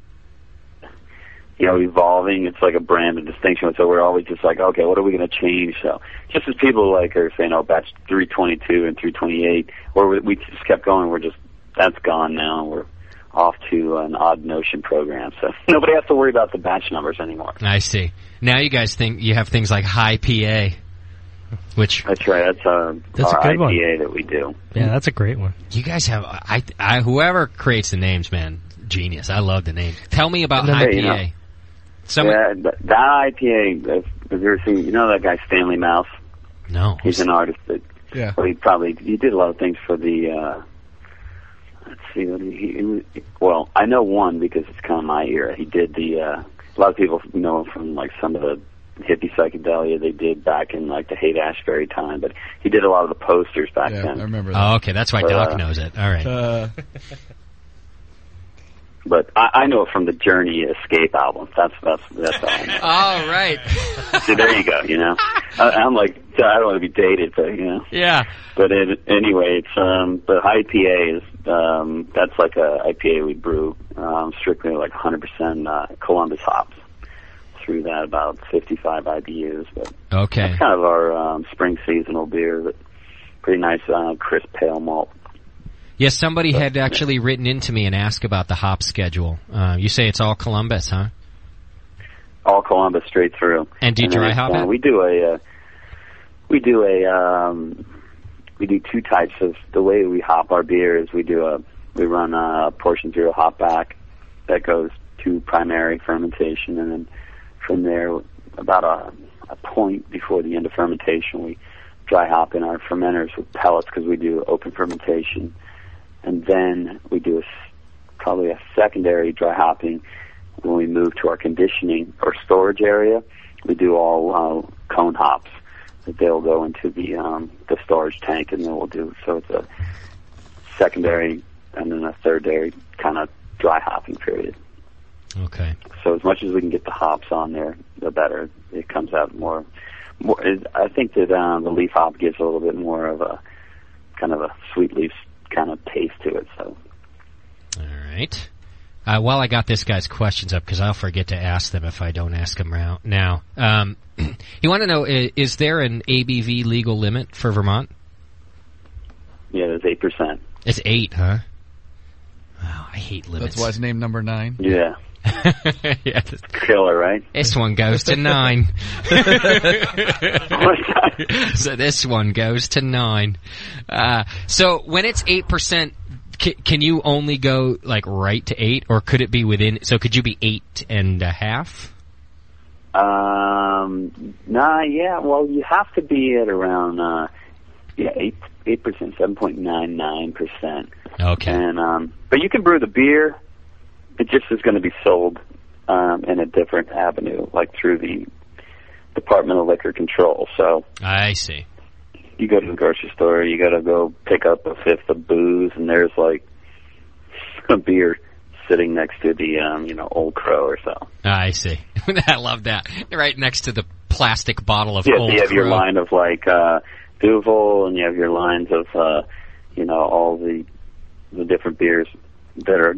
Speaker 16: You know, evolving. It's like a brand of distinction. So we're always just like, okay, what are we going to change? So just as people like are saying, oh, batch 322 and 328, or we, we just kept going. We're just that's gone now. We're off to an odd notion program. So nobody has to worry about the batch numbers anymore.
Speaker 2: I see. Now you guys think you have things like high PA, which
Speaker 16: That's right. That's our,
Speaker 2: That's a
Speaker 16: our
Speaker 2: good one.
Speaker 16: IPA that we do.
Speaker 6: Yeah, that's a great one.
Speaker 2: you guys have. I, I whoever creates the names, man, genius. I love the name. Tell me about
Speaker 16: And then
Speaker 2: high
Speaker 16: they, you
Speaker 2: PA.
Speaker 16: know,
Speaker 2: Some-
Speaker 16: yeah, th- that IPA. If, if you ever seen, you know that guy Stanley Mouse.
Speaker 2: No,
Speaker 16: he's an artist that.
Speaker 4: Yeah.
Speaker 16: Well, he probably he did a lot of things for the. uh Let's see. What he, he, he, well, I know one because it's kind of my era. He did the. uh A lot of people know him from like some of the hippie psychedelia they did back in like the Haight Ashbury time, but he did a lot of the posters back then.
Speaker 4: I remember that.
Speaker 2: Oh, okay, that's why
Speaker 16: But,
Speaker 2: Doc
Speaker 16: uh,
Speaker 2: knows it. All right.
Speaker 4: Uh,
Speaker 16: But I, I know it from the Journey Escape album. That's that's that's all. I know.
Speaker 2: All right.
Speaker 16: See, there you go. You know, I, I'm like I don't want to be dated, but you know.
Speaker 2: Yeah.
Speaker 16: But it, anyway, it's um, but IPA is um, that's like a IPA we brew um, strictly like 100% uh, Columbus hops through that about 55 IBUs. But
Speaker 2: Okay.
Speaker 16: it's kind of our um, spring seasonal beer. That pretty nice uh, crisp pale malt.
Speaker 2: Yes, somebody
Speaker 4: uh,
Speaker 2: had actually written into me and asked about the hop schedule. Uh, you say it's all Columbus, huh?
Speaker 16: all Columbus straight through.
Speaker 2: And do you
Speaker 16: then
Speaker 2: dry
Speaker 16: it's,
Speaker 2: hop
Speaker 16: uh,
Speaker 2: it?
Speaker 16: We do a uh, we do a um, we do two types of the way we hop our beer is we do a we run a portion zero hop back that goes to primary fermentation and then from there about a, a point before the end of fermentation we dry hop in our fermenters with pellets because we do open fermentation and then we do a s probably a secondary dry hopping when we move to our conditioning or storage area, we do all uh, cone hops. They'll go into the um, the storage tank, and then we'll do so. It's a secondary and then a thirdary kind of dry hopping period.
Speaker 2: Okay.
Speaker 16: So as much as we can get the hops on there, the better it comes out more. More, it- I think that um, the leaf hop gives a little bit more of a kind of a sweet leaf kind of taste to it. So
Speaker 2: All right. Uh, while I got this guy's questions up, because I'll forget to ask them if I don't ask them rou- now. Um, you want to know, is, is there an ABV legal limit for Vermont?
Speaker 16: yeah, there's eight percent.
Speaker 2: It's eight, huh? Wow, I hate limits.
Speaker 4: that's why it's named number nine.
Speaker 16: Yeah,
Speaker 2: yeah.
Speaker 16: killer, right?
Speaker 2: This one goes to nine. so this one goes to nine. Uh, so when it's eight percent, c- can you only go like right to eight, or could it be within? So could you be eight and a half?
Speaker 16: Um, nah, yeah. Well, you have to be at around uh, yeah eight eight percent, seven point nine nine percent,
Speaker 2: Okay.
Speaker 16: and um, but you can brew the beer. It just is going to be sold um, in a different avenue, like through the Department of Liquor Control. So
Speaker 2: I see.
Speaker 16: you go to the grocery store, you got to go pick up a fifth of booze, and there's like a beer sitting next to the um, you know Old Crow or so.
Speaker 2: Ah, I see. I love that. Right next to the plastic bottle of
Speaker 16: yeah,
Speaker 2: old
Speaker 16: you have your
Speaker 2: Crow.
Speaker 16: line of like uh Duvel and you have your lines of uh you know all the the different beers that are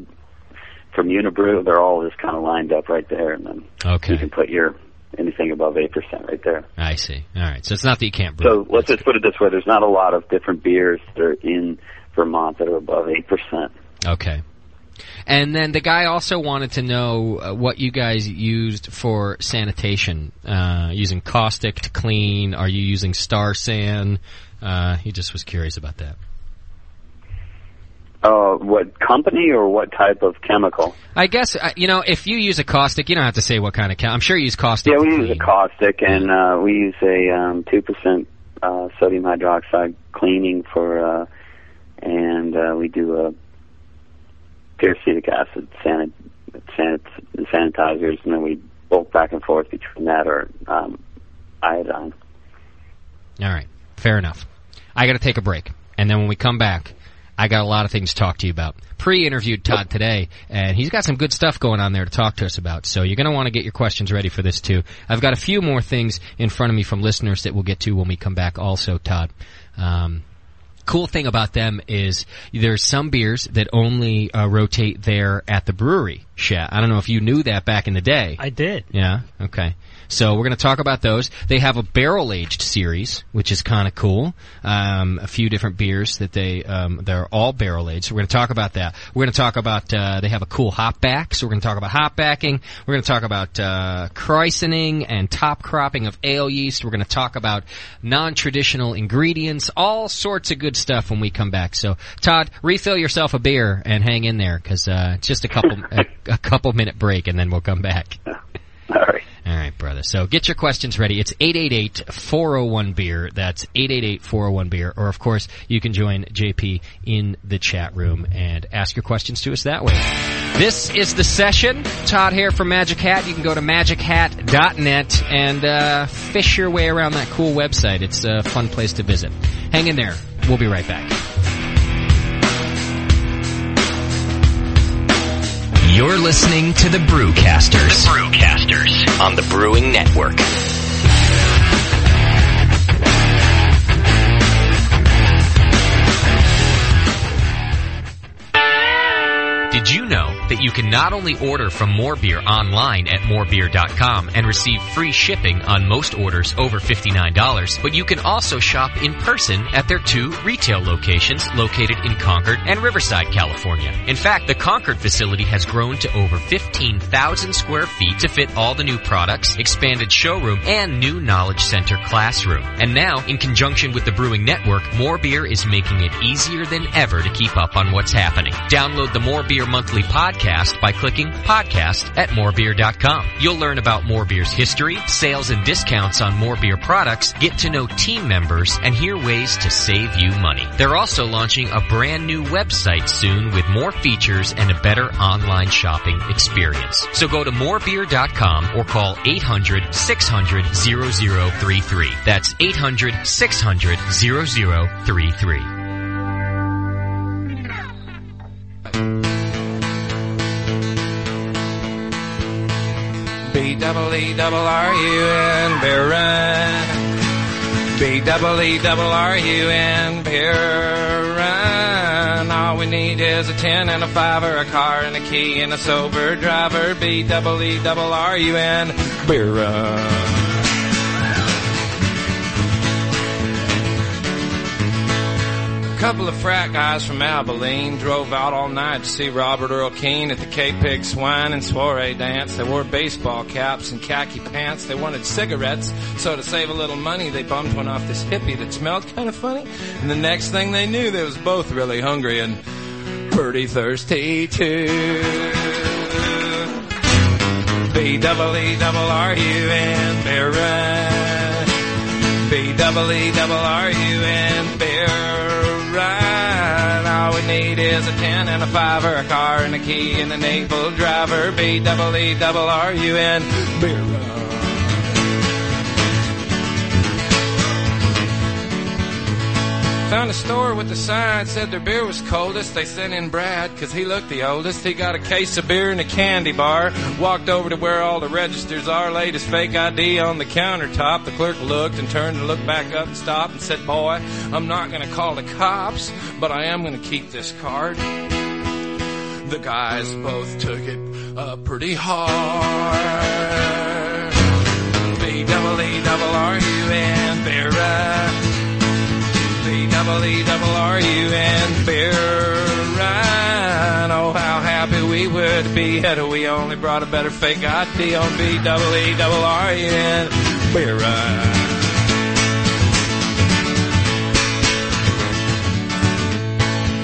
Speaker 16: from Unibrew they're all just kind of lined up right there and then you
Speaker 2: Okay,
Speaker 16: can put your anything above 8% right there.
Speaker 2: I see. All right, so it's not that you can't brew.
Speaker 16: So let's just put it this way there's not a lot of different beers that are in Vermont that are above 8%.
Speaker 2: Okay. And then the guy also wanted to know uh, what you guys used for sanitation. Uh, using caustic to clean? Are you using star sand? Uh, he just was curious about that.
Speaker 16: Uh, what company or what type of chemical?
Speaker 2: I guess uh, you know if you use a caustic, you don't have to say what kind of. Chem- I'm sure you use caustic.
Speaker 16: Yeah, we use a caustic, and uh, we use a um, two percent uh, sodium hydroxide cleaning for, uh, and uh, we do a peracetic acid sanit- sanit- sanitizers, and then we bolt back and forth between that or um, iodine.
Speaker 2: All right, fair enough. I got to take a break, and then when we come back, I got a lot of things to talk to you about. Pre-interviewed Todd today, and he's got some good stuff going on there to talk to us about. So you're going to want to get your questions ready for this too. I've got a few more things in front of me from listeners that we'll get to when we come back. Also, Todd. Um, cool thing about them is there's some beers that only uh, rotate there at the brewery. Shat. I don't know if you knew that back in the day.
Speaker 6: I did.
Speaker 2: Yeah. Okay. So we're going to talk about those. They have a barrel aged series, which is kind of cool. Um, a few different beers that they um, they're all barrel aged. So we're going to talk about that. We're going to talk about uh, they have a cool hop back. So we're going to talk about hop backing. We're going to talk about uh, christening and top cropping of ale yeast. We're going to talk about non traditional ingredients. All sorts of good stuff when we come back. So Todd, refill yourself a beer and hang in there because uh, it's just a couple a, a couple minute break and then we'll come back.
Speaker 16: All right.
Speaker 2: All right, brother. So get your questions ready. It's 888-401-BEER. That's 888-401-BEER. Or, of course, you can join JP in the chat room and ask your questions to us that way. This is the session. Todd here from Magic Hat. You can go to magichu.net and uh, fish your way around that cool website. It's a fun place to visit. Hang in there. We'll be right back.
Speaker 7: You're listening to the Brewcasters.
Speaker 17: The Brewcasters.
Speaker 7: on the Brewing Network.
Speaker 2: Did you know that you can not only order from More Beer online at morebeer.com and receive free shipping on most orders over $59, but you can also shop in person at their two retail locations located in Concord and Riverside, California. In fact, the Concord facility has grown to over 15,000 square feet to fit all the new products, expanded showroom, and new Knowledge Center classroom. And now, in conjunction with the Brewing Network, More Beer is making it easier than ever to keep up on what's happening. Download the More Beer Monthly podcast by clicking podcast at morebeer.com. You'll learn about More Beer's history, sales and discounts on More Beer products, get to know team members, and hear ways to save you money. They're also launching a brand new website soon with more features and a better online shopping experience. So go to morebeer.com or call 800 600 0033. That's 800 600 0033.
Speaker 12: B double E double R U N Baron. B double E double R U N E Baron. All we need is a ten and a five or a car and a key and a sober driver. B double E double R U N E Baron. couple of frat guys from Abilene drove out all night to see Robert Earl Keane at the K-Pig Swine and Soiree dance. They wore baseball caps and khaki pants. They wanted cigarettes, so to save a little money, they bummed one off this hippie that smelled kind of funny. And the next thing they knew, they was both really hungry and pretty thirsty too. B double E double R U N Baron. B double E double R U N Baron. All we need is a ten and a five or a car and a key and an able driver. B double E double R U N Baron. Found a store with a sign said their beer was coldest. They sent in Brad 'cause he looked the oldest. He got a case of beer and a candy bar. Walked over to where all the registers are, laid his fake ID on the countertop. The clerk looked and turned and looked back up and stopped and said, Boy, I'm not going to call the cops, but I am going to keep this card. The guys both took it uh, pretty hard. B double E double R U N Vera. B double E double R U N Bear Ride. where to be headed. We only brought a better fake ID on B double E double R E N. We're right.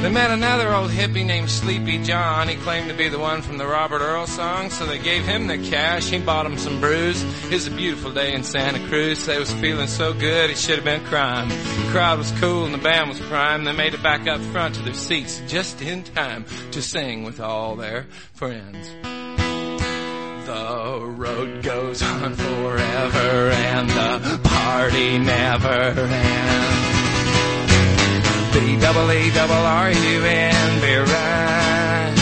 Speaker 12: They met another old hippie named Sleepy John. He claimed to be the one from the Robert Earl song, so they gave him their cash. He bought him some brews. It was a beautiful day in Santa Cruz. They was feeling so good, it should have been crime. The crowd was cool and the band was prime. They made it back up front to their seats just in time to sing with all their friends. The road goes on forever and the party never ends. B double E double R U N beer right.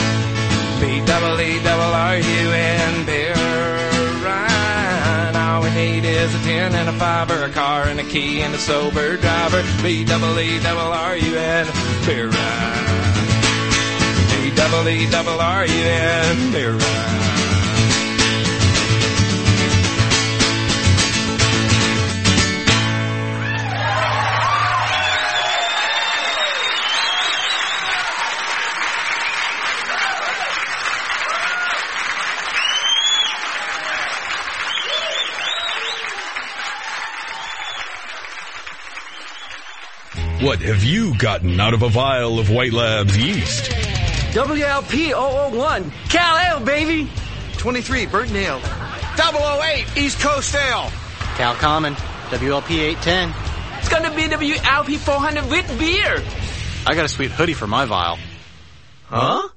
Speaker 12: B double E double R U N beer right. All we need is a ten and a five or a car and a key and a sober driver. B double E double R U N beer right. B double E double R U N beer right.
Speaker 9: What have you gotten out of a vial of White Labs yeast?
Speaker 1: WLP 001, Cal Ale, baby. 23, Burton Ale. 008, East Coast Ale.
Speaker 11: Cal Common, WLP 810.
Speaker 1: It's gonna be WLP 400 with beer.
Speaker 11: I got a sweet hoodie for my vial.
Speaker 9: Huh?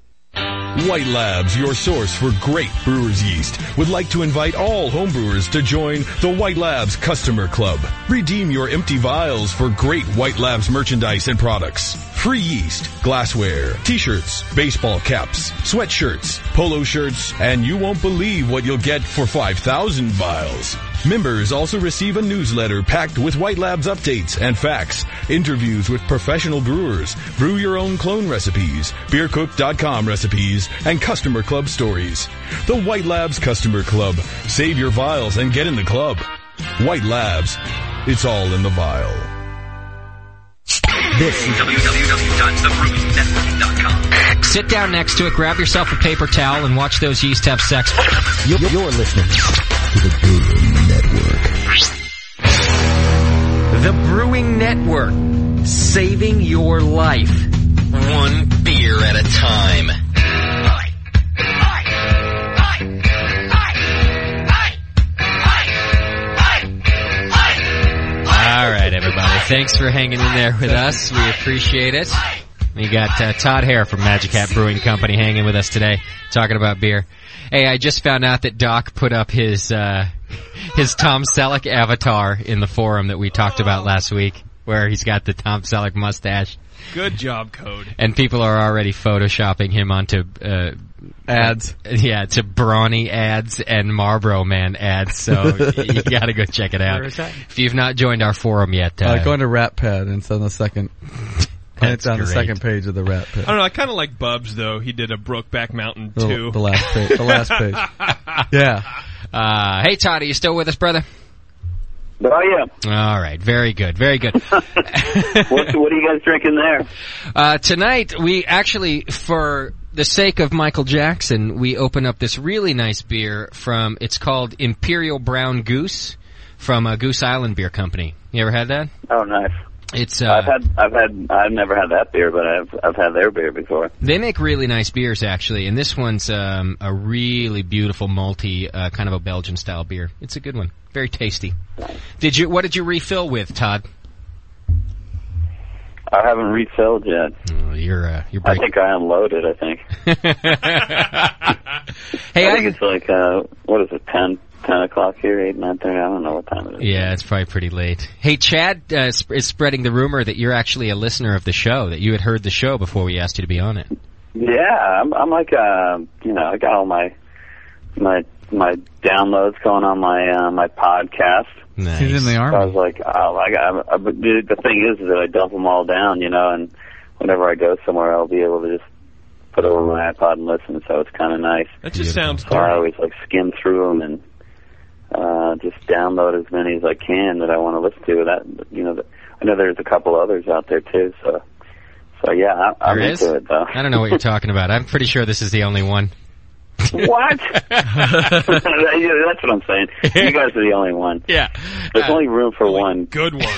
Speaker 9: White Labs, your source for great brewer's yeast, would like to invite all homebrewers to join the White Labs Customer Club. Redeem your empty vials for great White Labs merchandise and products. Free yeast, glassware, t-shirts, baseball caps, sweatshirts, polo shirts, and you won't believe what you'll get for 5,000 vials. Members also receive a newsletter packed with White Labs updates and facts, interviews with professional brewers, brew your own clone recipes, beercook.com recipes, and customer club stories. The White Labs Customer Club. Save your vials and get in the club. White Labs. It's all in the vial.
Speaker 18: This www.thebrewingnetwork.com.
Speaker 2: Sit down next to it, grab yourself a paper towel, and watch those yeast have sex.
Speaker 19: You're, you're listening to the Brewing Network.
Speaker 20: The Brewing Network, saving your life one beer at a time.
Speaker 2: All right, everybody. Thanks for hanging in there with us. We appreciate it. We got uh, Todd Hare from Magic Hat Brewing Company hanging with us today, talking about beer. Hey, I just found out that Doc put up his uh, his Tom Selleck avatar in the forum that we talked about last week, where he's got the Tom Selleck mustache,
Speaker 5: Good job, Code.
Speaker 2: and people are already photoshopping him onto uh, ads. Yeah, to brawny ads and Marlboro Man ads. So you got to go check it out.
Speaker 4: Where is that?
Speaker 2: If you've not joined our forum yet, uh,
Speaker 4: Uh, going to Rat Pad, and it's on the second. and it's
Speaker 5: That's
Speaker 4: on the
Speaker 5: great.
Speaker 4: second page of the Rat
Speaker 5: I
Speaker 4: Pad.
Speaker 5: don't know. I kind of like Bubs though. He did a Brokeback Mountain
Speaker 4: The-
Speaker 5: too.
Speaker 4: Oh, the last page- the last page. yeah.
Speaker 2: Uh, hey, Todd, are you still with us, brother?
Speaker 16: Oh yeah.
Speaker 2: All right, very good, very good.
Speaker 16: What, what are you guys drinking there?
Speaker 2: Uh, tonight, we actually, for the sake of Michael Jackson, we open up this really nice beer from, it's called Imperial Brown Goose from uh, Goose Island Beer Company. You ever had that?
Speaker 16: Oh, nice.
Speaker 2: It's uh,
Speaker 16: I've had I've had I've never had that beer, but I've I've had their beer before.
Speaker 2: They make really nice beers, actually, and this one's um, a really beautiful malty, uh, kind of a Belgian style beer. It's a good one, very tasty. Did you? What did you refill with, Todd?
Speaker 16: I haven't refilled yet.
Speaker 2: you're uh, you're.
Speaker 16: I think I unloaded. I think.
Speaker 2: hey,
Speaker 16: I think it's like uh, what is it? Ten ten o'clock here, eight nine thirty. I don't know what time it is.
Speaker 2: Yeah, it's probably pretty late. Hey, Chad uh, sp- is spreading the rumor that you're actually a listener of the show, that you had heard the show before we asked you to be on it.
Speaker 16: Yeah, I'm, I'm like uh, you know, I got all my my my downloads going on my uh, my podcast.
Speaker 4: He's in the
Speaker 16: So I
Speaker 4: army.
Speaker 16: was like, oh, I got. I, but the, the thing is that I dump them all down, you know, and whenever I go somewhere, I'll be able to just put it over my iPod and listen. So it's kind of nice.
Speaker 5: That just sounds
Speaker 16: So I always like skim through them and uh, just download as many as I can that I want to listen to. That you know, that I know there's a couple others out there too. So, so yeah, I, I'm
Speaker 2: There is?
Speaker 16: into it though.
Speaker 2: I don't know what you're talking about. I'm pretty sure this is the only one.
Speaker 16: What? That's what I'm saying. You guys are the only one.
Speaker 2: Yeah.
Speaker 16: There's only room for one.
Speaker 5: Good one.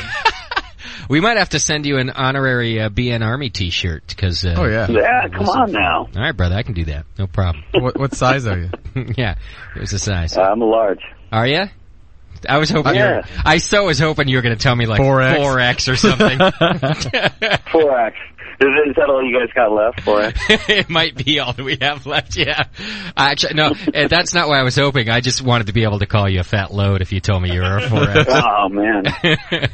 Speaker 2: We might have to send you an honorary uh, BN Army T-shirt because. Uh,
Speaker 4: Oh, yeah. Yeah, come on
Speaker 16: now.
Speaker 2: All right, brother, I can do that. No problem.
Speaker 4: What, what size are you?
Speaker 2: yeah, here's the size.
Speaker 16: I'm a large.
Speaker 2: Are you? I was hoping.
Speaker 16: Yeah.
Speaker 2: you were- I so was hoping you were going to tell me like 4X
Speaker 4: 4X.
Speaker 2: or something.
Speaker 16: Four X. Is, is that all you guys got left? Four X.
Speaker 2: it might be all that we have left. Yeah, I actually no, eh, that's not what I was hoping. I just wanted to be able to call you a fat load if you told me you were a 4X.
Speaker 16: Oh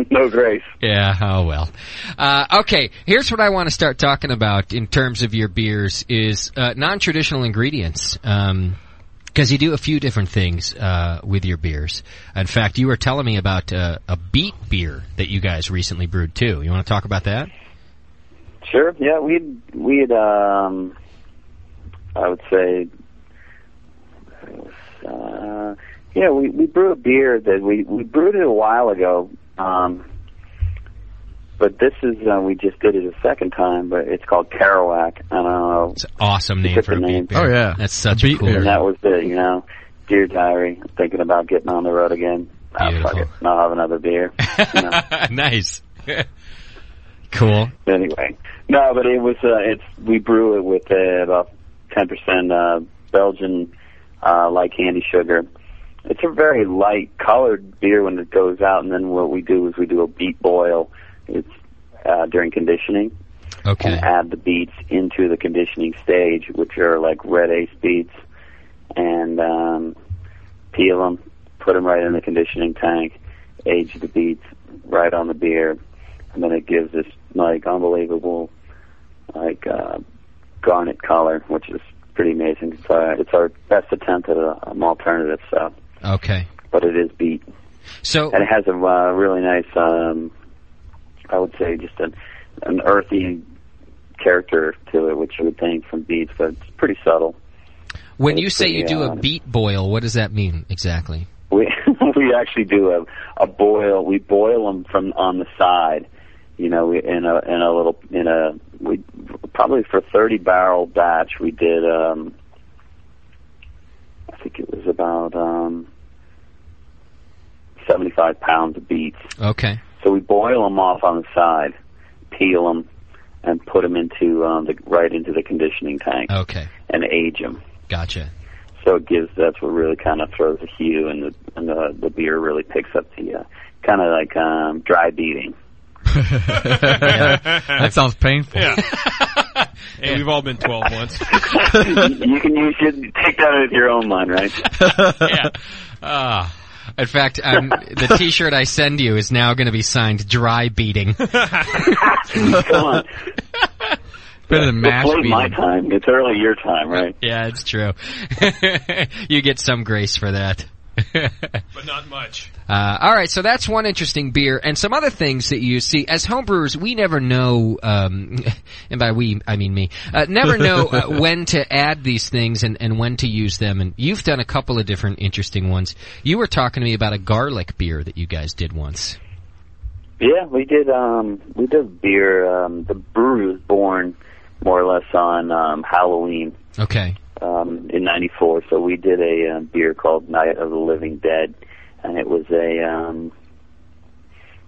Speaker 16: man. no grace.
Speaker 2: Yeah. Oh well. Uh, okay. Here's what I want to start talking about in terms of your beers is uh, non-traditional ingredients. Um, because you do a few different things uh, with your beers. In fact, you were telling me about uh, a beet beer that you guys recently brewed too. You want to talk about that?
Speaker 16: Sure. Yeah, we'd we'd um, I would say, uh, yeah, we we brewed a beer that we we brewed it a while ago, um, but this is uh, we just did it a second time, but it's called Kerouac. I don't know.
Speaker 2: It's awesome name
Speaker 16: took
Speaker 2: for
Speaker 16: the
Speaker 2: a
Speaker 16: name.
Speaker 2: beet beer. that's such a cool.
Speaker 16: And that was it, you know. Dear diary, I'm thinking about getting on the road again. Ah, fuck it. And I'll have another beer. You know.
Speaker 2: nice. cool.
Speaker 16: anyway, no, but it was uh, it's we brew it with uh, about ten percent uh, Belgian uh, light candy sugar. It's a very light colored beer when it goes out, and then what we do is we do a beet boil. It's uh, during conditioning.
Speaker 2: Okay.
Speaker 16: And add the beets into the conditioning stage, which are like red ace beets, and um, peel them, put them right in the conditioning tank, age the beets right on the beer, and then it gives this like unbelievable like uh, garnet color, which is pretty amazing. It's our, it's our best attempt at a, an alternative so
Speaker 2: Okay.
Speaker 16: but it is beet.
Speaker 2: So
Speaker 16: and it has a uh, really nice, um, I would say, just an an earthy character to it, which you would think from beets, but it's pretty subtle.
Speaker 2: When you say you
Speaker 16: the,
Speaker 2: do
Speaker 16: uh,
Speaker 2: a beet boil, what does that mean exactly?
Speaker 16: We we actually do a a boil. We boil them from on the side, you know, we, in a in a little in a we probably for thirty barrel batch we did. um I think it was about um seventy five pounds of beets.
Speaker 2: Okay.
Speaker 16: So we boil them off on the side, peel them, and put them into um, the right into the conditioning tank
Speaker 2: Okay.
Speaker 16: and age them.
Speaker 2: Gotcha.
Speaker 16: So it gives that's what really kind of throws the hue and the and the, the beer really picks up the uh, kind of like um, dry beating.
Speaker 4: That sounds painful.
Speaker 5: Yeah. hey, we've all been 12 once.
Speaker 16: you can use it, take that with your own mind, right?
Speaker 2: yeah. Ah. in fact, um, the T-shirt I send you is now going to be signed "Dry Beating."
Speaker 16: Come on.
Speaker 2: Better than
Speaker 16: It's late my time. It's early your time, right?
Speaker 2: Yeah, it's true. you get some grace for that.
Speaker 5: but not much.
Speaker 2: Uh, all right, so that's one interesting beer, and some other things that you see as homebrewers. We never know, um, and by we I mean me, uh, never know uh, when to add these things and, and when to use them. And you've done a couple of different interesting ones. You were talking to me about a garlic beer that you guys did once.
Speaker 16: Yeah, we did. Um, we did beer. Um, the brewery was born more or less on um, Halloween
Speaker 2: Okay,
Speaker 16: um, in '94. So we did a um, beer called Night of the Living Dead, and it was a um,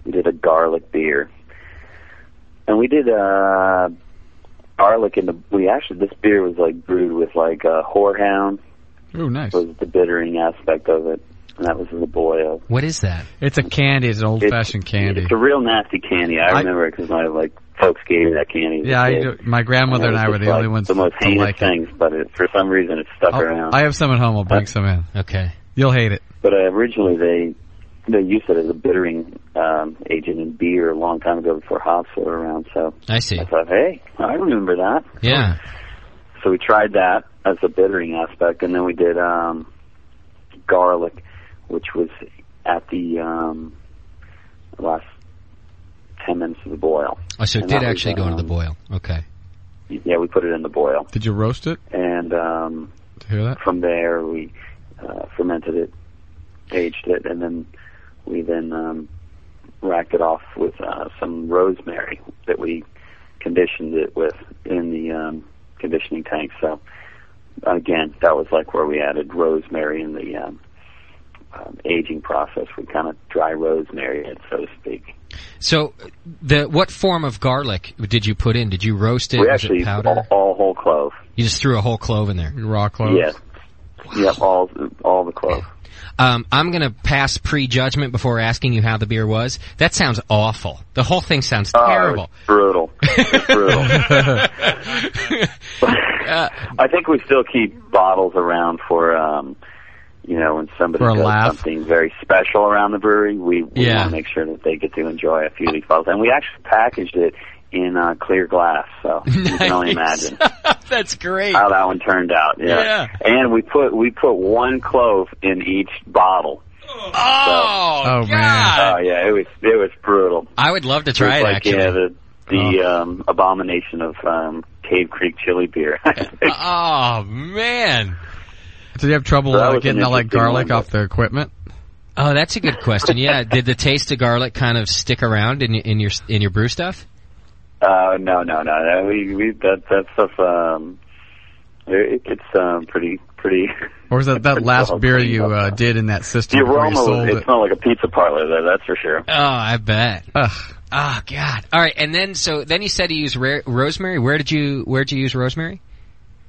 Speaker 16: we did a garlic beer, and we did uh, garlic in the. We actually this beer was like brewed with like uh, horehound
Speaker 4: Ooh, nice.
Speaker 16: was the bittering aspect of it, and that was in the boil.
Speaker 2: What is that?
Speaker 4: It's a candy. It's an old fashioned candy.
Speaker 16: It's a real nasty candy. I, remember it because my like folks gave me that candy. as a
Speaker 4: Yeah, I,
Speaker 16: kid.
Speaker 4: do- my grandmother and
Speaker 16: it
Speaker 4: I were
Speaker 16: was
Speaker 4: the
Speaker 16: like
Speaker 4: only ones
Speaker 16: The most
Speaker 4: to
Speaker 16: heinous
Speaker 4: like it. Oh,
Speaker 16: things, but it, for some reason it stuck around.
Speaker 4: I have some at home. I'll bring some in.
Speaker 2: Okay.
Speaker 4: You'll hate it.
Speaker 16: but uh, originally they they used it as a bittering um, agent in beer a long time ago before hops were around. So
Speaker 2: I see.
Speaker 16: I thought, hey, I remember that.
Speaker 2: Yeah.
Speaker 16: So we tried that as a bittering aspect, and then we did um, garlic, which was at the um, last ten minutes of the boil.
Speaker 2: Oh, so it
Speaker 16: And
Speaker 2: did
Speaker 16: that was,
Speaker 2: actually go into the
Speaker 16: um,
Speaker 2: boil. Okay.
Speaker 16: Yeah, we put it in the boil,
Speaker 4: Did you roast it?
Speaker 16: and um,
Speaker 4: Did you hear that?
Speaker 16: from there we uh, fermented it, aged it, and then we then um, racked it off with uh, some rosemary that we conditioned it with in the um, conditioning tank. So again, that was like where we added rosemary in the um, um, aging process. We kind of dry rosemary it, so to speak.
Speaker 2: So, the what form of garlic did you put in? Did you roast it?
Speaker 16: we
Speaker 2: Was
Speaker 16: actually
Speaker 2: it
Speaker 16: used
Speaker 2: powder?
Speaker 16: all, all whole clove.
Speaker 2: You just threw a whole clove in there. Raw
Speaker 16: Yes. Yep, all all the clove.
Speaker 2: Um, I'm going to pass prejudgment before asking you how the beer was. That sounds awful. The whole thing sounds terrible.
Speaker 16: Oh, it's brutal. It's brutal. I think we still keep bottles around for, um, you know, when somebody
Speaker 4: For a
Speaker 16: does
Speaker 4: laugh.
Speaker 16: something very special around the brewery, we, we
Speaker 4: Yeah.
Speaker 16: want to make sure that they get to enjoy a few of these bottles. And we actually packaged it in uh, clear glass, so you can only
Speaker 2: Nice.
Speaker 16: imagine
Speaker 2: That's great.
Speaker 16: how that one turned out. Yeah.
Speaker 2: Yeah.
Speaker 16: And we put we put one clove in each bottle.
Speaker 2: Oh,
Speaker 16: oh
Speaker 2: man.
Speaker 16: Oh yeah, it was it was brutal.
Speaker 2: I would love to try
Speaker 16: It's
Speaker 2: it,
Speaker 16: like,
Speaker 2: actually. Oh.
Speaker 16: Yeah, the the um, abomination of um, Cave Creek chili beer.
Speaker 2: oh man.
Speaker 4: Did you have trouble
Speaker 16: So that
Speaker 4: uh,
Speaker 16: was
Speaker 4: getting
Speaker 16: an
Speaker 4: that like
Speaker 16: interesting
Speaker 4: garlic
Speaker 16: one,
Speaker 4: off the equipment?
Speaker 2: Oh, that's a good question. Yeah, did the taste of garlic kind of stick around in, y- in your in your brew stuff?
Speaker 16: Uh, no, no, no, no. We, we that that stuff. Um, it, it's um, pretty, pretty.
Speaker 4: Or was that that last beer you uh, did in that
Speaker 16: The
Speaker 4: system before you
Speaker 16: aroma,
Speaker 4: sold
Speaker 16: was, it
Speaker 4: it? Uh,
Speaker 16: smelled like a pizza parlor. Though, that's for sure.
Speaker 2: Oh, I bet.
Speaker 4: Ugh.
Speaker 2: Oh God! All right, and then so then you said you used ra- rosemary. Where did you where did you use rosemary?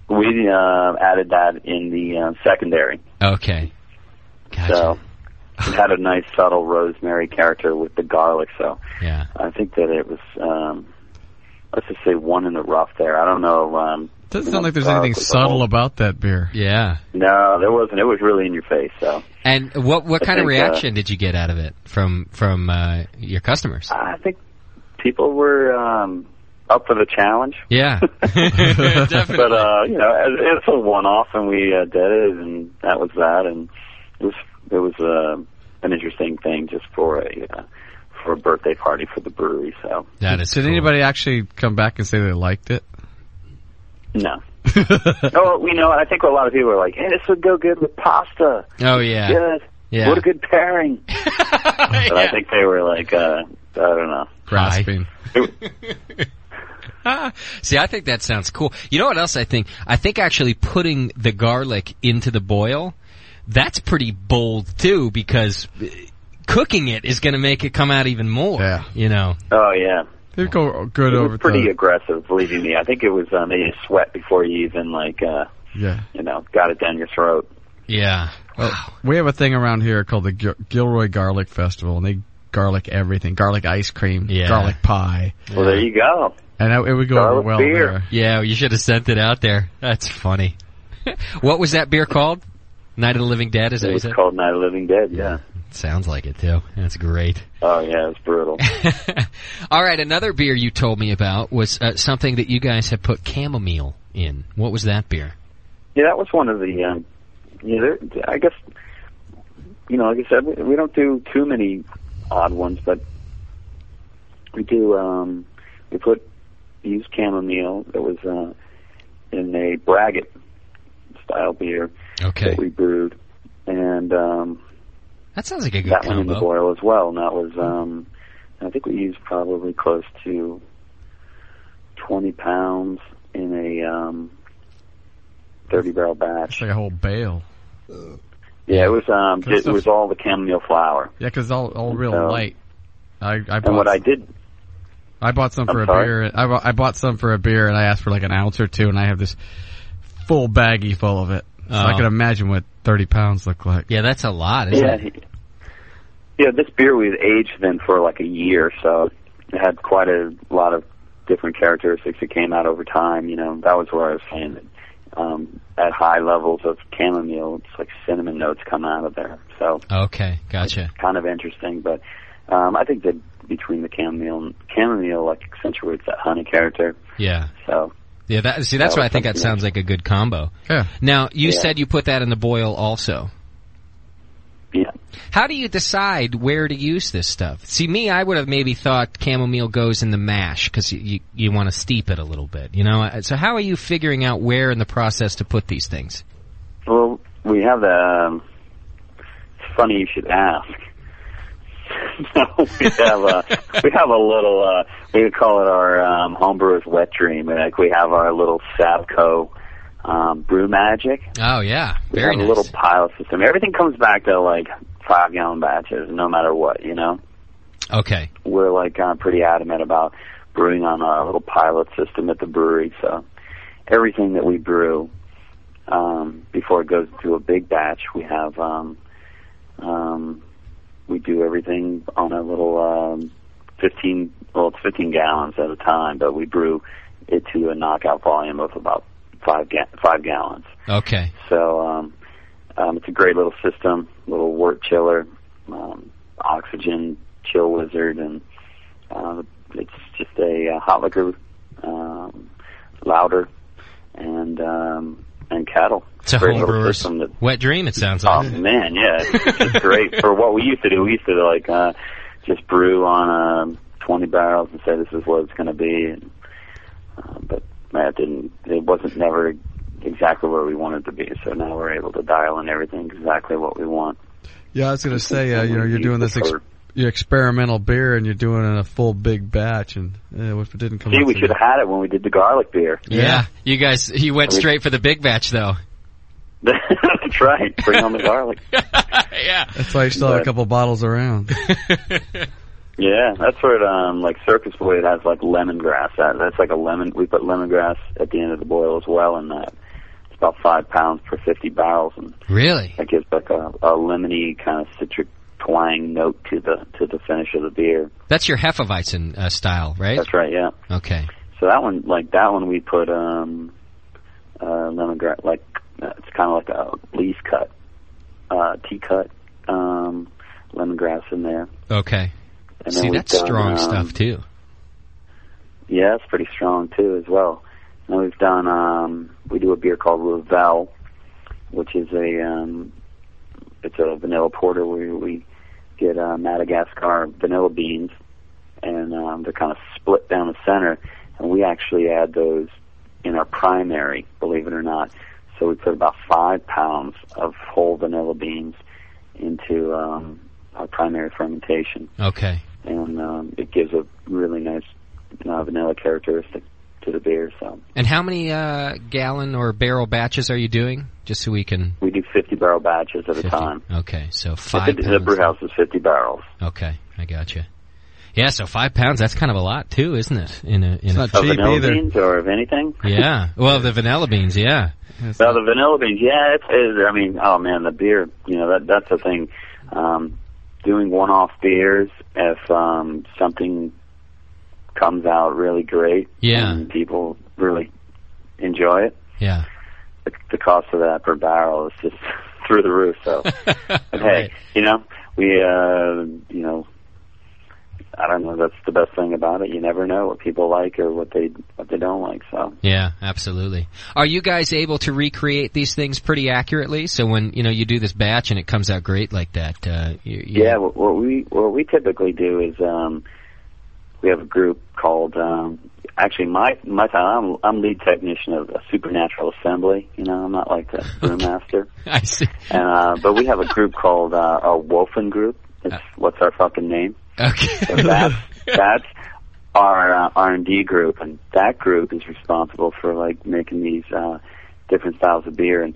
Speaker 16: We uh, added that in the um, secondary,
Speaker 2: Okay.
Speaker 16: so it had a nice subtle rosemary character with the garlic. So
Speaker 2: Yeah.
Speaker 16: I think that it was. Um, let's just say one in the rough there. I don't know. Um,
Speaker 4: Doesn't
Speaker 16: you
Speaker 4: sound
Speaker 16: know,
Speaker 4: like there's
Speaker 16: garlic
Speaker 4: anything
Speaker 16: was a
Speaker 4: subtle
Speaker 16: whole-
Speaker 4: about that beer.
Speaker 2: Yeah.
Speaker 16: No, there wasn't. It was really in your face. So
Speaker 2: And what what
Speaker 16: I
Speaker 2: kind of
Speaker 16: think, uh,
Speaker 2: reaction did you get out of it from from uh, your customers?
Speaker 16: I think people were um, up for the challenge.
Speaker 2: Yeah.
Speaker 16: But uh, you know, it- it's a one-off, and we uh, did it, and that was that, and it was it was uh, an interesting thing just for a uh, for a birthday party for the brewery. So
Speaker 2: That is.
Speaker 4: Did anybody actually come back and say they liked it?
Speaker 16: no. oh, you know, I think a lot of people are like, "Hey, this would go good with pasta."
Speaker 2: Oh yeah.
Speaker 16: Yes.
Speaker 2: Yeah.
Speaker 16: What a good pairing. but I think they were like, uh, I don't know.
Speaker 4: Grasping.
Speaker 2: See, I think that sounds cool. You know what else I think? I think actually putting the garlic into the boil, that's pretty bold too because uh, cooking it is going to make it come out even more. Yeah. You know.
Speaker 16: Oh yeah.
Speaker 4: They go good
Speaker 16: it
Speaker 4: over
Speaker 16: was pretty
Speaker 4: the-
Speaker 16: aggressive, believe me. I think it was um, you sweat before you even like uh,
Speaker 4: Yeah.
Speaker 16: you know got it down your throat.
Speaker 2: Yeah.
Speaker 4: Well, we have a thing around here called the Gil- Gilroy Garlic Festival, and they garlic everything: garlic ice cream,
Speaker 2: Yeah.
Speaker 4: garlic pie.
Speaker 16: Well, there you go.
Speaker 4: And I, it would go over
Speaker 2: Garlic
Speaker 4: well
Speaker 2: beer.
Speaker 4: there.
Speaker 2: Yeah, you should have sent it out there. That's funny. what was that beer called? Night of the Living Dead, is that
Speaker 16: it
Speaker 2: what you
Speaker 16: was
Speaker 2: said?
Speaker 16: called Night of the Living Dead. Yeah.
Speaker 2: Sounds like it too. That's great.
Speaker 16: Oh yeah, it's brutal.
Speaker 2: All right, another beer you told me about was uh, something that you guys had put chamomile in. What was that beer?
Speaker 16: yeah, that was one of the. Um, you know, there- I guess you know, like I said, we, we don't do too many odd ones, but we do. Um, we put used chamomile that was uh, in a braggot style beer
Speaker 2: Okay.
Speaker 16: that we brewed, and um,
Speaker 2: That sounds like a good
Speaker 16: that one in the
Speaker 2: combo.
Speaker 16: boil as well, and that was um, I think we used probably close to twenty pounds in a um, thirty barrel batch.
Speaker 4: It's like a whole bale.
Speaker 16: Yeah, it was um,
Speaker 4: Good
Speaker 16: it
Speaker 4: stuff.
Speaker 16: was all the chamomile flour.
Speaker 4: Yeah, because all all real
Speaker 16: So-
Speaker 4: light. I I bought
Speaker 16: Oh, And what I
Speaker 4: some-
Speaker 16: did,
Speaker 4: I bought some for
Speaker 16: I'm
Speaker 4: a
Speaker 16: sorry?
Speaker 4: beer. I bought, I bought some for a beer, and I asked for like an ounce or two, and I have this full baggie full of it. So I
Speaker 2: Oh.
Speaker 4: can imagine what thirty pounds look like.
Speaker 2: Yeah, that's a lot, isn't
Speaker 16: yeah,
Speaker 2: it?
Speaker 16: he- yeah, this beer we had aged then for like a year, so it had quite a lot of different characteristics that came out over time. You know, that was where I was saying that um, at high levels of chamomile, it's like cinnamon notes come out of there. So
Speaker 2: Okay, gotcha.
Speaker 16: kind of interesting, but um, I think that between the chamomile, and chamomile like accentuates that honey character.
Speaker 2: Yeah.
Speaker 16: So
Speaker 2: Yeah, that see that's
Speaker 16: That
Speaker 2: why I
Speaker 16: was
Speaker 2: think that
Speaker 16: something
Speaker 2: sounds like a good combo.
Speaker 4: Yeah.
Speaker 2: Now, you
Speaker 16: Yeah.
Speaker 2: said you put that in the boil also.
Speaker 16: Yeah.
Speaker 2: How do you decide where to use this stuff? See, me, I would have maybe thought chamomile goes in the mash because you, you, you want to steep it a little bit, you know? Uh, So how are you figuring out where in the process to put these things?
Speaker 16: Well, we have the. Um, it's funny you should ask. we have a we have a little uh, we would call it our um, homebrewers wet dream. Like we have our little Savco um, Brew Magic.
Speaker 2: Oh yeah,
Speaker 16: We
Speaker 2: very
Speaker 16: have
Speaker 2: nice.
Speaker 16: a little pile system. Everything comes back to like five gallon batches, no matter what. You know,
Speaker 2: Okay.
Speaker 16: we're like uh, pretty adamant about brewing on a little pilot system at the brewery. So everything that we brew um, before it goes to a big batch, we have um, um, we do everything on a little um, fifteen. Well, it's fifteen gallons at a time, but we brew it to a knockout volume of about five ga- five gallons.
Speaker 2: Okay.
Speaker 16: So um, um, it's a great little system, little wort chiller, um, oxygen chill wizard, and uh, it's just a uh, hot liquor, um, louder, and um, and cattle.
Speaker 2: It's a
Speaker 16: Great
Speaker 2: home
Speaker 16: little
Speaker 2: brewer's
Speaker 16: system that-
Speaker 2: Wet dream. It sounds
Speaker 16: Oh
Speaker 2: like.
Speaker 16: man, yeah, it's, it's great for what we used to do. We used to like uh, just brew on um, 20 barrels and say this is what it's going to be, and, uh, but that didn't. It wasn't never exactly where we wanted to be. So now we're able to dial in everything exactly what we want.
Speaker 3: Yeah, I was going to say, uh, you know, you're doing this ex- your experimental beer and you're doing it in a full big batch, and uh, if it didn't come
Speaker 16: Gee,
Speaker 3: out
Speaker 16: we
Speaker 3: so
Speaker 16: should have had it when we did the garlic beer.
Speaker 2: Yeah. You guys, you went straight for the big batch though.
Speaker 16: that's right. Bring on the garlic.
Speaker 2: yeah.
Speaker 3: That's why you still have a
Speaker 16: But-
Speaker 3: couple bottles around.
Speaker 16: Yeah, that's where it, um like Circus Boy it has like lemongrass. That that's like a lemon. We put lemongrass at the end of the boil as well in that. It's about five pounds per fifty barrels, and
Speaker 2: Really?
Speaker 16: that gives like a, a lemony kind of citric twang note to the to the finish of the beer.
Speaker 2: That's your Hefeweizen uh, style, right?
Speaker 16: That's right. Yeah.
Speaker 2: Okay.
Speaker 16: So that one, like that one, we put um uh lemongrass. Like uh, it's kind of like a leaf cut, uh tea cut um lemongrass in there.
Speaker 2: Okay.
Speaker 16: And then
Speaker 2: See,
Speaker 16: we've
Speaker 2: that's
Speaker 16: done,
Speaker 2: strong
Speaker 16: um,
Speaker 2: stuff too.
Speaker 16: Yeah, it's pretty strong too as well. And we've done um we do a beer called Ravel, which is a um it's a vanilla porter where we get uh, Madagascar vanilla beans and um they're kind of split down the center and we actually add those in our primary, believe it or not. So we put about five pounds of whole vanilla beans into um our primary fermentation
Speaker 2: Okay.
Speaker 16: and um, it gives a really nice uh, vanilla characteristic to the beer. So
Speaker 2: And how many uh, gallon or barrel batches are you doing? Just so we can.
Speaker 16: we do 50 barrel batches at a time.
Speaker 2: Okay, so
Speaker 16: the,
Speaker 2: five.
Speaker 16: fifty- the
Speaker 2: Pounds.
Speaker 16: brew house is 50 barrels.
Speaker 2: Okay, I gotcha. Yeah, so five pounds—that's kind of a lot too, isn't it? In a in a
Speaker 16: of vanilla beans or of anything?
Speaker 2: Yeah. Well, the vanilla beans. Yeah.
Speaker 16: Well, the vanilla beans, yeah, it's, it, I mean, oh man, the beer, you know, that that's the thing. Um, doing one-off beers, if um, something comes out really great,
Speaker 2: Yeah.
Speaker 16: and people really enjoy it,
Speaker 2: Yeah.
Speaker 16: the, the cost of that per barrel is just through the roof. So, but hey, you know, we, uh, you know, I don't know. That's the best thing about it. You never know what people like or what they what they don't like. So.
Speaker 2: Yeah, absolutely. Are you guys able to recreate these things pretty accurately? So when you know you do this batch and it comes out great like that, uh, you, you-
Speaker 16: Yeah, what, what we what we typically do is um, we have a group called um, actually my my time I'm, I'm lead technician of a supernatural assembly. You know, I'm not like the brewmaster.
Speaker 2: I see.
Speaker 16: And uh, but we have a group called uh, a Wolfen group. It's what's our fucking name.
Speaker 2: Okay.
Speaker 16: So that's that's our uh, R and D group, and that group is responsible for like making these uh, different styles of beer. And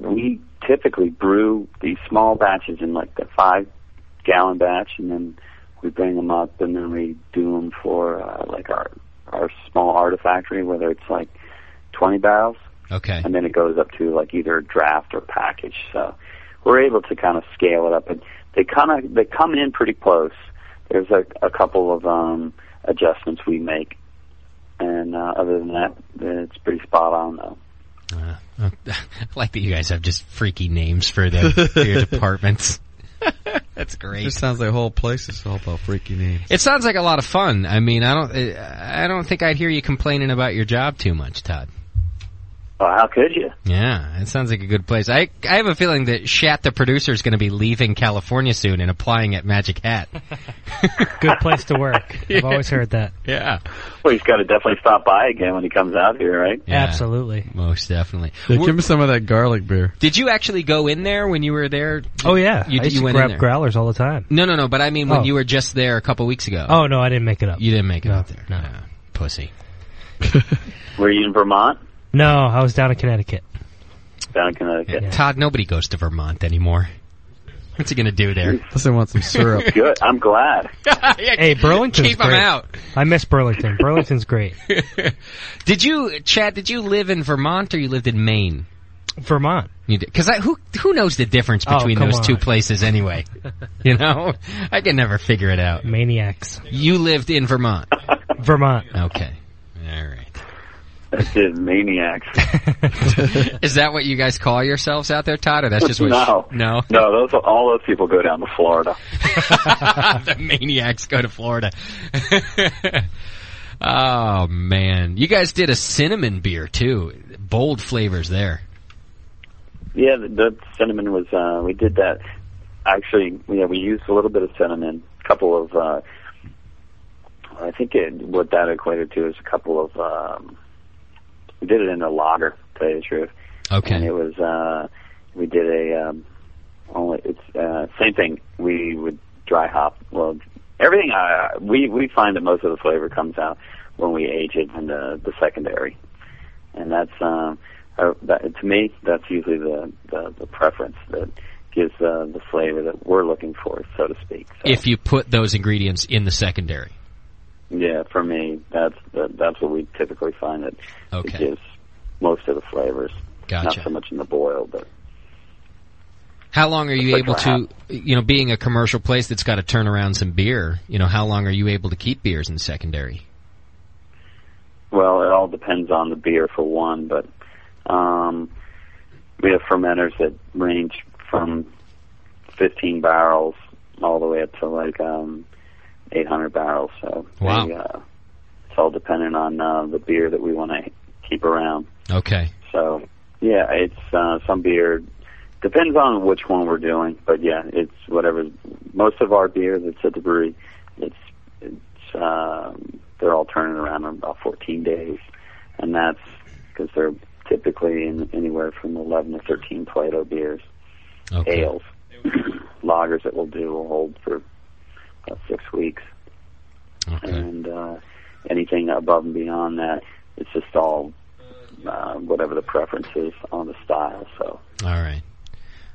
Speaker 16: we typically brew these small batches in like the five gallon batch, and then we bring them up, and then we do them for uh, like our our small artifactory, whether it's like twenty barrels
Speaker 2: Okay.
Speaker 16: and then it goes up to like either draft or package. So we're able to kind of scale it up, and they kind of they come in pretty close. There's a, a couple of um, adjustments we make, and uh, other than that, it's pretty spot on though.
Speaker 2: I like that you guys have just freaky names for the for your departments. That's great.
Speaker 3: It sounds like a whole place is all about freaky names.
Speaker 2: It sounds like a lot of fun. I mean, I don't, I don't think I'd hear you complaining about your job too much, Todd.
Speaker 16: Well, Oh, how could you?
Speaker 2: Yeah, it sounds like a good place. I, I have a feeling that Shat the producer is going to be leaving California soon and applying at Magic Hat.
Speaker 6: Good place to work. I've always heard that.
Speaker 2: Yeah.
Speaker 16: Well, he's got to definitely stop by again when he comes out here, right?
Speaker 6: Absolutely.
Speaker 2: Most definitely.
Speaker 3: Yeah,
Speaker 2: We're-
Speaker 3: give me some of that garlic beer.
Speaker 2: Did you actually go in there when you were there?
Speaker 6: Oh yeah,
Speaker 2: you,
Speaker 6: I
Speaker 2: did.
Speaker 6: used
Speaker 2: you
Speaker 6: to
Speaker 2: went in
Speaker 6: grab
Speaker 2: there.
Speaker 6: growlers all the time.
Speaker 2: no, no, no. But I mean, when
Speaker 6: Oh.
Speaker 2: you were just there a couple weeks ago.
Speaker 6: Oh no, I didn't make it up.
Speaker 2: You didn't make it up there. No, no, pussy.
Speaker 16: Were you in Vermont?
Speaker 6: No, I was down in Connecticut.
Speaker 16: down in Connecticut.
Speaker 2: Todd, nobody goes to Vermont anymore. What's he going to do there?
Speaker 3: Unless they want some syrup.
Speaker 16: Good. I'm glad.
Speaker 6: hey, Burlington's
Speaker 2: keep 'em
Speaker 6: great.
Speaker 2: out.
Speaker 6: I miss Burlington. Burlington's great.
Speaker 2: Did you, Chad? Did you live in Vermont or you lived in Maine?
Speaker 6: Vermont.
Speaker 2: Because who who knows the difference
Speaker 6: Oh,
Speaker 2: between
Speaker 6: come
Speaker 2: those
Speaker 6: on.
Speaker 2: two places anyway? You know, I can never figure it out.
Speaker 6: Maniacs.
Speaker 2: You lived in Vermont.
Speaker 6: Vermont.
Speaker 2: Okay.
Speaker 16: That's it, maniacs.
Speaker 2: Is that what you guys call yourselves out there, Todd? Or that's just what
Speaker 16: no,
Speaker 2: no,
Speaker 16: no. Those all those people go down to Florida.
Speaker 2: the maniacs go to Florida. oh man, you guys did a cinnamon beer too. Bold flavors there.
Speaker 16: Yeah, the, the cinnamon was. Uh, we did that. Actually, yeah, we used a little bit of cinnamon. A couple of. Uh, I think it, what that equated to is a couple of. Um, we did it in a lager. To tell you the truth.
Speaker 2: Okay.
Speaker 16: And it was. Uh, we did a. Um, only it's uh, same thing. We would dry hop. Well, everything. Uh, we we find that most of the flavor comes out when we age it in the the secondary, and that's. Um, uh, that, to me, that's usually the, the, the preference that gives uh, the flavor that we're looking for, so to speak.
Speaker 2: If you put those ingredients in the secondary.
Speaker 16: Yeah, for me, that's the, that's what we typically find that
Speaker 2: Okay.
Speaker 16: it gives most of the flavors.
Speaker 2: Gotcha.
Speaker 16: Not so much in the boil, but
Speaker 2: How long are you
Speaker 16: Like
Speaker 2: able
Speaker 16: what
Speaker 2: to,
Speaker 16: happened.
Speaker 2: you know, being a commercial place that's got to turn around some beer, you know, how long are you able to keep beers in the secondary?
Speaker 16: well, it all depends on the beer for one, but um, we have fermenters that range from 15 barrels all the way up to like um, 800 barrels. So
Speaker 2: Wow.
Speaker 16: they, uh, it's all dependent on uh, the beer that we want to keep around.
Speaker 2: Okay.
Speaker 16: So yeah, it's uh, some beer. Depends on which one we're doing, but yeah, it's whatever. Most of our beer that's at the brewery, it's it's um, they're all turning around in about 14 days, and that's because they're typically in anywhere from 11 to 13 Plato beers,
Speaker 2: Okay.
Speaker 16: ales, lagers that will do will hold for about six weeks, and uh, anything above and beyond that, it's just all uh, whatever the preference is on the style. So
Speaker 2: All right.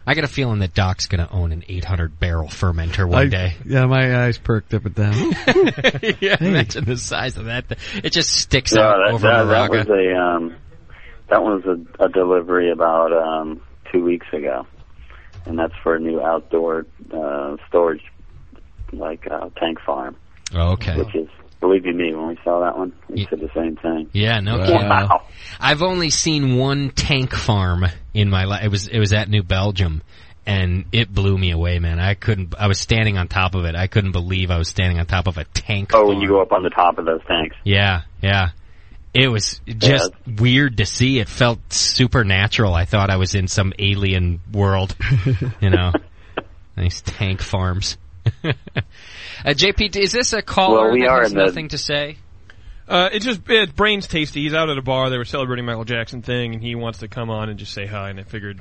Speaker 2: I got a feeling that Doc's going to own an 800 barrel fermenter one
Speaker 3: I-
Speaker 2: day.
Speaker 3: Yeah, my eyes perked up at that.
Speaker 2: yeah, imagine the size of that. thi- It just sticks
Speaker 16: Yeah,
Speaker 2: out
Speaker 16: that,
Speaker 2: over
Speaker 16: that, that
Speaker 2: Moraga.
Speaker 16: was a um, that was a, a delivery about um, two weeks ago, and that's for a new outdoor uh, storage like uh, tank farm,
Speaker 2: Oh, okay.
Speaker 16: which is believe you me when we saw that one we said the same thing.
Speaker 2: Yeah, no
Speaker 16: Wow.
Speaker 2: kidding. I've only seen one tank farm in my life. It was it was at New Belgium, and it blew me away, man. I couldn't. I was standing on top of it. I couldn't believe I was standing on top of a tank.
Speaker 16: Oh, when you go up on the top of those tanks.
Speaker 2: Yeah, yeah. It was just weird to see. It felt supernatural. I thought I was in some alien world. you know, nice tank farms. uh, JP, is this a caller
Speaker 5: Well, we
Speaker 2: that
Speaker 5: are
Speaker 2: has
Speaker 5: in the-
Speaker 2: nothing to say?
Speaker 5: Uh, it's just it's brains tasty. He's out at a bar. They were celebrating Michael Jackson thing, and he wants to come on and just say hi. And I figured,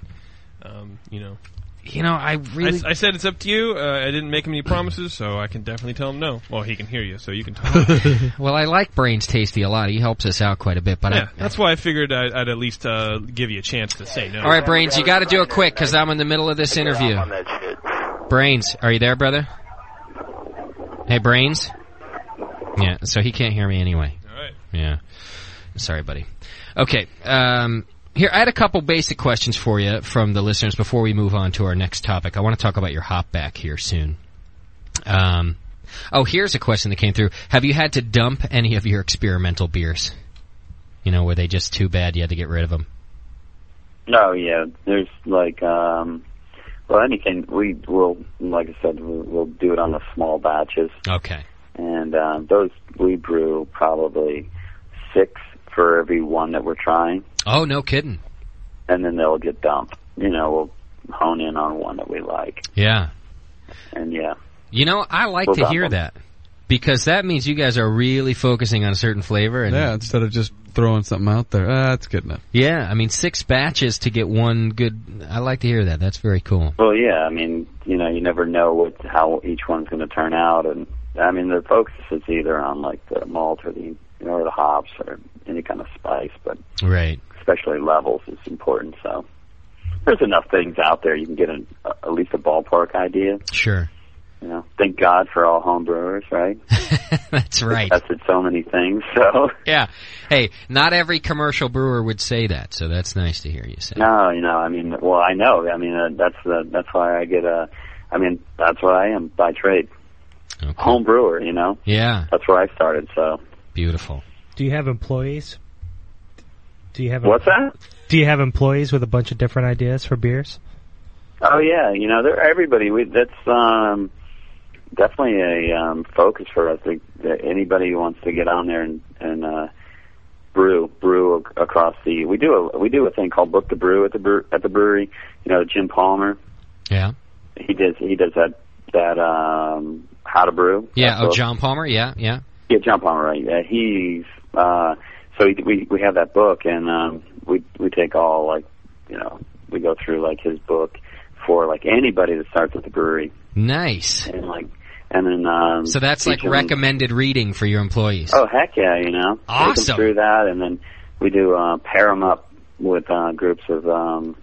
Speaker 5: um, you know,
Speaker 2: You know,
Speaker 5: I,
Speaker 2: I really
Speaker 5: I said it's up to you. Uh, I didn't make him any promises, so I can definitely tell him no. Well, he can hear you, so you can tell him.
Speaker 2: well, I like Brains Tasty a lot. He helps us out quite a bit. But
Speaker 5: yeah, that's why I figured I'd, I'd at least uh, give you a chance to say no.
Speaker 2: I, all right, Brains, you got to do it quick because I'm in the middle of this interview. Brains, are you there, brother? Hey, Brains. Yeah, so he can't hear me anyway. All
Speaker 5: right.
Speaker 2: Yeah. Sorry, buddy. Okay. Um, here, I had a couple basic questions for you from the listeners before we move on to our next topic. I want to talk about your hop back here soon. Um, oh, here's a question that came through. Have you had to dump any of your experimental beers? You know, were they just too bad you had to get rid of them?
Speaker 16: No, yeah. There's like, um, well, anything we will, like I said, we'll, we'll do it on the small batches,
Speaker 2: Okay.
Speaker 16: and um, those we brew probably six for every one that we're trying,
Speaker 2: Oh, no kidding.
Speaker 16: and then they'll get dumped. You know, we'll hone in on one that we like,
Speaker 2: Yeah.
Speaker 16: and yeah,
Speaker 2: You know, I like
Speaker 16: Well
Speaker 2: to
Speaker 16: done,
Speaker 2: hear
Speaker 16: Bob.
Speaker 2: that because that means you guys are really focusing on a certain flavor. And
Speaker 3: yeah, instead of just throwing something out there, ah, that's good enough.
Speaker 2: Yeah, I mean, six batches to get one good. I like to hear that. That's very cool.
Speaker 16: well, yeah. I mean, you know, you never know what how each one's going to turn out, and I mean, the focus is either on like the malt or the or the hops or any kind of spice, but
Speaker 2: Right.
Speaker 16: especially levels is important. So. there's enough things out there you can get an, uh, at least a ballpark idea.
Speaker 2: Sure.
Speaker 16: You know, thank God for all home brewers, right?
Speaker 2: That's right.
Speaker 16: Tested so many things, so
Speaker 2: Yeah. Hey, not every commercial brewer would say that, so that's nice to hear you say.
Speaker 16: No, you know, I mean, well, I know. I mean, uh, that's the that's why I get a. I mean, that's what I am by trade. Home brewer, you know.
Speaker 2: Yeah.
Speaker 16: That's where I started. So
Speaker 2: Beautiful.
Speaker 6: Do you have employees? Do you have
Speaker 16: What's that?
Speaker 6: Do you have employees with a bunch of different ideas for beers?
Speaker 16: Oh yeah, you know, they're everybody. We that's um, definitely a um, focus for us. Like, that anybody who wants to get on there and, and uh, brew brew ac- across the. We do a we do a thing called Book the Brew at the brew, at the brewery. You know, Jim Palmer.
Speaker 2: Yeah.
Speaker 16: He does he does that that um, how to brew.
Speaker 2: Yeah,
Speaker 16: That
Speaker 2: oh
Speaker 16: book.
Speaker 2: John Palmer, yeah, yeah.
Speaker 16: Yeah, John Palmer, right? Yeah, he's uh, so we, we we have that book, and um, we we take all like you know we go through like his book for like anybody that starts at the brewery,
Speaker 2: Nice.
Speaker 16: and like and then um,
Speaker 2: So that's like
Speaker 16: teach 'em-
Speaker 2: recommended reading for your employees.
Speaker 16: Oh heck yeah, you know, take
Speaker 2: Awesome.
Speaker 16: them through that, and then we do uh, pair them up with uh, groups of um,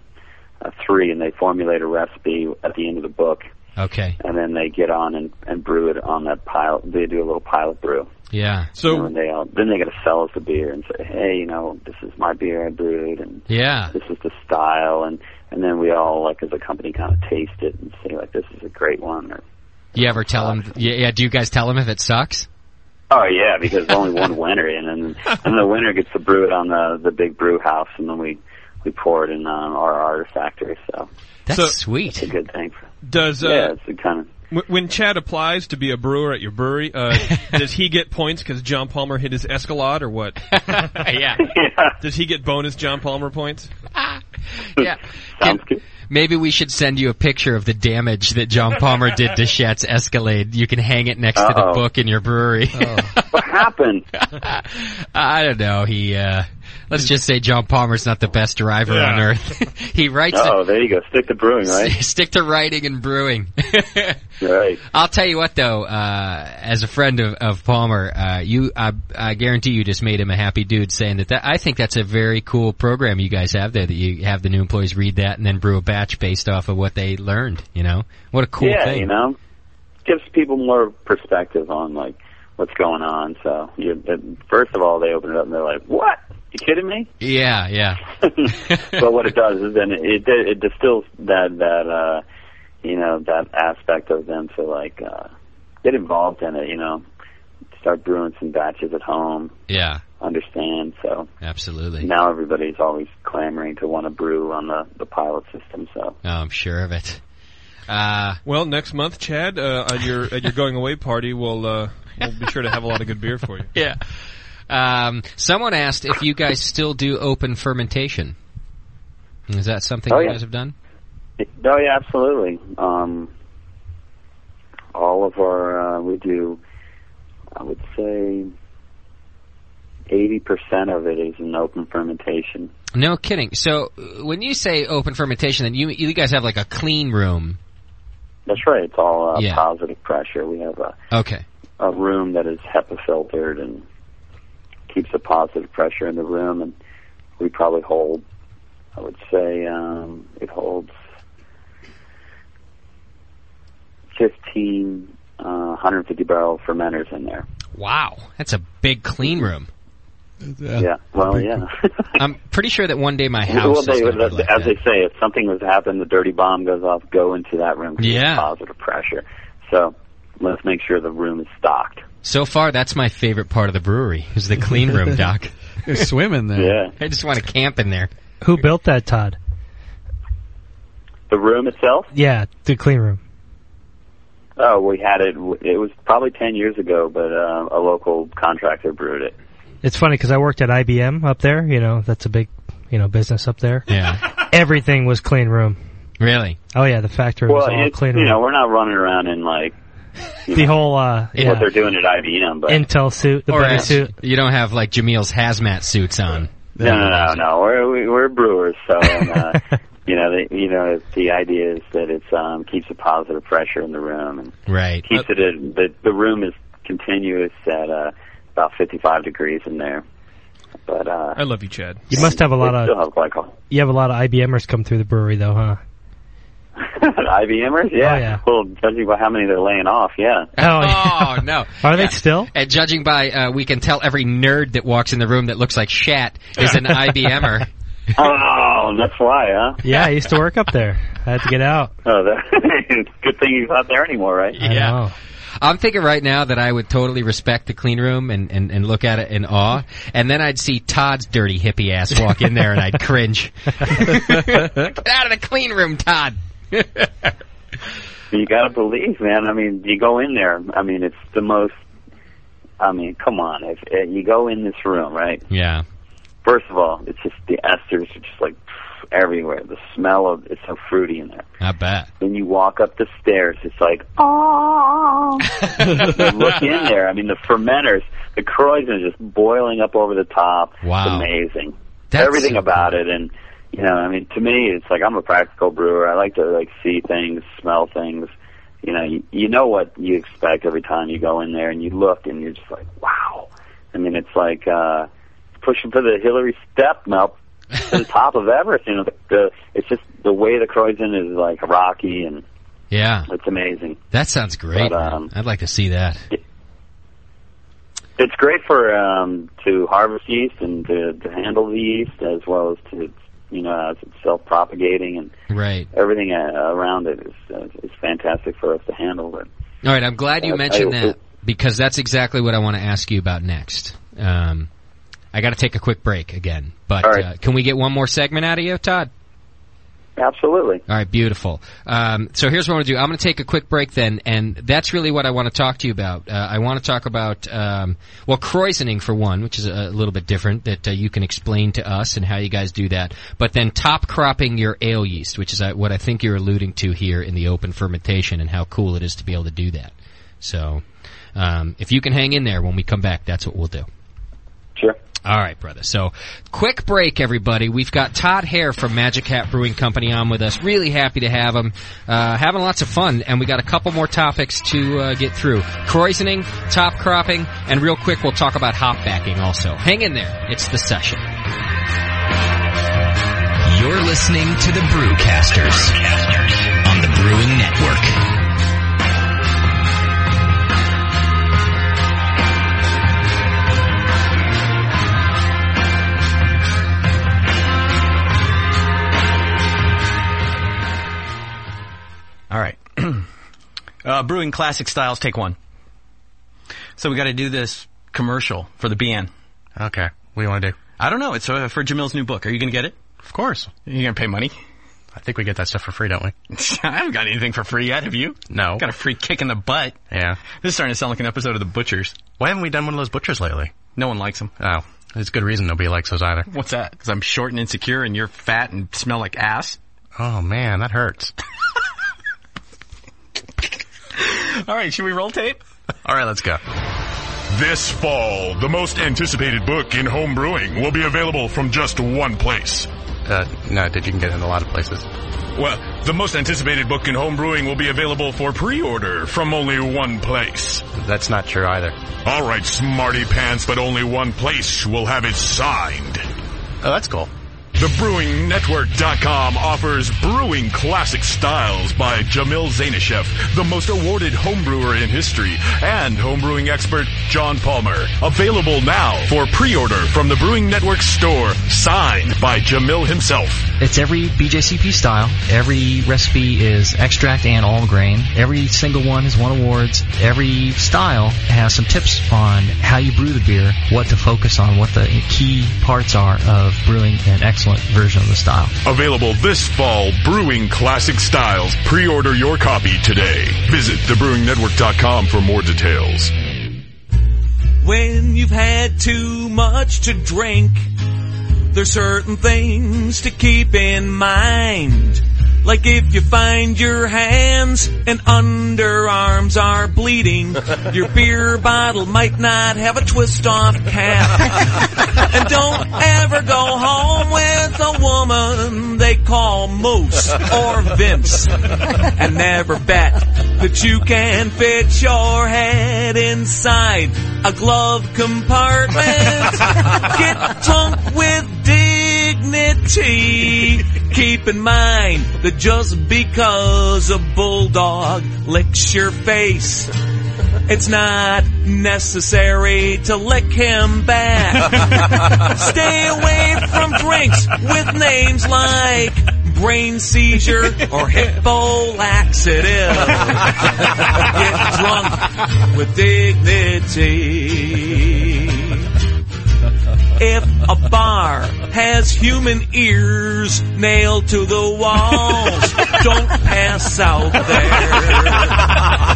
Speaker 16: uh, three, and they formulate a recipe at the end of the book,
Speaker 2: Okay.
Speaker 16: and then they get on and, and brew it on that pile. They do a little pilot brew.
Speaker 2: Yeah.
Speaker 16: So and they all, then they got to sell us the beer and say, hey, you know, this is my beer I brewed and
Speaker 1: Ah.
Speaker 2: Yeah.
Speaker 16: this is the style and and then we all like as a company kind of taste it and say like this is a great one or
Speaker 2: You ever tell
Speaker 16: Uh,
Speaker 2: them yeah, yeah, do you guys tell them if it sucks?
Speaker 16: oh yeah because there's only one winner and then and the winner gets to brew it on the the big brew house and then we we pour it in um, our artifactory so
Speaker 2: that's sweet
Speaker 16: it's a good thing for,
Speaker 5: Does uh,
Speaker 16: yeah it's a kind of
Speaker 5: Wh- When Chad applies to be a brewer at your brewery, uh, does he get points because John Palmer hit his Escalade or what?
Speaker 2: yeah.
Speaker 5: Does he get bonus John Palmer points?
Speaker 2: yeah. Maybe we should send you a picture of the damage that John Palmer did to Shat's Escalade. You can hang it next to the
Speaker 16: Uh-oh.
Speaker 2: book in your brewery.
Speaker 16: what happened
Speaker 2: I don't know. He uh let's just say John Palmer's not the best driver
Speaker 16: Yeah.
Speaker 2: on earth. he writes
Speaker 16: oh there you go stick to brewing right
Speaker 2: stick to writing and brewing
Speaker 16: right
Speaker 2: I'll tell you what, though, uh, as a friend of, of Palmer, uh, you, I, I guarantee you just made him a happy dude saying that, that. I think that's a very cool program you guys have there that you have the new employees read that and then brew a batch based off of what they learned. You know, what a cool
Speaker 16: yeah,
Speaker 2: thing.
Speaker 16: you know, gives people more perspective on like what's going on. So, you, first of all, they open it up and they're like, "What? You kidding me?"
Speaker 2: Yeah, yeah,
Speaker 16: but what it does is then it it, it distills that that uh, you know that aspect of them to like uh, get involved in it. You know, start brewing some batches at home.
Speaker 2: yeah,
Speaker 16: Understand? So
Speaker 2: absolutely.
Speaker 16: now everybody's always clamoring to want to brew on the the pilot system. So
Speaker 2: Oh, I'm sure of it. Uh,
Speaker 5: well, next month, Chad, uh, at your at your going away party, we'll uh, we'll be sure to have a lot of good beer for you.
Speaker 2: Yeah. Um, someone asked if you guys still do open fermentation. Is that something
Speaker 16: Oh,
Speaker 2: you
Speaker 16: yeah.
Speaker 2: guys have done?
Speaker 16: No, Oh, yeah, absolutely. Um, all of our uh, we do, I would say, eighty percent of it is in open fermentation.
Speaker 2: No kidding. So uh, when you say open fermentation, then you you guys have like a clean room.
Speaker 16: That's right. It's all uh,
Speaker 2: Yeah.
Speaker 16: positive pressure. We have a,
Speaker 2: Okay.
Speaker 16: a room that is HEPA filtered and keeps the positive pressure in the room, and we probably hold, I would say, um, it holds fifteen. Uh, 150 barrel fermenters in there.
Speaker 2: Wow, that's a big clean room.
Speaker 16: yeah. Well, yeah.
Speaker 2: I'm pretty sure that one day my
Speaker 16: Well,
Speaker 2: house.
Speaker 16: they,
Speaker 2: is gonna
Speaker 16: as
Speaker 2: be like that.
Speaker 16: they say, if something was to happen, the dirty bomb goes off. Go into that room. 'cause it's
Speaker 2: Yeah.
Speaker 16: Positive pressure. So let's make sure the room is stocked.
Speaker 2: So far, that's my favorite part of the brewery is the clean room, Doc.
Speaker 3: You swim in there.
Speaker 16: Yeah.
Speaker 2: I just want to camp in there.
Speaker 6: Who built that, Todd?
Speaker 16: The room itself.
Speaker 6: Yeah, the clean room.
Speaker 16: Oh, we had it. It was probably ten years ago, but uh, a local contractor brewed it.
Speaker 6: It's funny because I worked at IBM up there. You know, that's a big, you know, business up there.
Speaker 2: Yeah.
Speaker 6: Everything was clean room.
Speaker 2: Really?
Speaker 6: Oh yeah, the factory was
Speaker 16: well,
Speaker 6: all
Speaker 16: it's,
Speaker 6: clean
Speaker 16: you
Speaker 6: room.
Speaker 16: know, we're not running around in like you
Speaker 6: the
Speaker 16: know,
Speaker 6: whole uh, yeah,
Speaker 16: what they're doing at IBM, but
Speaker 6: Intel suit, the
Speaker 2: Or
Speaker 6: bunny
Speaker 2: as-
Speaker 6: suit.
Speaker 2: You don't have like Jamil's hazmat suits on.
Speaker 16: No, no, no, no. We're we, we're brewers, so and, uh, you know, the, you know, it's- the idea is that it's um, keeps a positive pressure in the room and
Speaker 2: Right.
Speaker 16: keeps it at, the the room is continuous at uh, about 55 degrees in there. But uh,
Speaker 5: I love you, Chad.
Speaker 6: You must have a lot
Speaker 16: we
Speaker 6: of-
Speaker 16: Still have glycol.
Speaker 6: You have a lot of IBMers come through the brewery, though, huh?
Speaker 16: IBMers, yeah. Well, judging by how many they're laying off, yeah.
Speaker 2: Oh, no.
Speaker 6: Are they still?
Speaker 2: And judging by, uh, we can tell every nerd that walks in the room that looks like shat is an IBMer.
Speaker 16: Oh, that's why, huh?
Speaker 6: Yeah, I used to work up there. I had to get out.
Speaker 16: Oh, that, good thing he's not there anymore, right?
Speaker 2: Yeah. I'm thinking right now that I would totally respect the clean room and, and, and look at it in awe. And then I'd see Todd's dirty hippie ass walk in there and I'd cringe. Get out of the clean room, Todd.
Speaker 16: You gotta believe, man. I mean, you go in there. I mean, it's the most. I mean, come on. If, if you go in this room, right?
Speaker 2: Yeah.
Speaker 16: First of all, it's just the esters are just like pff, everywhere. The smell of it's so fruity in there.
Speaker 2: I bet.
Speaker 16: Then you walk up the stairs. It's like
Speaker 21: Oh.
Speaker 16: you look in there. I mean, the fermenters, the croissants just boiling up over the top.
Speaker 2: Wow.
Speaker 16: It's amazing.
Speaker 2: That's
Speaker 16: Everything
Speaker 2: so
Speaker 16: about it. And, you know, I mean, to me, it's like I'm a practical brewer. I like to, like, see things, smell things. You know, you, you know what you expect every time you go in there and you look and you're just like, wow. I mean, it's like, uh, pushing for the Hillary step melt to the top of Everest. You know, the, the, it's just the way the croissant is, like, rocky and
Speaker 2: Yeah.
Speaker 16: it's amazing.
Speaker 2: That sounds great.
Speaker 16: But,
Speaker 2: man. I'd like to see that.
Speaker 16: It's great for um, to harvest yeast and to, to handle the yeast as well as to you know as it's self propagating and
Speaker 2: Right.
Speaker 16: everything uh, around it is uh, is fantastic for us to handle. But
Speaker 2: All right, I'm glad you
Speaker 16: Uh,
Speaker 2: mentioned
Speaker 16: I-
Speaker 2: that because that's exactly what I want to ask you about next. Um, I got to take a quick break again, but
Speaker 16: All right.
Speaker 2: uh, can we get one more segment out of you, Todd?
Speaker 16: absolutely,
Speaker 2: All right, beautiful. Um, so here's what I'm going to do. I'm going to take a quick break then, and that's really what I want to talk to you about. Uh, I want to talk about, um, well, croisoning for one, which is a, a little bit different that uh, you can explain to us and how you guys do that. But then top cropping your ale yeast, which is uh, what I think you're alluding to here in the open fermentation and how cool it is to be able to do that. So um, if you can hang in there when we come back, that's what we'll do.
Speaker 16: Sure.
Speaker 2: All right, brother. So, quick break, everybody. We've got Todd Hare from Magic Hat Brewing Company on with us. Really happy to have him. Uh, having lots of fun, and we got a couple more topics to uh, get through: croisoning, top cropping, and real quick, we'll talk about hop backing. Also, hang in there. It's the session.
Speaker 7: You're listening to the Brewcasters on the Brewing Network.
Speaker 22: All right. uh, brewing classic styles, take one. So we got to do this commercial for the BN. Okay. What do you want to do? I don't know. It's uh, for Jamil's new book. Are you going to get it? Of course. You going to pay money? I think we get that stuff for free, don't we? I haven't got anything for free yet, have you? No. Got a free kick in the butt. Yeah. This is starting to sound like an episode of The Butchers. Why haven't we done one of those Butchers lately? No one likes them. Oh.
Speaker 23: There's good reason nobody likes those either.
Speaker 22: What's that? Because I'm short and insecure and you're fat and smell like ass?
Speaker 23: Oh man, that hurts.
Speaker 22: All right. Should we roll tape?
Speaker 23: All right, let's go.
Speaker 9: This fall, the most anticipated book in home brewing will be available from just one place.
Speaker 23: Uh, no, dude, you can get it in a lot of places.
Speaker 9: Well, the most anticipated book in home brewing will be available for pre-order from only one place.
Speaker 23: That's not true either.
Speaker 9: All right, smarty pants, but only one place will have it signed.
Speaker 23: Oh, that's cool.
Speaker 9: TheBrewingNetwork.com offers brewing classic styles by Jamil Zainashev, the most awarded homebrewer in history, and homebrewing expert John Palmer. Available now for pre-order from the Brewing Network store, signed by Jamil himself.
Speaker 24: It's every BJCP style. Every recipe is extract and all grain. Every single one has won awards. Every style has some tips on how you brew the beer, what to focus on, what the key parts are of brewing an excellent version of the style.
Speaker 9: Available this fall, Brewing Classic Styles. Pre-order your copy today. Visit thebrewingnetwork.com for more details.
Speaker 25: When you've had too much to drink, there's certain things to keep in mind. Like if you find your hands and underarms are bleeding, your beer bottle might not have a twist off cap. and don't ever go home with a woman they call Moose or Vince. And never bet that you can fit your head inside a glove compartment. Get drunk with dignity. Keep in mind that just because a bulldog licks your face, it's not necessary to lick him back. Stay away from drinks with names like brain seizure or hippo laxative. Get drunk with dignity. If a bar has human ears nailed to the walls, don't pass out there.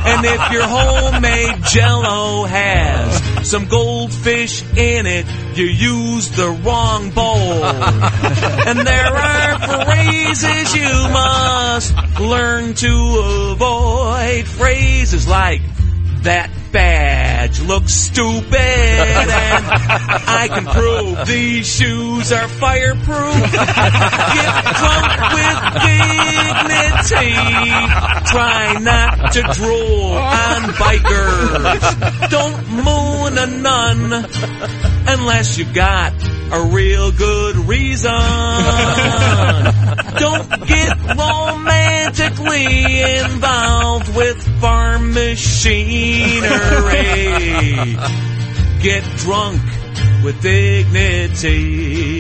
Speaker 25: And if your homemade jello has some goldfish in it, you use the wrong bowl. And there are phrases you must learn to avoid. Phrases like, that badge looks stupid and I can prove these shoes are fireproof. Get drunk with dignity. Try not to drool on bikers. Don't moon a nun unless you've got a real good reason. Don't get romantically involved with farm machinery. Get drunk with dignity.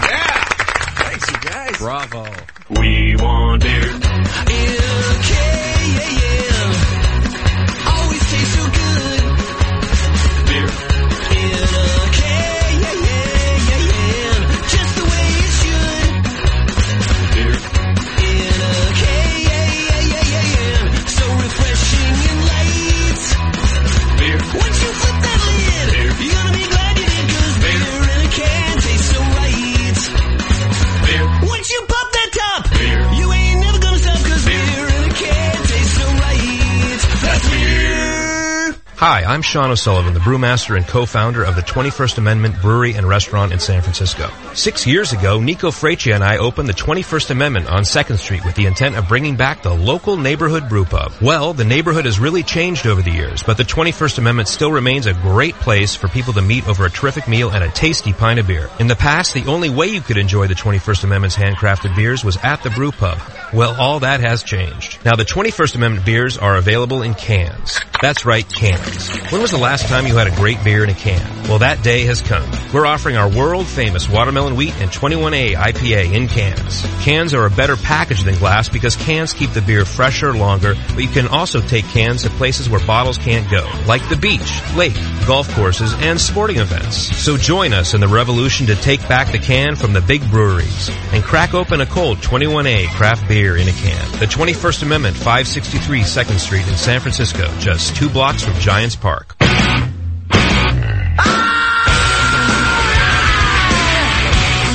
Speaker 21: Thanks, you guys.
Speaker 5: Bravo.
Speaker 21: We want beer.
Speaker 1: Once you pop that top, you ain't never gonna stop 'cause beer in a can tastes so right. That's beer.
Speaker 26: Hi, I'm Sean O'Sullivan, the brewmaster and co-founder of the 21st Amendment Brewery and Restaurant in San Francisco. Six years ago, Nico Freccia and I opened the 21st Amendment on 2nd Street with the intent of bringing back the local neighborhood brew pub. Well, the neighborhood has really changed over the years, but the 21st Amendment still remains a great place for people to meet over a terrific meal and a tasty pint of beer. In the past, the only way you could enjoy the 21st Amendment's handcrafted beers was at the brew pub. Well, all that has changed. Now, the 21st Amendment beers are available in cans. That's right, cans. When was the last time you had a great beer in a can? Well, that day has come. We're offering our world famous watermelon wheat and 21A IPA in cans. Cans are a better package than glass because cans keep the beer fresher longer, but you can also take cans to places where bottles can't go, like the beach, lake, golf courses, and sporting events. So join us in the revolution to take back the can from the big breweries and crack open a cold 21A craft beer in a can. The 21st Amendment, 563 2nd Street in San Francisco, just two blocks from Giants Park.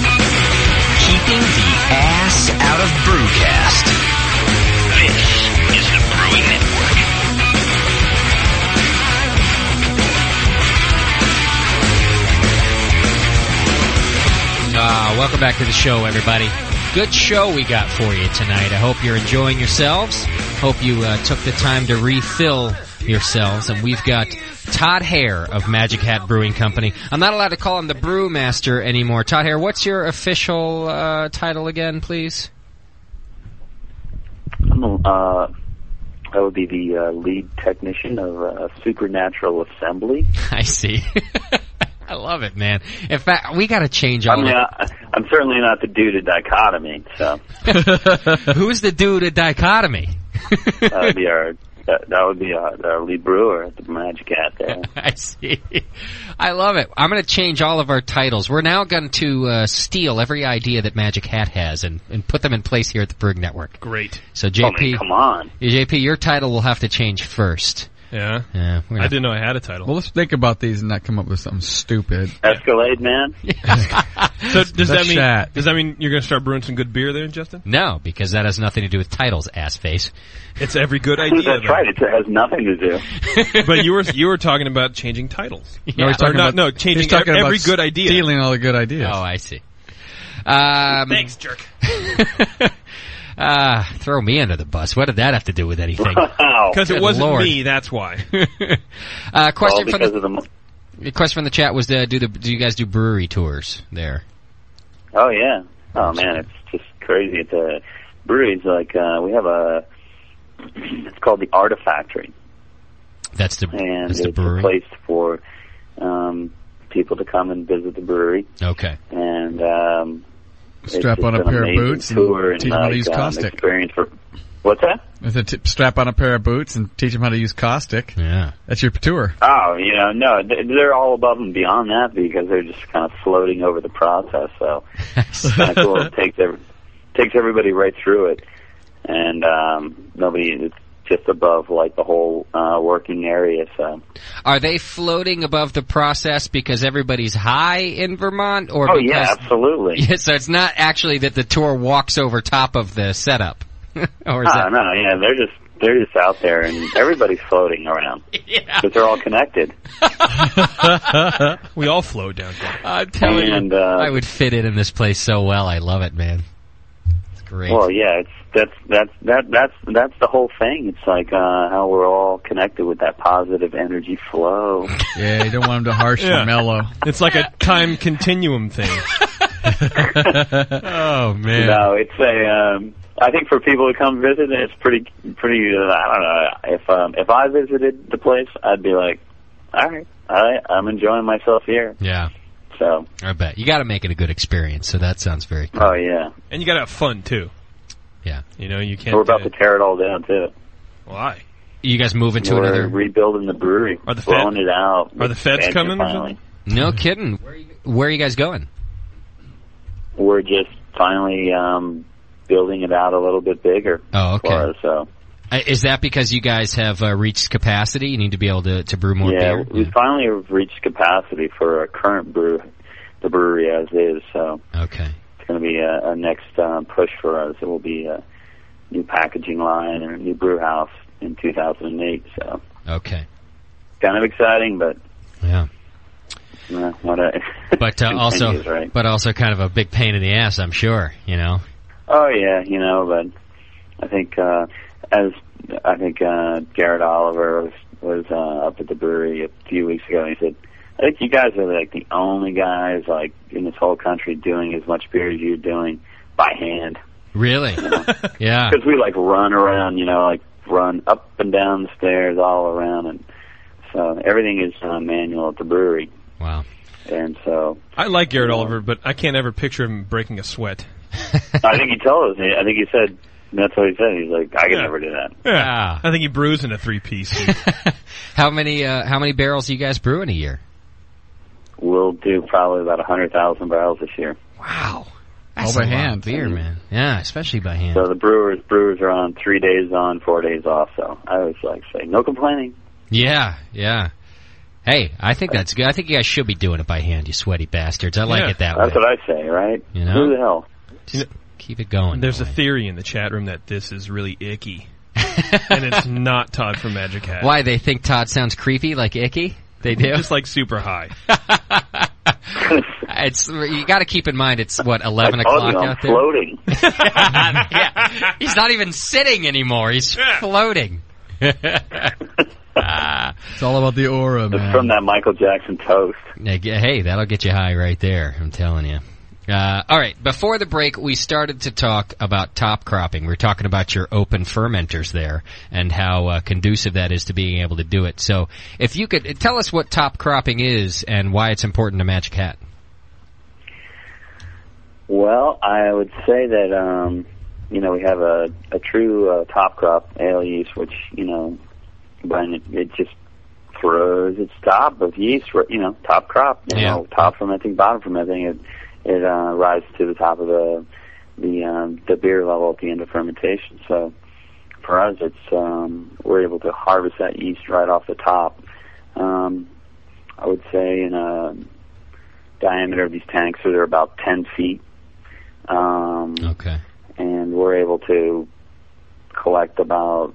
Speaker 7: Keeping the ass out of Brewcast. This is the Brewing Network.
Speaker 2: Ah, welcome back to the show, everybody. Good show we got for you tonight. I hope you're enjoying yourselves. Hope you uh, took the time to refill yourselves. And we've got Todd Hare of Magic Hat Brewing Company. I'm not allowed to call him the brewmaster anymore. Todd Hare, what's your official uh, title again, please?
Speaker 16: I'm a, uh, I would be the uh, lead technician of uh, Supernatural Assembly.
Speaker 2: I see. I love it, man. In fact, we got to change all
Speaker 16: I'm,
Speaker 2: that.
Speaker 16: not, I'm certainly not the dude of dichotomy, so
Speaker 2: Who's the dude at Dichotomy?
Speaker 16: that would be our that, that would be our, our lead brewer at the Magic Hat there.
Speaker 2: I see. I love it. I'm going to change all of our titles. We're now going to uh, steal every idea that Magic Hat has and, and put them in place here at the Brewing Network.
Speaker 5: Great.
Speaker 2: So
Speaker 16: Oh,
Speaker 2: JP,
Speaker 16: man, come on.
Speaker 2: JP, your title will have to change first.
Speaker 5: Yeah.
Speaker 2: Yeah.
Speaker 5: I didn't know I had a title.
Speaker 4: Well, let's think about these and not come up with something stupid.
Speaker 16: Escalade man.
Speaker 5: So does
Speaker 2: The
Speaker 5: that mean
Speaker 2: chat.
Speaker 5: does that mean you're going to start brewing some good beer there, Justin?
Speaker 2: No, because that has nothing to do with titles, ass face.
Speaker 5: It's every good idea.
Speaker 16: That's right. It has nothing to do.
Speaker 5: but you were you were talking about changing titles.
Speaker 2: Yeah.
Speaker 5: Or
Speaker 2: he's talking
Speaker 5: not-
Speaker 2: about-
Speaker 5: no,
Speaker 2: he's
Speaker 5: changing
Speaker 2: talking
Speaker 5: every
Speaker 2: about
Speaker 5: good idea.
Speaker 4: Stealing all the good ideas.
Speaker 2: Oh, I see. Um,
Speaker 5: Thanks, jerk.
Speaker 2: uh, throw me under the bus. What did that have to do with anything?
Speaker 16: Oh.
Speaker 5: Because it
Speaker 2: Good
Speaker 5: wasn't
Speaker 2: Lord.
Speaker 5: me, that's why.
Speaker 2: Uh, question
Speaker 5: All
Speaker 2: from
Speaker 5: Oh, because
Speaker 2: the, the question from the chat was: uh, Do the do you guys do brewery tours there?
Speaker 16: Oh yeah. Oh man, it's just crazy at the breweries. Like uh, we have a, it's called the Artifactory,
Speaker 2: That's the
Speaker 16: and
Speaker 2: that's the
Speaker 16: it's a
Speaker 2: brewery.
Speaker 16: place for um, people to come and visit the brewery.
Speaker 2: Okay.
Speaker 16: And um, it's
Speaker 4: Strap
Speaker 16: just
Speaker 4: on a
Speaker 16: an
Speaker 4: pair of
Speaker 16: amazing
Speaker 4: boots and
Speaker 16: tour
Speaker 4: teach 'em how to
Speaker 16: like,
Speaker 4: use
Speaker 16: um,
Speaker 4: caustic.
Speaker 16: Experience for what's that?
Speaker 4: With a t- strap on a pair of boots and teach them how to use caustic.
Speaker 2: Yeah.
Speaker 4: That's your tour.
Speaker 16: Oh, you know, no, th- they're all above and beyond that because they're just kind of floating over the process. So kind of cool. It takes every, takes everybody right through it, and um, nobody. It's just above like the whole uh, working area. So
Speaker 2: Are they floating above the process because everybody's high in Vermont, or
Speaker 16: oh
Speaker 2: because
Speaker 16: yeah, absolutely.
Speaker 2: Yeah, so it's not actually that the tour walks over top of the setup. or is
Speaker 16: oh, no, yeah, they're just they're just out there, and everybody's floating around. Yeah, but they're all connected. uh,
Speaker 5: we all flow down. there.
Speaker 2: I'm telling
Speaker 16: and,
Speaker 2: you,
Speaker 16: uh,
Speaker 2: I would fit in in this place so well. I love it, man. Great.
Speaker 16: Well, yeah, it's that's that's that that's that's the whole thing. It's like uh, how we're all connected with that positive energy flow.
Speaker 4: Yeah, you don't want them to harsh
Speaker 5: Yeah.
Speaker 4: and mellow.
Speaker 5: It's like a time continuum thing.
Speaker 2: oh man.
Speaker 16: No, it's a. Um, I think for people to come visit, it's pretty pretty. Uh, I don't know if um, if I visited the place, I'd be like, all right, I, I'm enjoying myself here.
Speaker 2: Yeah,
Speaker 16: So,
Speaker 2: I bet you got to make it a good experience. So that sounds very cool.
Speaker 16: oh yeah,
Speaker 5: And you got to have fun too.
Speaker 2: Yeah.
Speaker 5: You know, you can't
Speaker 16: we're about
Speaker 5: do
Speaker 16: to tear it all down too.
Speaker 5: Why?
Speaker 2: You guys moving to
Speaker 16: we're
Speaker 2: another?
Speaker 16: rebuilding the brewery,
Speaker 2: Are the Fed-
Speaker 16: blowing it out.
Speaker 2: are the Feds
Speaker 16: Expansion
Speaker 2: coming or
Speaker 16: Finally,
Speaker 2: No kidding. Where are, you, where are you guys going?
Speaker 16: we're just finally um, building it out a little bit bigger.
Speaker 2: Oh, okay.
Speaker 16: For us, so.
Speaker 2: Uh, Is that because you guys have uh, reached capacity? You need to be able to, to brew more
Speaker 16: yeah,
Speaker 2: beer.
Speaker 16: we finally have reached capacity for our current brew, the brewery as is. So
Speaker 2: okay,
Speaker 16: it's going to be a, a next um, push for us. It will be a new packaging line and a new brew house in 2008. So
Speaker 2: Okay.
Speaker 16: kind of exciting, but
Speaker 2: Yeah.
Speaker 16: uh, what a
Speaker 2: But uh, also,
Speaker 16: continues, right?
Speaker 2: but also kind of a big pain in the ass. I'm sure. You know.
Speaker 16: Oh yeah, you know, but I think uh, as I think uh, Garrett Oliver was, was uh, up at the brewery a few weeks ago, and he said, "I think you guys are like the only guys like in this whole country doing as much beer as you're doing by hand."
Speaker 2: Really? yeah.
Speaker 16: Because we like run around, you know, like run up and down the stairs, all around, and so everything is uh, manual at the brewery.
Speaker 2: Wow.
Speaker 16: And so
Speaker 5: I like Garrett Oliver, but I can't ever picture him breaking a sweat.
Speaker 16: I think he told us. I think he said that's what he said. He's like, "I could
Speaker 5: Yeah.
Speaker 16: never do that."
Speaker 5: Yeah. I think he brews in a three piece.
Speaker 2: Ah. How many uh, how many barrels do you guys brew in a year?
Speaker 16: We'll do probably about 100,000 barrels this year.
Speaker 2: Wow.
Speaker 4: All by hand.
Speaker 2: beer, man. Yeah, especially by hand.
Speaker 16: So the brewers brewers are on three days on, four days off. So I always like to say, no complaining.
Speaker 2: Yeah, yeah. Hey, I think that's good. I think you guys should be doing it by hand, you sweaty bastards. I like it that way.
Speaker 16: That's what I say, right?
Speaker 2: You know?
Speaker 16: Who the hell?
Speaker 2: Keep it going.
Speaker 5: There's a theory in the chat room that this is really icky, and it's not Todd from Magic Hat.
Speaker 2: Why they think Todd sounds creepy, like icky? They do.
Speaker 5: Just like super high.
Speaker 2: it's you got to keep in mind. It's what eleven
Speaker 5: I told
Speaker 2: o'clock
Speaker 5: you, I'm
Speaker 2: out there.
Speaker 16: Floating.
Speaker 2: yeah, he's not even sitting anymore. He's floating. Ah.
Speaker 4: It's all about the aura,
Speaker 16: It's
Speaker 4: man.
Speaker 16: from that Michael Jackson toast.
Speaker 2: Yeah, g- Hey, that'll get you high right there. I'm telling you. Uh, all right. Before the break, we started to talk about top cropping. We were talking about your open fermenters there and how uh, conducive that is to being able to do it. So, if you could tell us what top cropping is and why it's important to Magic Hat.
Speaker 16: Well, I would say that um, you know we have a, a true uh, top crop ale yeast, which you know, when it, it just throws its top of yeast, ri- you know, top crop, you
Speaker 2: Yeah.
Speaker 16: know, top fermenting, bottom fermenting, it it uh, rises to the top of the the um, the beer level at the end of fermentation. So for us, it's um, we're able to harvest that yeast right off the top. Um, I would say in a diameter of these tanks, so they're about 10 feet. Um,
Speaker 2: okay.
Speaker 16: And we're able to collect about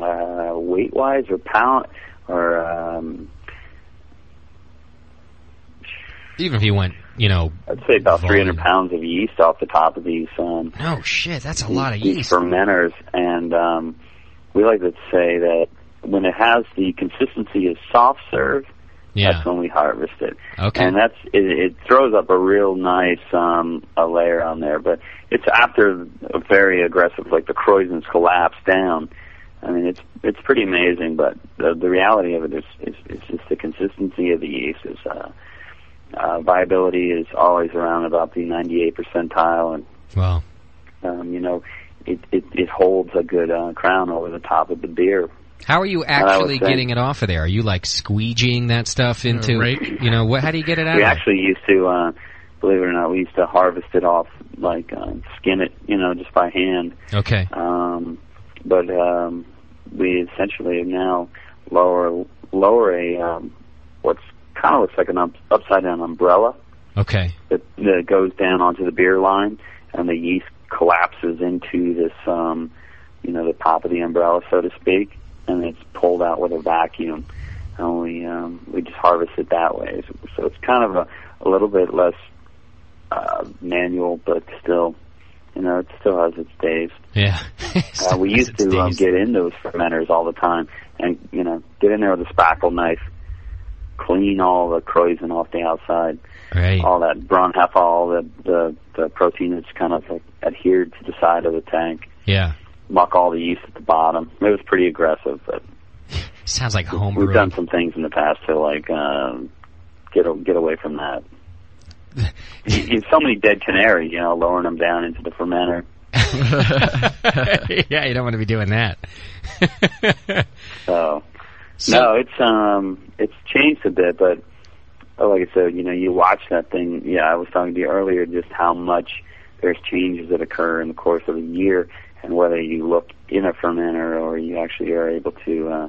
Speaker 16: uh, weight wise or pound or um,
Speaker 2: Even if you went, you know,
Speaker 16: I'd say about 300 pounds of yeast off the top of these. Um,
Speaker 2: oh shit, that's a lot of
Speaker 16: these
Speaker 2: yeast.
Speaker 16: fermenters, and um, we like to say that when it has the consistency of soft serve,
Speaker 2: yeah.
Speaker 16: that's when we harvest it.
Speaker 2: Okay.
Speaker 16: And that's it, it throws up a real nice um, a layer on there, but it's after a very aggressive, like the Croissants collapse down. I mean, it's it's pretty amazing, but the, the reality of it is, is it's just the consistency of the yeast is uh, uh, viability is always around about the 98 percentile, and
Speaker 2: Wow.
Speaker 16: um, you know, it, it it holds a good uh, crown over the top of the beer.
Speaker 2: How are you
Speaker 16: And I was
Speaker 2: actually
Speaker 16: saying-
Speaker 2: getting it off of there? Are you like squeegeeing that stuff into, you know, what? How do you get it out?
Speaker 16: we
Speaker 2: of there?
Speaker 16: actually used to uh believe it or not we used to harvest it off like uh, skin it you know just by hand
Speaker 2: Okay.
Speaker 16: um but um we essentially now lower lower a um what's kind of looks like an up, upside down umbrella
Speaker 2: Okay.
Speaker 16: that, that goes down onto the beer line and the yeast collapses into this um you know the top of the umbrella so to speak and it's pulled out with a vacuum and we um we just harvest it that way so, so it's kind of a, a little bit less uh manual but still you know it still has its days
Speaker 2: Yeah.
Speaker 16: uh, we used to um, get in those fermenters all the time and you know get in there with a spackle knife clean all the croissant off the outside
Speaker 2: Right.
Speaker 16: all that brown half all the, the the protein that's kind of like adhered to the side of the tank
Speaker 2: Yeah.
Speaker 16: muck all the yeast at the bottom it was pretty aggressive but
Speaker 2: Sounds like home
Speaker 16: we've done some things in the past to like um get a, get away from that you, you have so many dead canaries you know lowering them down into the fermenter
Speaker 2: yeah, you don't want to be doing that.
Speaker 16: So, no, it's um, it's changed a bit, but uh, like I said, you know, you watch that thing. Yeah, I was talking to you earlier just how much there's changes that occur in the course of a year, and whether you look in a fermenter or you actually are able to uh,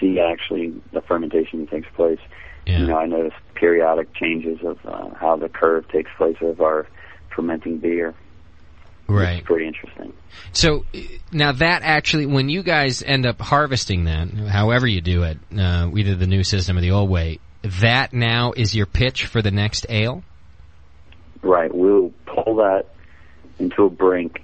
Speaker 16: see actually the fermentation that takes place. You know, I noticed periodic changes of uh, how the curve takes place of our fermenting beer.
Speaker 2: Right.
Speaker 16: It's pretty interesting.
Speaker 2: So uh, now that actually, when you guys end up harvesting that, however you do it, uh, either the new system or the old way, that now is your pitch for the next ale.
Speaker 16: Right. We'll pull that into a brink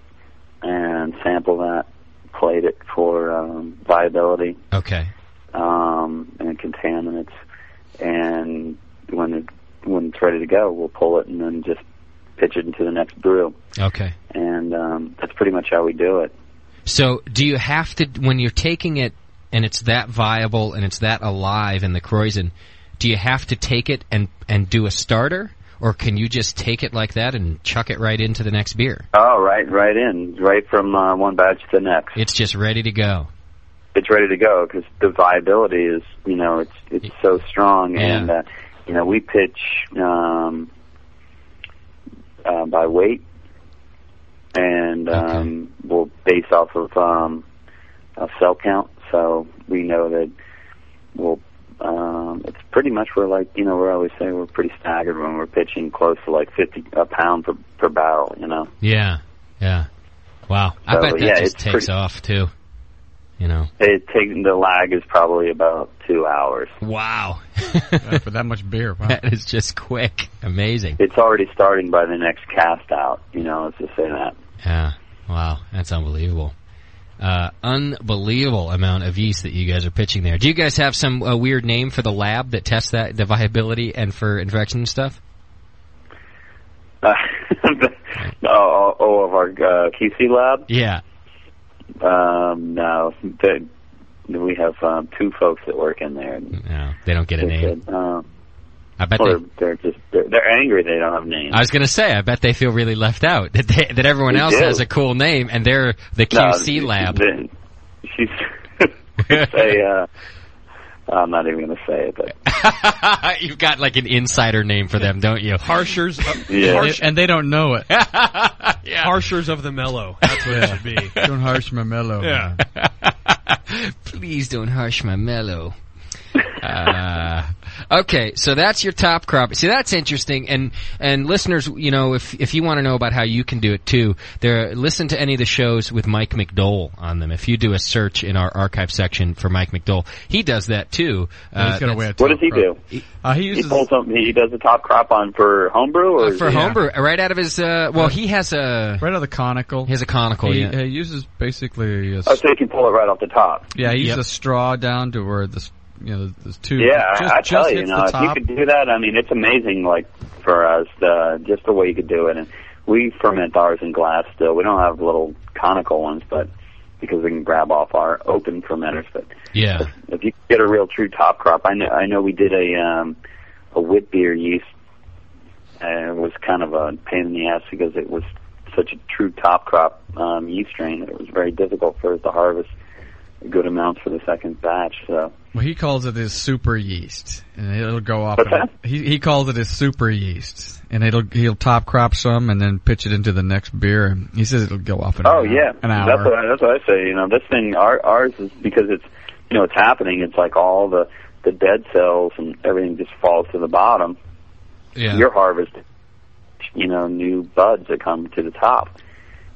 Speaker 16: and sample that, plate it for um, viability
Speaker 2: Okay.
Speaker 16: um, and contaminants. And when it, when it's ready to go, we'll pull it and then just pitch it into the next brew.
Speaker 2: Okay.
Speaker 16: And um, that's pretty much how we do it.
Speaker 2: So do you have to when you're taking it and it's that viable and it's that alive in the croizen, do you have to take it and and do a starter, or can you just take it like that and chuck it right into the next beer?
Speaker 16: Oh, right, right in, right from uh, one batch to the next.
Speaker 2: It's just ready to go.
Speaker 16: it's ready to go because the viability is you know it's it's so strong and uh, you know we pitch um, uh, by weight and um, we'll base off of um, a cell count so we know that we'll um, it's pretty much we're like you know we're always saying we're pretty staggered when we're pitching close to like fifty a pound per per barrel you know
Speaker 2: Yeah. Yeah. Wow. I
Speaker 16: So,
Speaker 2: bet that
Speaker 16: yeah,
Speaker 2: just
Speaker 16: it's
Speaker 2: takes
Speaker 16: pretty-
Speaker 2: off too. You know.
Speaker 16: it takes the lag is probably about two hours
Speaker 2: Wow.
Speaker 4: for that much beer. Wow.
Speaker 2: That is just quick. Amazing.
Speaker 16: It's already starting by the next cast out. You know, let's just say that.
Speaker 2: Yeah. Wow. That's unbelievable. Uh, unbelievable amount of yeast that you guys are pitching there. Do you guys have some uh, weird name for the lab that tests that the viability and for infection and stuff?
Speaker 16: Uh, all, all of our uh, QC lab.
Speaker 2: Yeah.
Speaker 16: Um, no, they, we have um, two folks that work in there.
Speaker 2: No, they don't get a name.
Speaker 16: um,
Speaker 2: I bet
Speaker 16: well,
Speaker 2: they. Uh,
Speaker 16: they're, they're just they're, they're angry. They don't have names.
Speaker 2: I was going to say, I bet they feel really left out that they, that everyone
Speaker 16: They
Speaker 2: else
Speaker 16: do.
Speaker 2: has a cool name and they're the
Speaker 16: No,
Speaker 2: QC lab.
Speaker 16: the- She's it's a uh, I'm not even going to say it, but
Speaker 2: You've got like an insider name for them, don't you?
Speaker 11: Harshers.
Speaker 4: Yeah. And they don't know it.
Speaker 11: Harshers of the mellow. That's what it should be.
Speaker 4: Don't harsh my mellow.
Speaker 11: Yeah.
Speaker 2: Please don't harsh my mellow. Uh, okay, so that's your top crop. See, that's interesting. And and listeners, you know, if if you want to know about how you can do it too, there listen to any of the shows with Mike McDowell on them. If you do a search in our archive section for Mike McDowell, he does that too. Uh, that's-
Speaker 16: What does he do? He,
Speaker 2: uh,
Speaker 16: pulls something. He does a top crop on for homebrew or is
Speaker 2: for
Speaker 16: it-
Speaker 2: homebrew, right out of his. Uh, well, he has a
Speaker 4: right out of the conical.
Speaker 2: He has a conical.
Speaker 4: He,
Speaker 2: yeah.
Speaker 4: he uses basically a
Speaker 16: Oh, so you can pull it right off the top.
Speaker 4: Yeah, he used a straw down to where the you know the, the tube.
Speaker 16: Yeah, I-
Speaker 4: just,
Speaker 16: I
Speaker 4: just
Speaker 16: tell you, you
Speaker 4: hits
Speaker 16: know,
Speaker 4: the
Speaker 16: if you
Speaker 4: top.
Speaker 16: could do that, I mean, it's amazing. Like for us, the, just the way you could do it, and we ferment ours in glass still. We don't have little conical ones, but because we can grab off our open fermenters. But
Speaker 2: Yeah.
Speaker 16: if you get a real true top crop, I know I know we did a um, a wit beer yeast, and it was kind of a pain in the ass because it was such a true top crop um, yeast strain that it was very difficult for us to harvest good amounts for the second batch. So.
Speaker 4: Well, he calls it his super yeast, and it'll go off. And he he calls it his super yeast, and it'll he'll top crop some and then pitch it into the next beer. And he says it'll go off in
Speaker 16: Oh
Speaker 4: an,
Speaker 16: yeah,
Speaker 4: an hour.
Speaker 16: That's what I, that's what I say. You know, this thing our, ours is because it's you know it's happening. It's like all the the dead cells and everything just falls to the bottom.
Speaker 2: Yeah.
Speaker 16: Your harvest, you know, new buds that come to the top,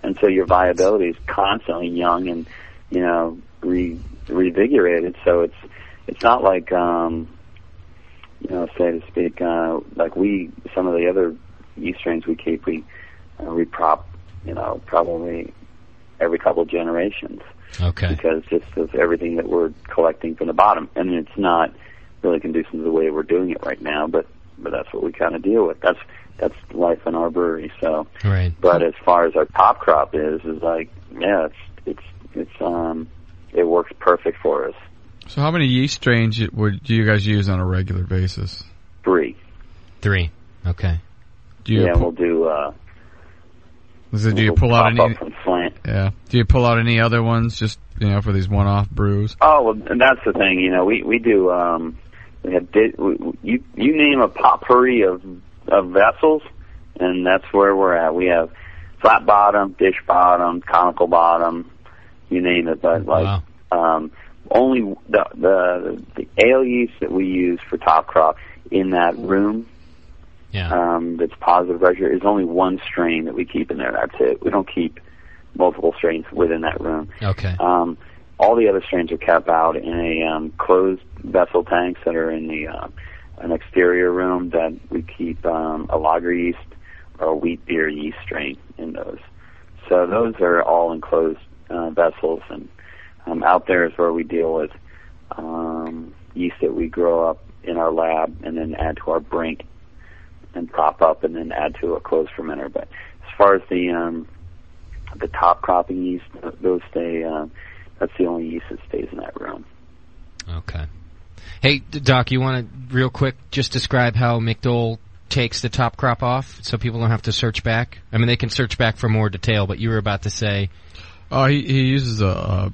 Speaker 16: and so your viability is constantly young and you know re, revigorated. So it's it's not like um, you know, say to speak, uh, like we some of the other yeast strains we keep, we uh, we prop, you know, probably every couple of generations.
Speaker 2: Okay.
Speaker 16: Because just of everything that we're collecting from the bottom, and it's not really conducive to the way we're doing it right now. But but that's what we kind of deal with. That's that's life in our brewery. So,
Speaker 2: Right.
Speaker 16: but as far as our top crop is, is like yeah, it's it's it's um it works perfect for us.
Speaker 4: So how many yeast strains you- would do you guys use on a regular basis?
Speaker 16: Three.
Speaker 2: Three. Okay.
Speaker 4: Do you
Speaker 16: yeah,
Speaker 4: pu-
Speaker 16: we'll do. uh
Speaker 4: is it- do you
Speaker 16: we'll
Speaker 4: pull out
Speaker 16: pop up
Speaker 4: any?
Speaker 16: from Slant.
Speaker 4: Yeah. Do you pull out any other ones just you know for these one-off brews?
Speaker 16: Oh well, and that's the thing. You know, we we do. Um, we have di- we, we- you you name a potpourri of of vessels, and that's where we're at. We have flat bottom, dish bottom, conical bottom, you name it. But like, um, only the, the the ale yeast that we use for top crop in that room.
Speaker 2: Yeah.
Speaker 16: Um, that's positive pressure is only one strain that we keep in there. That's it. We don't keep multiple strains within that room.
Speaker 2: Okay.
Speaker 16: Um, all the other strains are kept out in a um, closed vessel tanks that are in the um an exterior room that we keep um, a lager yeast or a wheat beer yeast strain in those. So those are all enclosed uh, vessels, and um, out there is where we deal with um, yeast that we grow up in our lab and then add to our brink and prop up and then add to a closed fermenter. But as far as the um, the top cropping yeast, th- those stay. Uh, that's the only yeast that stays in that room.
Speaker 2: Okay. Hey, D- Doc, you want to real quick just describe how McDowell takes the top crop off so people don't have to search back? I mean, they can search back for more detail, but you were about to say,
Speaker 4: Oh, he, he uses a, a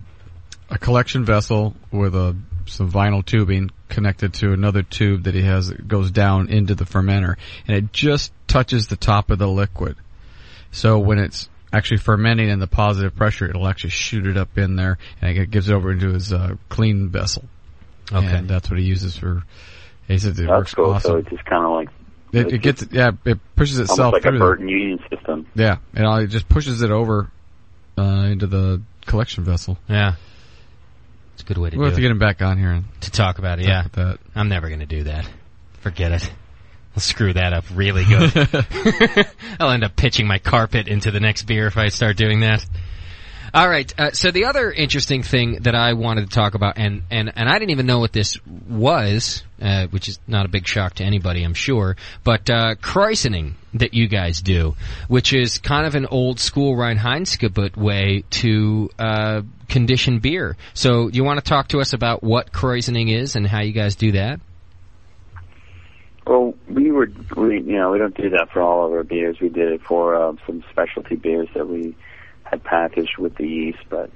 Speaker 4: a collection vessel with a some vinyl tubing connected to another tube that he has that goes down into the fermenter, and it just touches the top of the liquid. So when it's actually fermenting in the positive pressure, it'll actually shoot it up in there, and it gives it over into his uh, clean vessel.
Speaker 2: Okay.
Speaker 4: and that's what he uses for. He says it
Speaker 16: that's
Speaker 4: works
Speaker 16: cool. So
Speaker 4: awesome.
Speaker 16: it just kind of like
Speaker 4: It, it gets yeah, it pushes
Speaker 16: almost
Speaker 4: itself
Speaker 16: like a
Speaker 4: through. the-
Speaker 16: Burton Union system.
Speaker 4: yeah, and all- it just pushes it over uh, into the collection vessel.
Speaker 2: Yeah, it's a good way to
Speaker 4: We'll
Speaker 2: do
Speaker 4: have to
Speaker 2: it.
Speaker 4: get him back on here. And
Speaker 2: to talk about it.
Speaker 4: Talk
Speaker 2: Yeah,
Speaker 4: about
Speaker 2: I'm never going to do that. Forget it. I'll screw that up really good. I'll end up pitching my carpet into the next beer if I start doing that. All right. Uh, so the other interesting thing that I wanted to talk about, and and and I didn't even know what this was, uh, which is not a big shock to anybody, I'm sure. But uh, christening that you guys do, which is kind of an old school Reinheitsgebot way to uh, condition beer. So you want to talk to us about what christening is and how you guys do that?
Speaker 16: Well, we were, we, you know, we don't do that for all of our beers. We did it for uh, some specialty beers that we had packaged with the yeast, but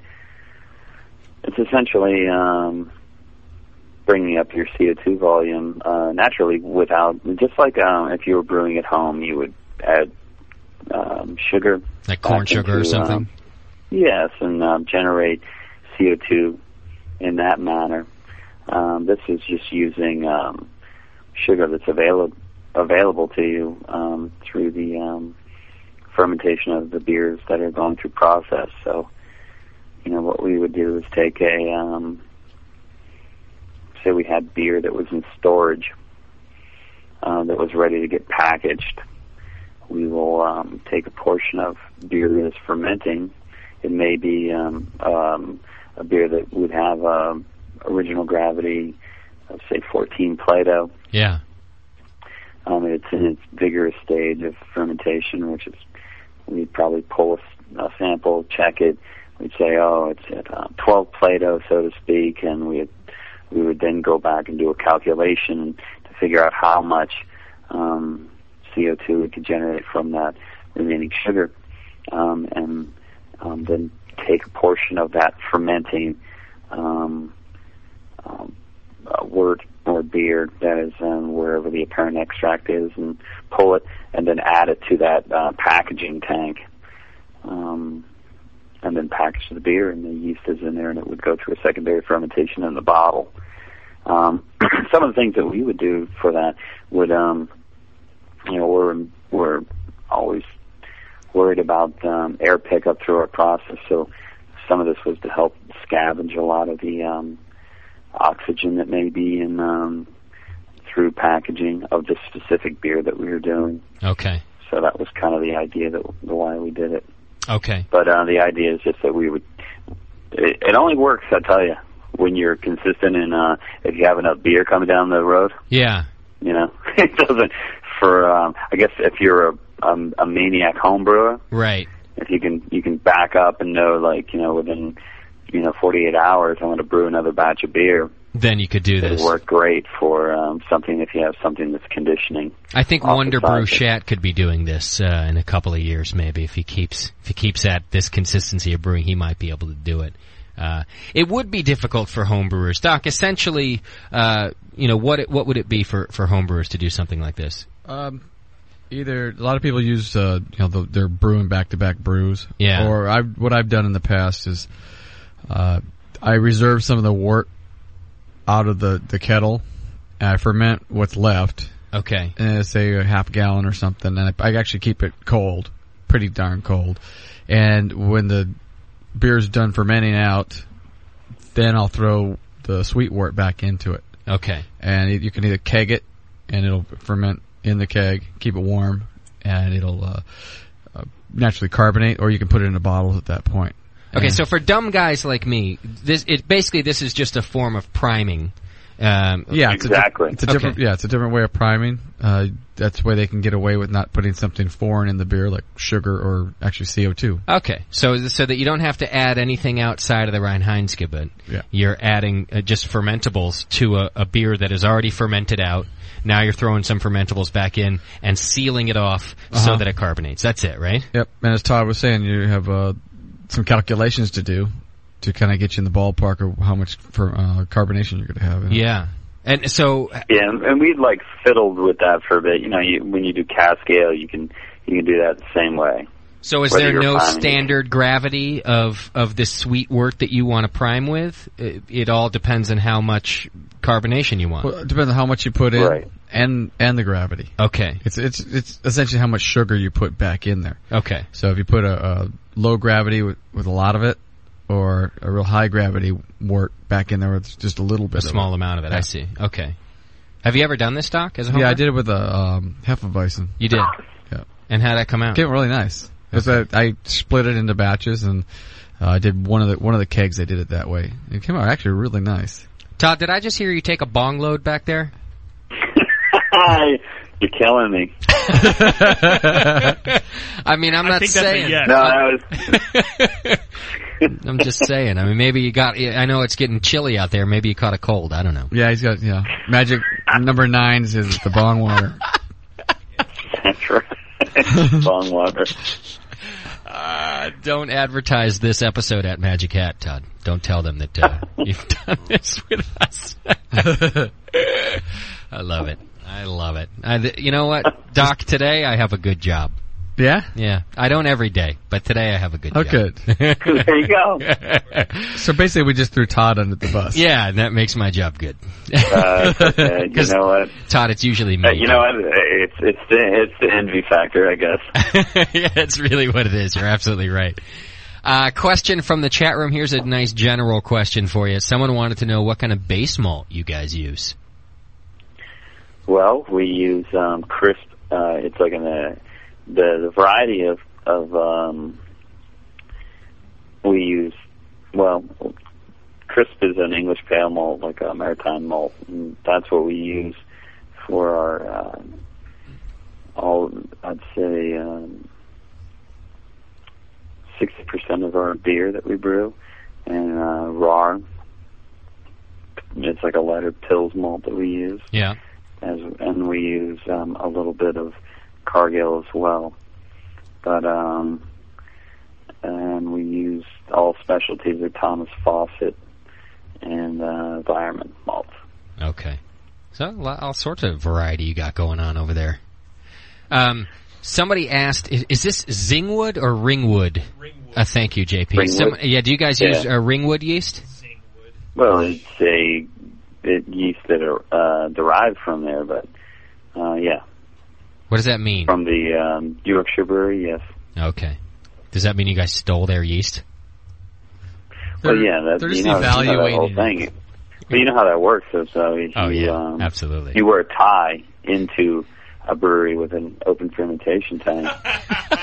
Speaker 16: it's essentially um, bringing up your CO2 volume uh, naturally without, just like um, if you were brewing at home, you would add um, sugar.
Speaker 2: Like corn
Speaker 16: back
Speaker 2: sugar or
Speaker 16: into,
Speaker 2: something?
Speaker 16: um, yes, and um, generate CO2 in that manner. Um, this is just using um, sugar that's available available to you um, through the um, fermentation of the beers that are going through process. So, you know, what we would do is take a um, say we had beer that was in storage uh, that was ready to get packaged. We will um, take a portion of beer that is fermenting. It may be um, um, a beer that would have um original gravity of say 14 Plato.
Speaker 2: Yeah.
Speaker 16: Um, it's in its vigorous stage of fermentation, which is we'd probably pull a, s- a sample, check it. We'd say, oh, it's at uh, 12 Plato, so to speak, and we we would then go back and do a calculation to figure out how much um, CO2 we could generate from that remaining sugar, um, and um, then take a portion of that fermenting um, um, uh, wort or beer that is um, wherever the apparent extract is, and pull it, and then add it to that uh, packaging tank, um, and then package the beer, and the yeast is in there, and it would go through a secondary fermentation in the bottle. Um, some of the things that we would do for that would, um, you know, we're we're always worried about um, air pickup through our process, so some of this was to help scavenge a lot of the um, oxygen that may be in um, through packaging of the specific beer that we were doing.
Speaker 2: Okay.
Speaker 16: So that was kind of the idea that why we did it.
Speaker 2: Okay.
Speaker 16: But uh, the idea is just that we would. It, it only works, I tell you, when you're consistent and uh, if you have enough beer coming down the road.
Speaker 2: Yeah.
Speaker 16: You know, it doesn't. For um, I guess if you're a, um, a maniac home brewer,
Speaker 2: Right.
Speaker 16: if you can you can back up and know like you know within you know 48 hours I'm going to brew another batch of beer.
Speaker 2: Then you could do
Speaker 16: It
Speaker 2: this.
Speaker 16: would work great for um, something if you have something that's conditioning.
Speaker 2: I think
Speaker 16: off the
Speaker 2: Wonder
Speaker 16: side.
Speaker 2: Brew Shat could be doing this uh, in a couple of years, maybe if he keeps if he keeps at this consistency of brewing, he might be able to do it. Uh, it would be difficult for homebrewers, Doc. Essentially, uh, you know what it, what would it be for for homebrewers to do something like this?
Speaker 4: Um, either a lot of people use uh, you know the, they're brewing back to back brews.
Speaker 2: Yeah.
Speaker 4: Or I what I've done in the past is uh, I reserve some of the wort out of the the kettle. And I ferment what's left.
Speaker 2: Okay.
Speaker 4: And it's, say a half gallon or something, and I, I actually keep it cold, pretty darn cold. And when the beer's done fermenting out, then I'll throw the sweet wort back into it.
Speaker 2: Okay.
Speaker 4: And it- you can either keg it, and it'll ferment in the keg, keep it warm, and it'll uh, uh, naturally carbonate, or you can put it in a bottle at that point.
Speaker 2: Okay,
Speaker 4: And-
Speaker 2: so for dumb guys like me, this it basically this is just a form of priming. Um,
Speaker 4: Yeah, it's A, di- it's a
Speaker 2: Okay.
Speaker 4: different. Yeah, it's a different way of priming. Uh, that's the way they can get away with not putting something foreign in the beer, like sugar or actually CO two.
Speaker 2: Okay, so so that you don't have to add anything outside of the Reinheitsgebot.
Speaker 4: Yeah.
Speaker 2: You're adding uh, just fermentables to a, a beer that is already fermented out. Now you're throwing some fermentables back in and sealing it off so
Speaker 4: Uh-huh.
Speaker 2: that it carbonates. That's it, right?
Speaker 4: Yep. And as Todd was saying, you have uh, some calculations to do to kind of get you in the ballpark of how much for, uh, carbonation you're going to have. In it.
Speaker 2: Yeah. And so
Speaker 16: Yeah, and, and we'd like fiddled with that for a bit. You know, you, when you do cast scale, you can you can do that the same way.
Speaker 2: so is
Speaker 16: Whether
Speaker 2: there
Speaker 16: you're
Speaker 2: no
Speaker 16: priming-
Speaker 2: standard gravity of of this sweet wort that you want to prime with? It, it all depends on how much carbonation you want.
Speaker 4: Well, it depends on how much you put in
Speaker 2: Right.
Speaker 4: and and the gravity.
Speaker 2: Okay.
Speaker 4: It's it's it's essentially how much sugar you put back in there.
Speaker 2: Okay.
Speaker 4: So if you put a, a low gravity with, with a lot of it, or a real high gravity wort back in there with just a little bit,
Speaker 2: a small
Speaker 4: of it.
Speaker 2: amount of it. I
Speaker 4: Yeah.
Speaker 2: see. Okay. Have you ever done this, Doc? As a
Speaker 4: Yeah, I
Speaker 2: homebrewed?
Speaker 4: did it with a um, Hefeweizen.
Speaker 2: You did.
Speaker 4: Yeah.
Speaker 2: And how'd that come out?
Speaker 4: Came out really nice. It was a- I split it into batches and uh, I did one of the one of the kegs. I did it that way. It came out actually really nice.
Speaker 2: Todd, did I just hear you take a bong load back there?
Speaker 16: You're killing me.
Speaker 2: I mean, I'm
Speaker 16: I
Speaker 2: not
Speaker 16: think that's a
Speaker 2: saying.
Speaker 16: yes. No,
Speaker 2: I'm just saying. I mean, maybe you got. I know it's getting chilly out there. Maybe you caught a cold. I don't know.
Speaker 4: Yeah, he's got yeah. Magic number nine is the bong water.
Speaker 16: That's right. Bong water.
Speaker 2: Uh, don't advertise this episode at Magic Hat, Todd. Don't tell them that uh, you've done this with us. I love it. I love it. I, Uh, th- you know what, Doc? Today I have a good job.
Speaker 3: Yeah?
Speaker 2: Yeah. I don't every day, but today I have a good
Speaker 3: Oh,
Speaker 2: job.
Speaker 3: good.
Speaker 2: there
Speaker 16: you go.
Speaker 3: So basically, we just threw Todd under the bus.
Speaker 2: Yeah, and that makes my job good.
Speaker 16: Uh, it's okay. you
Speaker 2: 'Cause,
Speaker 16: know what?
Speaker 2: Todd, it's usually me.
Speaker 16: Uh, you know what? It's it's the it's the envy factor, I guess.
Speaker 2: yeah, that's really what it is. You're absolutely right. Uh, question from the chat room. Here's a nice general question for you. Someone wanted to know what kind of base malt you guys use.
Speaker 16: Well, we use um, crisp. Uh, it's like an uh, the the variety of of um, we use. Well, crisp is an English pale malt, like a maritime malt. And that's what we use for our uh, all. I'd say um, sixty percent of our beer that we brew, and uh, raw. It's like a lighter pills malt that we use
Speaker 2: Yeah.
Speaker 16: as and we use um, a little bit of Cargill as well. But um, and we use all specialties of Thomas Fawcett and uh, Environment Malt.
Speaker 2: Okay. So lo- all sorts of variety you got going on over there. Um, somebody asked, is, is this Zingwood or Ringwood? Ringwood. Uh, thank you, JP.
Speaker 16: Ringwood.
Speaker 2: Some- yeah. Do you guys
Speaker 16: Yeah.
Speaker 2: use uh, Ringwood yeast?
Speaker 16: Well, it's a it, yeast that are uh, derived from there, but uh, yeah,
Speaker 2: What does that mean?
Speaker 16: from the um, Yorkshire Brewery, yes.
Speaker 2: Okay. Does that mean you guys stole their yeast?
Speaker 16: well, yeah, that, you know, You know that whole thing. But you know how that works. So, so if
Speaker 2: Oh,
Speaker 16: you,
Speaker 2: yeah,
Speaker 16: um,
Speaker 2: absolutely.
Speaker 16: You wear a tie into a brewery with an open fermentation tank,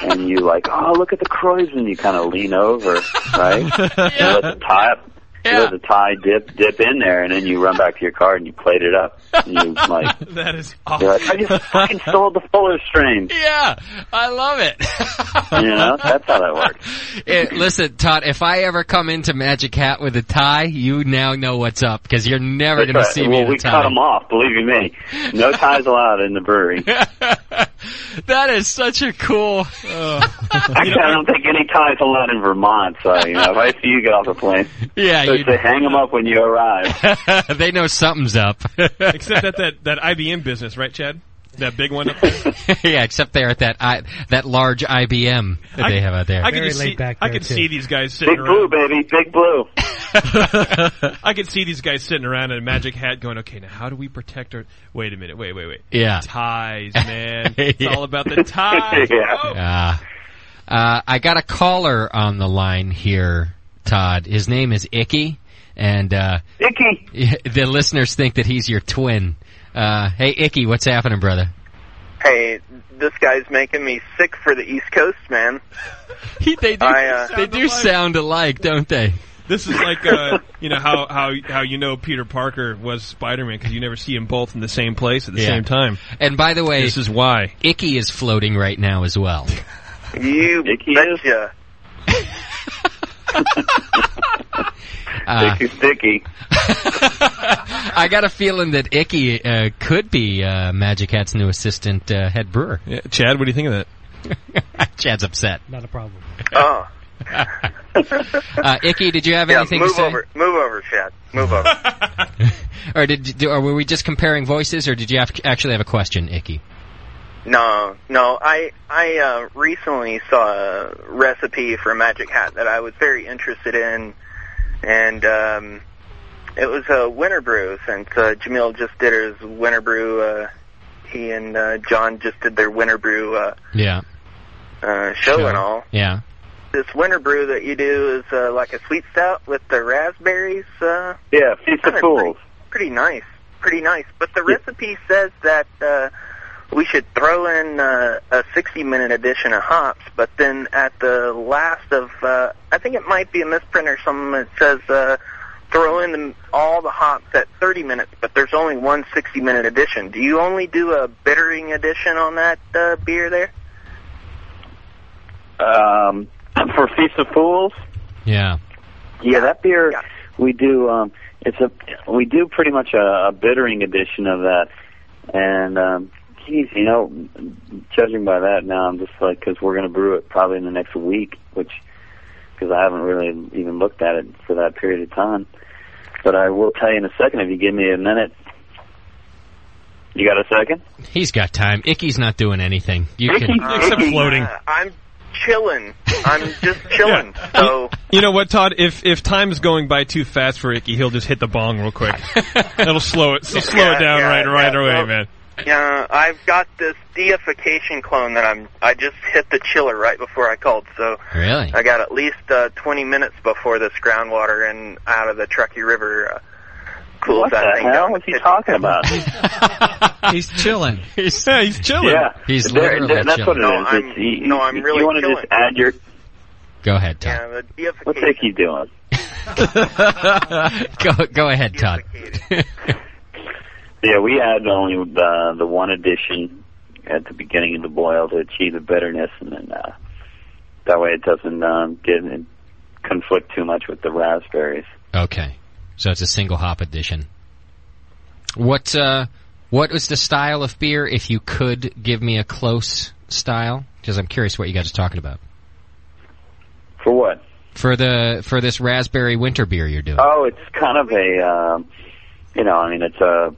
Speaker 16: and you like, oh, look at the Croizen. You kind of lean over, right? You let the tie up. You let the tie dip dip in there, and then you run back to your car and you plate it up. And you like,
Speaker 5: that is
Speaker 2: Oh.
Speaker 16: you're like, I just fucking stole the Fuller strain.
Speaker 2: Yeah, I love it.
Speaker 16: You know, that's how that works.
Speaker 2: Eh, listen, Todd, if I ever come into Magic Hat with a tie, you now know what's up because you're never
Speaker 16: That's
Speaker 2: going to
Speaker 16: right.
Speaker 2: see me
Speaker 16: well,
Speaker 2: in
Speaker 16: we
Speaker 2: a tie.
Speaker 16: cut them off. Believe you me, no ties allowed in the brewery.
Speaker 2: That is such a cool. uh,
Speaker 16: Actually, I don't think any ties allowed in Vermont. So you know, if I see you get off the plane,
Speaker 2: Yeah,
Speaker 16: they
Speaker 2: you-
Speaker 16: say hang them up when you arrive.
Speaker 2: they know something's up.
Speaker 5: Except that, that that IBM business, right, Chad? That big one up there.
Speaker 2: yeah, except they're at that I, that large IBM that
Speaker 5: I-
Speaker 2: they have out there.
Speaker 5: I could just see, I could see these guys sitting
Speaker 16: Big blue,
Speaker 5: around.
Speaker 16: baby, big blue.
Speaker 5: I could see these guys sitting around in a magic hat, going, "Okay, now how do we protect our? Wait a minute, wait, wait, wait.
Speaker 2: Yeah.
Speaker 5: ties, man. It's
Speaker 2: Yeah.
Speaker 5: all about the ties.
Speaker 16: Yeah.
Speaker 5: Oh.
Speaker 2: Uh, uh, I got a caller on the line here, Todd. His name is Icky, and uh,
Speaker 16: Icky.
Speaker 2: The listeners think that he's your twin. Uh, hey, Icky, what's happening, brother?
Speaker 10: Hey, this guy's making me sick for the East Coast, man.
Speaker 2: they do.
Speaker 10: I, uh,
Speaker 2: they do sound alike, don't they?
Speaker 5: This is like uh, you know how how how you know Peter Parker was Spider Man because you never see them both in the same place at the
Speaker 2: Yeah.
Speaker 5: same time.
Speaker 2: And by the way,
Speaker 5: this is why
Speaker 2: Icky is floating right now as well.
Speaker 10: You betcha.
Speaker 2: Uh,
Speaker 16: Sticky, sticky.
Speaker 2: I got a feeling that Icky uh, could be uh, Magic Hat's new assistant uh, head brewer.
Speaker 5: Chad, what do you think of
Speaker 2: that? Chad's upset.
Speaker 6: Not a problem.
Speaker 10: Oh.
Speaker 2: Uh, Icky, did you have
Speaker 10: yeah,
Speaker 2: anything
Speaker 10: move
Speaker 2: to say?
Speaker 10: over. Move over, Chad. Move over.
Speaker 2: Or did do, or were we just comparing voices, or did you have, actually have a question, Icky?
Speaker 10: No, no. I I uh, recently saw a recipe for a magic hat that I was very interested in, and um, it was a winter brew. Since uh, Jamil just did his winter brew, uh, he and uh, John just did their winter brew uh,
Speaker 2: Yeah.
Speaker 10: uh, show and all.
Speaker 2: Yeah.
Speaker 10: This winter brew that you do is uh, like a sweet stout with the raspberries. Uh,
Speaker 16: Yeah, feast of
Speaker 10: Kinda
Speaker 16: fools.
Speaker 10: pretty nice, pretty nice. But the recipe says that uh, we should throw in uh, a 60-minute addition of hops. But then at the last of, uh, I think it might be a misprint or something. It says uh, throw in the, all the hops at 30 minutes, but there's only one 60-minute addition. Do you only do a bittering addition on that uh, beer there?
Speaker 16: Um, for feast of fools.
Speaker 2: Yeah.
Speaker 16: Yeah, that beer we do. Um, it's a we do pretty much a, a bittering edition of that, and um, geez, you know, judging by that now, I'm just like because we're gonna brew it probably in the next week, which because I haven't really even looked at it for that period of time. But I will tell you in a second if you give me a minute. You got a second?
Speaker 2: He's got time. Icky's not doing anything. You can
Speaker 10: Icky, uh, I'm chilling. I'm just chilling. So
Speaker 5: You know what, Todd? If if time is going by too fast for Icky, he'll just hit the bong real quick. It'll slow it. So slow it
Speaker 10: Yeah,
Speaker 5: down
Speaker 10: yeah,
Speaker 5: right right
Speaker 10: yeah,
Speaker 5: away,
Speaker 10: well-
Speaker 5: man.
Speaker 10: yeah, I've got this deification clone that I'm. I just hit the chiller right before I called, so
Speaker 2: Really?
Speaker 10: I got at least uh, 20 minutes before this groundwater and out of the Truckee River uh, cools
Speaker 16: What
Speaker 10: that
Speaker 16: the
Speaker 10: thing
Speaker 16: hell?
Speaker 10: down.
Speaker 16: What's he talking about?
Speaker 3: he's chilling.
Speaker 5: He's, yeah, he's chilling.
Speaker 16: Yeah, There- there- that's what it is.
Speaker 10: No, I'm,
Speaker 16: It's- you,
Speaker 10: no, I'm
Speaker 16: you-
Speaker 10: really
Speaker 16: You want to
Speaker 10: chilling.
Speaker 16: just add your.
Speaker 2: Go ahead, Todd.
Speaker 10: yeah, the deification.
Speaker 16: What's Icky doing?
Speaker 2: go go ahead, Todd.
Speaker 16: Yeah, we add only uh, the one addition at the beginning of the boil to achieve the bitterness, and then uh, that way it doesn't um, get it conflict too much with the raspberries.
Speaker 2: Okay, so it's a single hop edition. What uh, what was the style of beer? If you could give me a close style, because I'm curious what you guys are talking about
Speaker 16: For what?
Speaker 2: for the for this raspberry winter beer you're doing.
Speaker 16: Oh, it's kind of a, um, you know, I mean, it's a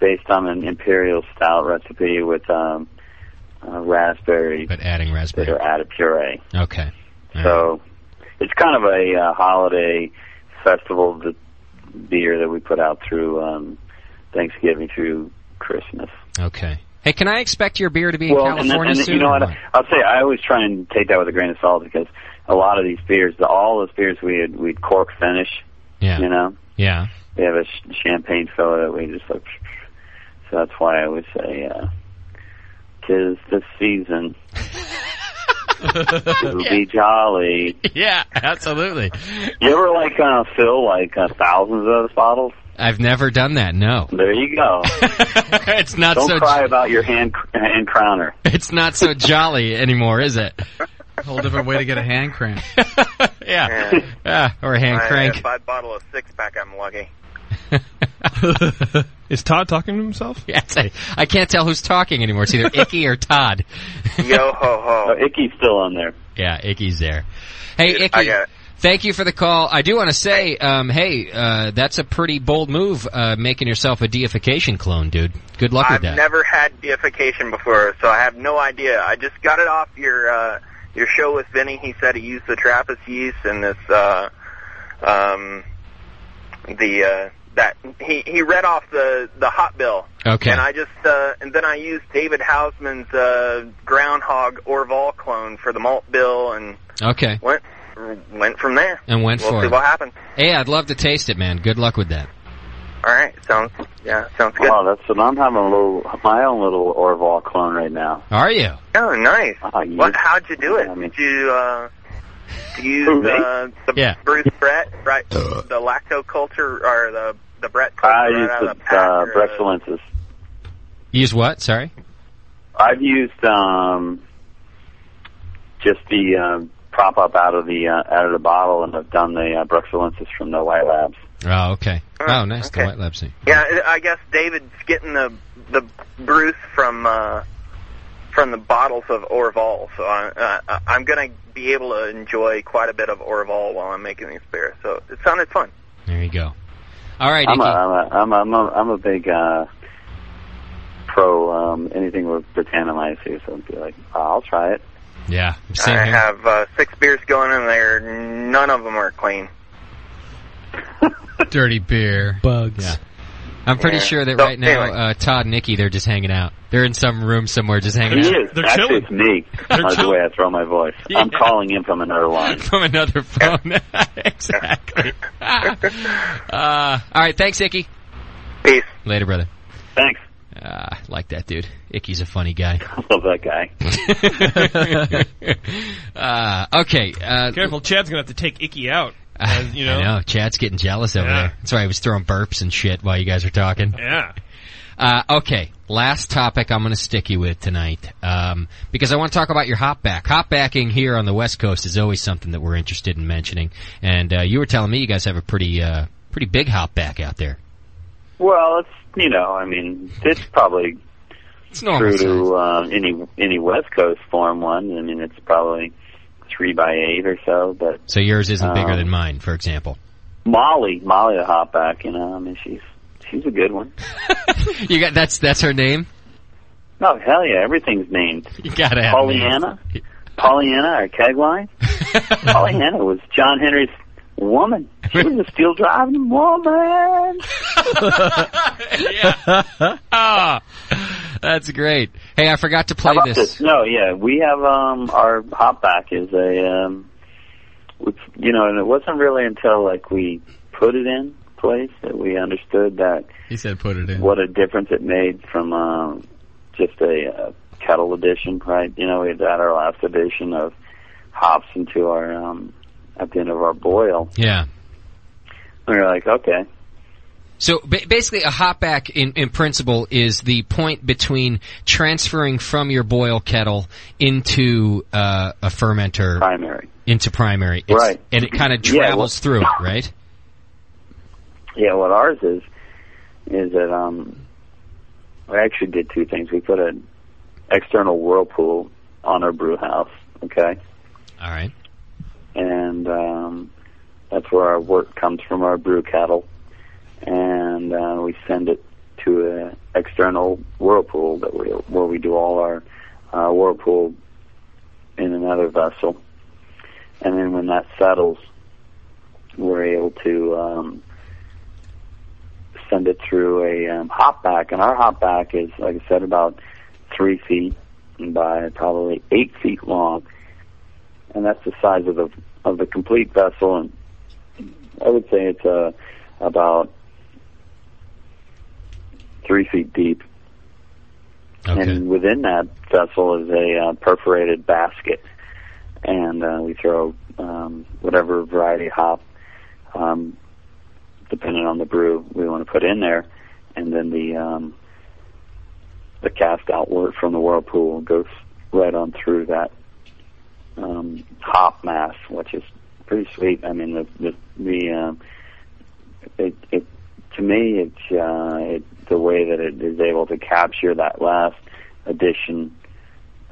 Speaker 16: based on an imperial stout recipe with um, uh, raspberry,
Speaker 2: but adding raspberry
Speaker 16: that are added puree.
Speaker 2: Okay,
Speaker 16: So it's kind of a uh, holiday festival the beer that we put out through um, Thanksgiving through Christmas.
Speaker 2: okay. Hey, can I expect your beer to be
Speaker 16: well,
Speaker 2: in
Speaker 16: and, then-
Speaker 2: California
Speaker 16: and then-
Speaker 2: soon?
Speaker 16: you know
Speaker 2: or
Speaker 16: what?
Speaker 2: what?
Speaker 16: I'll say I always try and take that with a grain of salt because a lot of these beers, the, all those beers we had, we'd cork finish.
Speaker 2: Yeah.
Speaker 16: You know,
Speaker 2: Yeah.
Speaker 16: we have a sh- champagne filler that we just like. So that's why I always say, uh, "Tis the season." It'll be jolly.
Speaker 2: Yeah, absolutely.
Speaker 16: You ever like uh, fill like uh, thousands of those bottles?
Speaker 2: I've never done that. No,
Speaker 16: There you go.
Speaker 2: it's not
Speaker 16: Don't
Speaker 2: so.
Speaker 16: cry about your hand hand crowner.
Speaker 2: It's not so jolly anymore, is it?
Speaker 3: Whole different way to get a hand crank.
Speaker 2: yeah. Yeah, or a hand
Speaker 10: I,
Speaker 2: crank.
Speaker 10: If I bottle a six pack, I'm lucky.
Speaker 5: Is Todd talking to himself?
Speaker 2: Yes, I, I can't tell who's talking anymore. It's either Icky or Todd.
Speaker 10: Yo ho ho.
Speaker 16: Icky's still on there.
Speaker 2: Yeah, Icky's there. Hey, Icky. Thank you for the call. I do want to say, um, hey, uh, that's a pretty bold move, uh, making yourself a deification clone, dude. Good luck
Speaker 10: I've
Speaker 2: with that.
Speaker 10: never had deification before, so I have no idea. I just got it off your uh, your show with Vinny. He said he used the Trappist yeast and this uh, um, the uh, that he he read off the the hot bill.
Speaker 2: Okay.
Speaker 10: And I just uh, and then I used David Hausman's uh, groundhog Orval clone for the malt bill and
Speaker 2: okay.
Speaker 10: went went from there.
Speaker 2: And went
Speaker 10: we'll
Speaker 2: for
Speaker 10: see
Speaker 2: it.
Speaker 10: what happens.
Speaker 2: Hey, I'd love to taste it, man. Good luck with that.
Speaker 10: All right, sounds yeah, sounds good.
Speaker 16: Oh, that's what I'm having a little my own little Orval clone right now.
Speaker 2: Are you?
Speaker 10: Oh, nice.
Speaker 16: Oh, you-
Speaker 10: What? How'd you do it? Did you uh, do you
Speaker 16: Who,
Speaker 10: use
Speaker 16: me?
Speaker 10: uh, the
Speaker 16: Yeah.
Speaker 10: Bruce Brett, right? the lacto culture or the the Brett culture
Speaker 16: I
Speaker 10: right out of
Speaker 16: use
Speaker 10: the
Speaker 16: the
Speaker 10: pack?
Speaker 16: uh,
Speaker 10: or the-
Speaker 16: Brexelensis.
Speaker 2: Use what? Sorry.
Speaker 16: I've used um, just the um, prop up out of the uh, out of the bottle, and I've done the uh, Brexelensis from the White Labs.
Speaker 2: Oh, okay. Oh, nice. The
Speaker 10: okay.
Speaker 2: white lab seed.
Speaker 10: Yeah, I- I guess David's getting the the Bruce from uh, from the bottles of Orval, so I, uh, I'm gonna be able to enjoy quite a bit of Orval while I'm making these beers. So it sounded fun.
Speaker 2: There you go. All right,
Speaker 16: I'm a,
Speaker 2: Icky.
Speaker 16: I'm a, I'm a, I'm a, I'm a big uh, pro um, anything with Britannomyces. So I'd be like, I'll try it.
Speaker 2: Yeah. Same
Speaker 10: I
Speaker 2: here.
Speaker 10: have uh, six beers going in there. None of them are clean.
Speaker 3: Dirty beer.
Speaker 6: Bugs.
Speaker 2: Yeah. I'm pretty
Speaker 3: Yeah.
Speaker 2: sure that
Speaker 3: So,
Speaker 2: right now,
Speaker 3: anyway.
Speaker 2: uh, Todd and Icky, they're just hanging out. They're in some room somewhere just hanging
Speaker 16: He
Speaker 2: out.
Speaker 16: is. Actually, it's me. That's the way I throw my voice. I'm
Speaker 2: Yeah.
Speaker 16: calling in from another line.
Speaker 2: From another phone. exactly. uh, all right. Thanks, Icky.
Speaker 10: Peace.
Speaker 2: Later, brother.
Speaker 16: Thanks.
Speaker 2: Uh, I like that dude. Icky's a funny guy.
Speaker 16: Love that guy.
Speaker 2: uh, okay. Uh,
Speaker 5: Careful, Chad's gonna have to take Icky out. uh, you know.
Speaker 2: I know. Chad's getting jealous over
Speaker 5: Yeah.
Speaker 2: there. That's why he was throwing burps and shit while you guys were talking.
Speaker 5: Yeah.
Speaker 2: Uh, okay, last topic I'm going to stick you with tonight um, because I want to talk about your hop back. Hop backing here on the West Coast is always something that we're interested in mentioning. And uh, you were telling me you guys have a pretty uh, pretty big hop back out there.
Speaker 16: Well, it's you know, I mean, it's probably
Speaker 2: normal
Speaker 16: true to uh, any any West Coast farm one. I mean, it's probably it's three by eight or so. But
Speaker 2: So yours isn't bigger
Speaker 16: Um,
Speaker 2: than mine, for example.
Speaker 16: Molly, Molly the Hopback, you know, I mean, she's she's a good one.
Speaker 2: You got that's that's her name.
Speaker 16: Oh hell yeah, everything's named. You
Speaker 2: gotta have
Speaker 16: Pollyanna, Pollyanna or Kegline. Pollyanna was John Henry's woman. She was a steel driving woman.
Speaker 2: yeah. Ah, that's great. Hey, I forgot to
Speaker 16: How
Speaker 2: play
Speaker 16: about
Speaker 2: this.
Speaker 16: this? No, yeah, we have um our Hopback is a um, it's, you know, and it wasn't really until like we put it in place that we understood that
Speaker 3: He said put it in.
Speaker 16: what a difference it made from um, just a uh, kettle edition, right? You know, we had had our last edition of hops into our um, at the end of our boil.
Speaker 2: Yeah.
Speaker 16: We were like, okay,
Speaker 2: So ba- basically, a hopback in, in principle is the point between transferring from your boil kettle into uh, a fermenter,
Speaker 16: primary,
Speaker 2: into primary, It's-
Speaker 16: Right.
Speaker 2: and it kind of
Speaker 16: Yeah, well-
Speaker 2: travels through it, right?
Speaker 16: yeah, what ours is is that um, we actually did two things. We put an external whirlpool on our brew house, okay,
Speaker 2: All right.
Speaker 16: and um, that's where our work comes from our brew kettle, and uh, we send it to an external whirlpool that we where we do all our uh, whirlpool in another vessel, and then when that settles, we're able to um, send it through a um, hop back, and our hop back is like I said about three feet by probably eight feet long, and that's the size of the of the complete vessel, and I would say it's uh, about three feet deep. And within that vessel is a uh, perforated basket, and uh, we throw um, whatever variety hop, um, depending on the brew, we want to put in there, and then the um, the cast outward from the whirlpool goes right on through that um, hop mass, which is pretty sweet. I mean, the the, the um, it, it to me, it's uh, it, the way that it is able to capture that last addition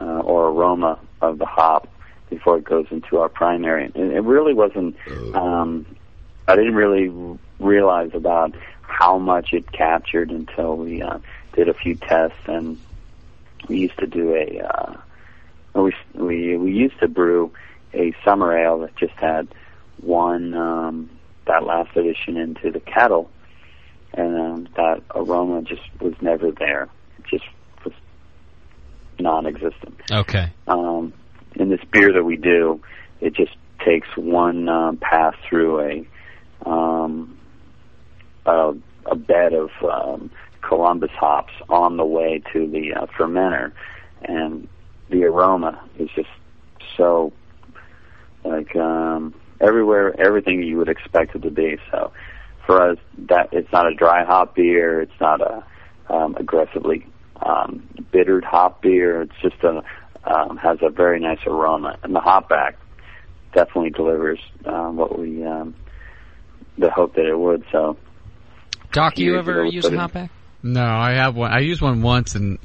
Speaker 16: uh, or aroma of the hop before it goes into our primary. And it really wasn't. Um, I didn't really realize about how much it captured until we uh, did a few tests, and we used to do a. Uh, we we we used to brew a summer ale that just had one um, that last addition into the kettle, and um, that aroma just was never there. It just was non-existent.
Speaker 2: Okay.
Speaker 16: Um, in this beer that we do, it just takes one um, pass through a um, a, a bed of um, Columbus hops on the way to the uh, fermenter, and the aroma is just so like um, everywhere, everything you would expect it to be. So for us, that it's not a dry hop beer. It's not a um, aggressively um, bittered hop beer. It's just a um, has a very nice aroma, and the hop back definitely delivers um, what we um, the hope that it would. So,
Speaker 2: Doc,
Speaker 3: you
Speaker 2: you
Speaker 3: Yeah,
Speaker 2: ever
Speaker 3: ever
Speaker 2: use
Speaker 3: use
Speaker 2: a
Speaker 3: a but it-
Speaker 2: hopback?
Speaker 3: No, I have one. I used one once and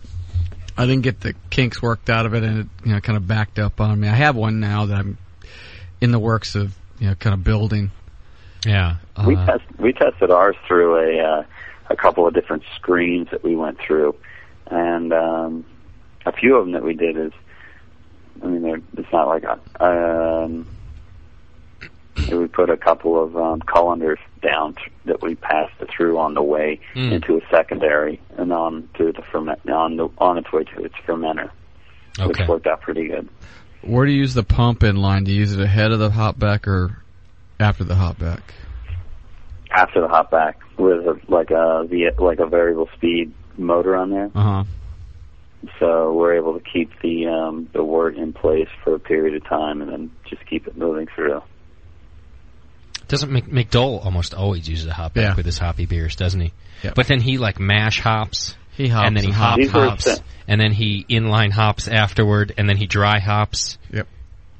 Speaker 3: I didn't get the kinks worked out of it, and it you know kind of backed up on me. I have one now that I'm in the works of you know kind of building. Uh,
Speaker 2: Yeah.
Speaker 16: we test we tested ours through a uh, a couple of different screens that we went through, and um, a few of them that we did is, I mean, they're, it's not like a, um, we put a couple of um, colanders down th- that we passed it through on the way
Speaker 2: Mm.
Speaker 16: into a secondary and on to the ferment on the on its way to its fermenter, which
Speaker 3: Okay.
Speaker 16: worked out pretty good.
Speaker 3: Where do you use the pump in line? Do you use it ahead of the hop back or after the hop back?
Speaker 16: after the hop back with a, like a V- like a variable speed motor on there,
Speaker 2: Uh-huh.
Speaker 3: Uh huh.
Speaker 16: so we're able to keep the um, the wort in place for a period of time and then just keep it moving through.
Speaker 2: Doesn't Mc, McDowell almost always uses a hopback
Speaker 3: Yeah.
Speaker 2: with his hoppy beers, doesn't he? But then he like mash hops.
Speaker 3: He hops
Speaker 2: and then he
Speaker 3: and
Speaker 2: hop
Speaker 3: hops.
Speaker 2: hops,
Speaker 3: These are-
Speaker 2: and then he inline hops afterward, and then he dry hops.
Speaker 3: Yep.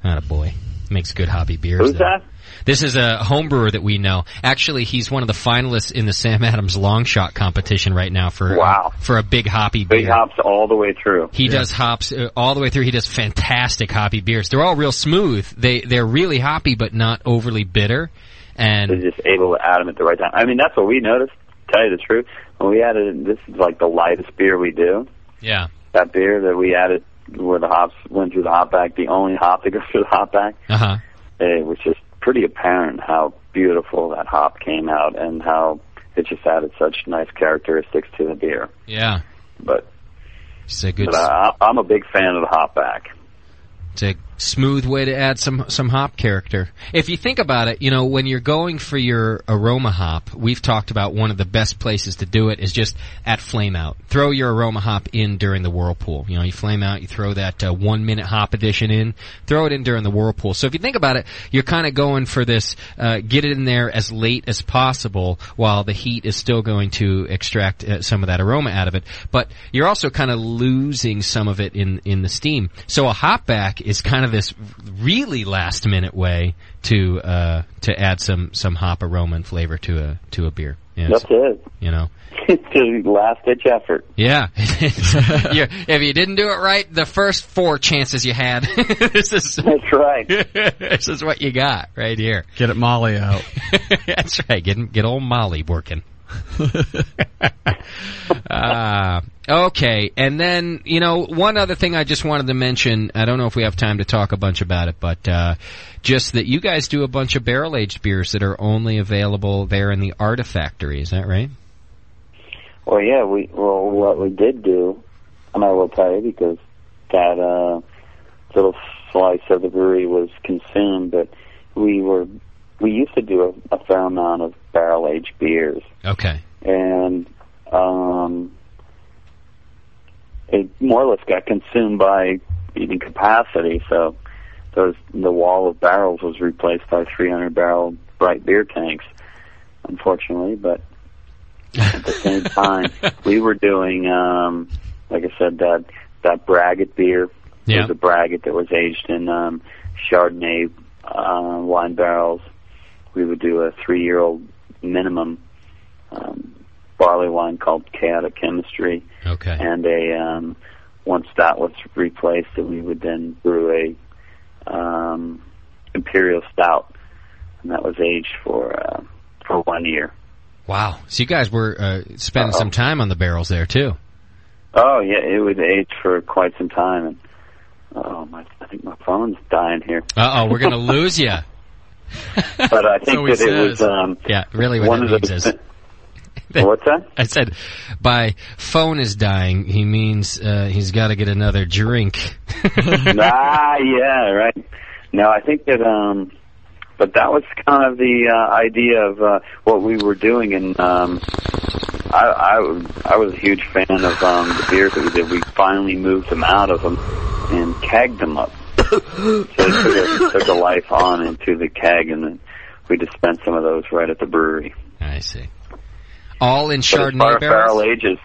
Speaker 2: Not a boy. Makes good hobby beers.
Speaker 16: Who's
Speaker 2: though.
Speaker 16: that?
Speaker 2: This is a home brewer that we know. Actually, he's one of the finalists in the Sam Adams long shot competition right now for wow. for a big hoppy beer.
Speaker 16: Big hops all the way through.
Speaker 2: He does hops uh, all the way through. He does fantastic hoppy beers. They're all real smooth. They they're really hoppy, but not overly bitter. And
Speaker 16: They're just able to add them at the right time. I mean, that's what we noticed. To tell you the truth, when we added this is like the lightest beer we do.
Speaker 2: yeah,
Speaker 16: That beer that we added where the hops went through the hop back, the only hop that goes through the hop back,
Speaker 2: uh huh.
Speaker 16: it was just pretty apparent how beautiful that hop came out and how it just added such nice characteristics to the beer.
Speaker 2: Yeah.
Speaker 16: But
Speaker 2: It's a good,
Speaker 16: But I, I'm a big fan of the hop back.
Speaker 2: it's a smooth way to add some some hop character. If you think about it, you know when you're going for your aroma hop, we've talked about one of the best places to do it is just at flame out. Throw your aroma hop in during the whirlpool. You know, you flame out, you throw that uh, one minute hop edition in, throw it in during the whirlpool. So if you think about it, you're kind of going for this uh, get it in there as late as possible while the heat is still going to extract uh, some of that aroma out of it. But you're also kind of losing some of it in in the steam. So a hop back is kind of this really last minute way to uh, to add some some hop aroma and flavor to a to a beer. Yeah,
Speaker 16: That's
Speaker 2: so,
Speaker 16: it.
Speaker 2: you know.
Speaker 16: It's the last ditch effort.
Speaker 2: Yeah. you if you didn't do it right, the first four chances you had, this is
Speaker 16: that's right.
Speaker 2: this is what you got right here. Get it, Molly out. that's right. Get get old Molly working. uh, okay, and then you know one other thing I just wanted to mention. I don't know if we have time to talk a bunch about it, but uh, just that you guys do a bunch of barrel aged beers that are only available there in the Artifactory. Is that right?
Speaker 16: Well, yeah, we well what we did do, and I will tell you because that uh, little slice of the brewery was consumed, but we were we used to do a, a fair amount of barrel aged beers,
Speaker 2: Okay.
Speaker 16: and um, it more or less got consumed by eating capacity. So those the wall of barrels was replaced by 300 barrel bright beer tanks, unfortunately. But at the same time, we were doing, um, like I said, that that braggot beer
Speaker 2: Yeah.
Speaker 16: was a braggot that was aged in um, Chardonnay uh, wine barrels. We would do a three-year-old minimum um, barley wine called Chaotic Chemistry,
Speaker 2: Okay.
Speaker 16: and a um, once that was replaced, that we would then brew a um, imperial stout, and that was aged for uh, for one year.
Speaker 2: Wow. So you guys were uh, spending some time on the barrels there too.
Speaker 16: Oh yeah, it was aged for quite some time, and oh my, I think my phone's dying here.
Speaker 2: Uh oh, we're gonna lose you.
Speaker 16: But I think
Speaker 2: So he
Speaker 16: that it was
Speaker 2: says.
Speaker 16: um,
Speaker 2: Yeah, really what
Speaker 16: one
Speaker 2: that
Speaker 16: of
Speaker 2: means
Speaker 16: the,
Speaker 2: is-
Speaker 16: What's that?
Speaker 2: I said, by phone is dying, he means uh, he's got to get another drink.
Speaker 16: ah, yeah, right. No, I think that, um, but that was kind of the uh, idea of uh, what we were doing, and um, I, I, was- I was a huge fan of um, the beers that we did. We finally moved them out of them and kegged them up. so it took a, took a life on into the keg, and then we dispensed some of those right at the brewery.
Speaker 2: I see. All in
Speaker 16: But as far
Speaker 2: Chardonnay
Speaker 16: as barrel
Speaker 2: barrels.
Speaker 16: ages.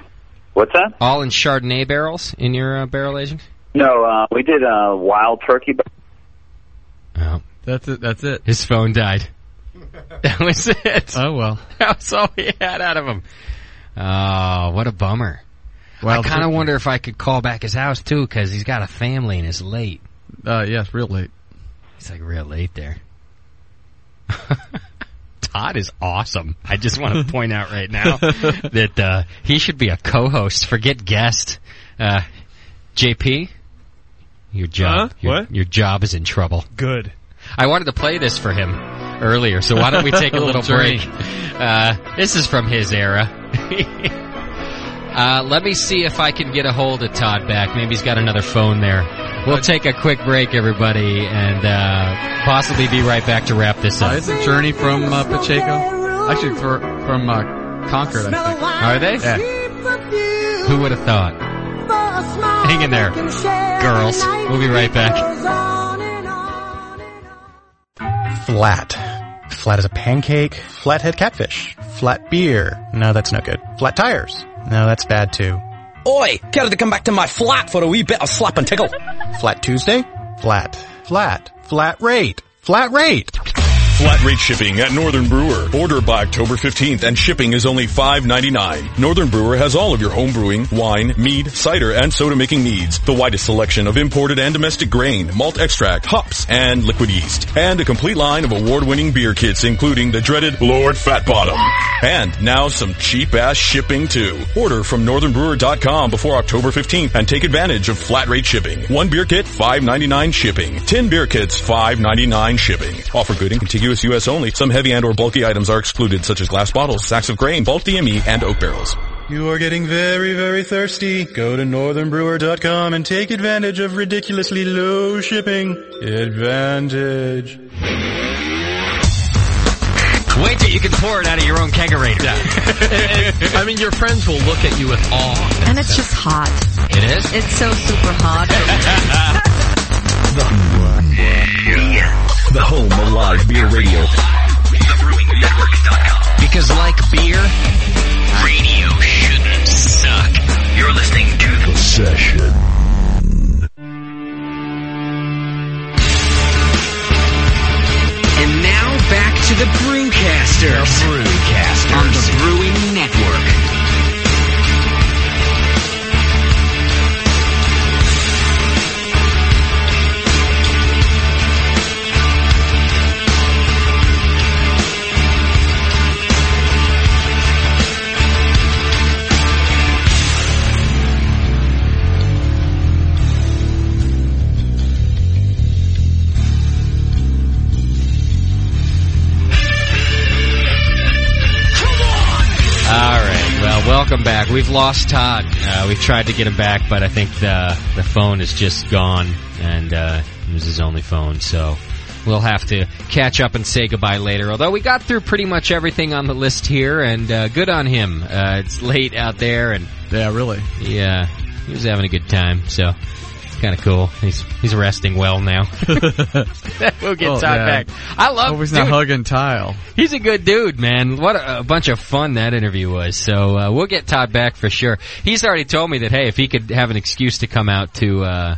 Speaker 16: What's that?
Speaker 2: All in Chardonnay barrels in your uh, barrel aging.
Speaker 16: No, uh, we did uh, wild turkey. bar-
Speaker 2: That's it. That's it. His phone died. That was it. Oh well. That was all we had out of him. Oh, what a bummer. I
Speaker 3: Wild
Speaker 2: kind of
Speaker 3: turkey.
Speaker 2: wonder if I could call back his house too, because he's got a family and it's late.
Speaker 3: Uh, yes, real late.
Speaker 2: It's like real late there. Todd is awesome. I just want to point out right now that uh, he should be a co-host. Forget guest. Uh, JP, your job.
Speaker 5: Huh?
Speaker 2: your,
Speaker 5: What?
Speaker 2: Your job is in trouble.
Speaker 5: Good.
Speaker 2: I wanted to play this for him earlier, so why don't we take a little break? Uh, this is from his era. uh, let me see if I can get a hold of Todd back. Maybe he's got another phone there. We'll take a quick break, everybody, and uh, possibly be right back to wrap this up.
Speaker 3: Uh, is it Journey from uh, Pacheco? Actually, for, from uh, Concord, I think.
Speaker 2: Are they? Who would have thought? Hang in there, girls. We'll be right back.
Speaker 11: Flat. Flat as a pancake. Flathead catfish. Flat beer. No, that's no good. Flat tires. No, that's bad too.
Speaker 12: Oi, care to come back to my flat for a wee bit of slap and tickle?
Speaker 11: Flat Tuesday. Flat. Flat. Flat rate. Flat rate.
Speaker 9: Flat rate shipping at Northern Brewer. Order by October 15th and shipping is only $5.99. Northern Brewer has all of your home brewing, wine, mead, cider, and soda making needs. The widest selection of imported and domestic grain, malt extract, hops, and liquid yeast. And a complete line of award winning beer kits including the dreaded Lord Fat Bottom. And now some cheap ass shipping too. Order from northernbrewer.com before October 15th and take advantage of flat rate shipping. One beer kit, $5.99 shipping. 10 beer kits, $5.99 shipping. Offer good in contiguous U.S. only. Some heavy and or bulky items are excluded such as glass bottles, sacks of grain, bulk DME, and oak barrels.
Speaker 11: You are getting very, very thirsty. Go to northernbrewer.com and take advantage of ridiculously low shipping. Advantage.
Speaker 2: Wait till you can pour it out of your own kegerator.
Speaker 27: I mean, your friends will look at you with awe.
Speaker 28: And it's just hot.
Speaker 27: It is?
Speaker 28: It's so super hot.
Speaker 7: The home of live beer radio. TheBrewingNetwork.com. Because like beer, radio shouldn't suck. You're listening to The Session.
Speaker 29: And now back to the Brewcasters. The Brewcasters. On the Brewing Network.
Speaker 2: All right. Well, welcome back. We've lost Todd. Uh, we've tried to get him back, but I think the the phone is just gone, and uh, it was his only phone. So we'll have to catch up and say goodbye later. Although we got through pretty much everything on the list here, and uh, good on him. Uh, it's late out there, and yeah, really. Yeah, he was having a good time. So. Kind of cool. He's he's resting well now. we'll get
Speaker 3: Oh,
Speaker 2: Todd
Speaker 3: man.
Speaker 2: back. I love.
Speaker 3: Hope he's not
Speaker 2: dude,
Speaker 3: hugging Tile.
Speaker 2: He's a good dude, man. What a, a bunch of fun that interview was. So uh, we'll get Todd back for sure. He's already told me that hey, if he could have an excuse to come out to uh,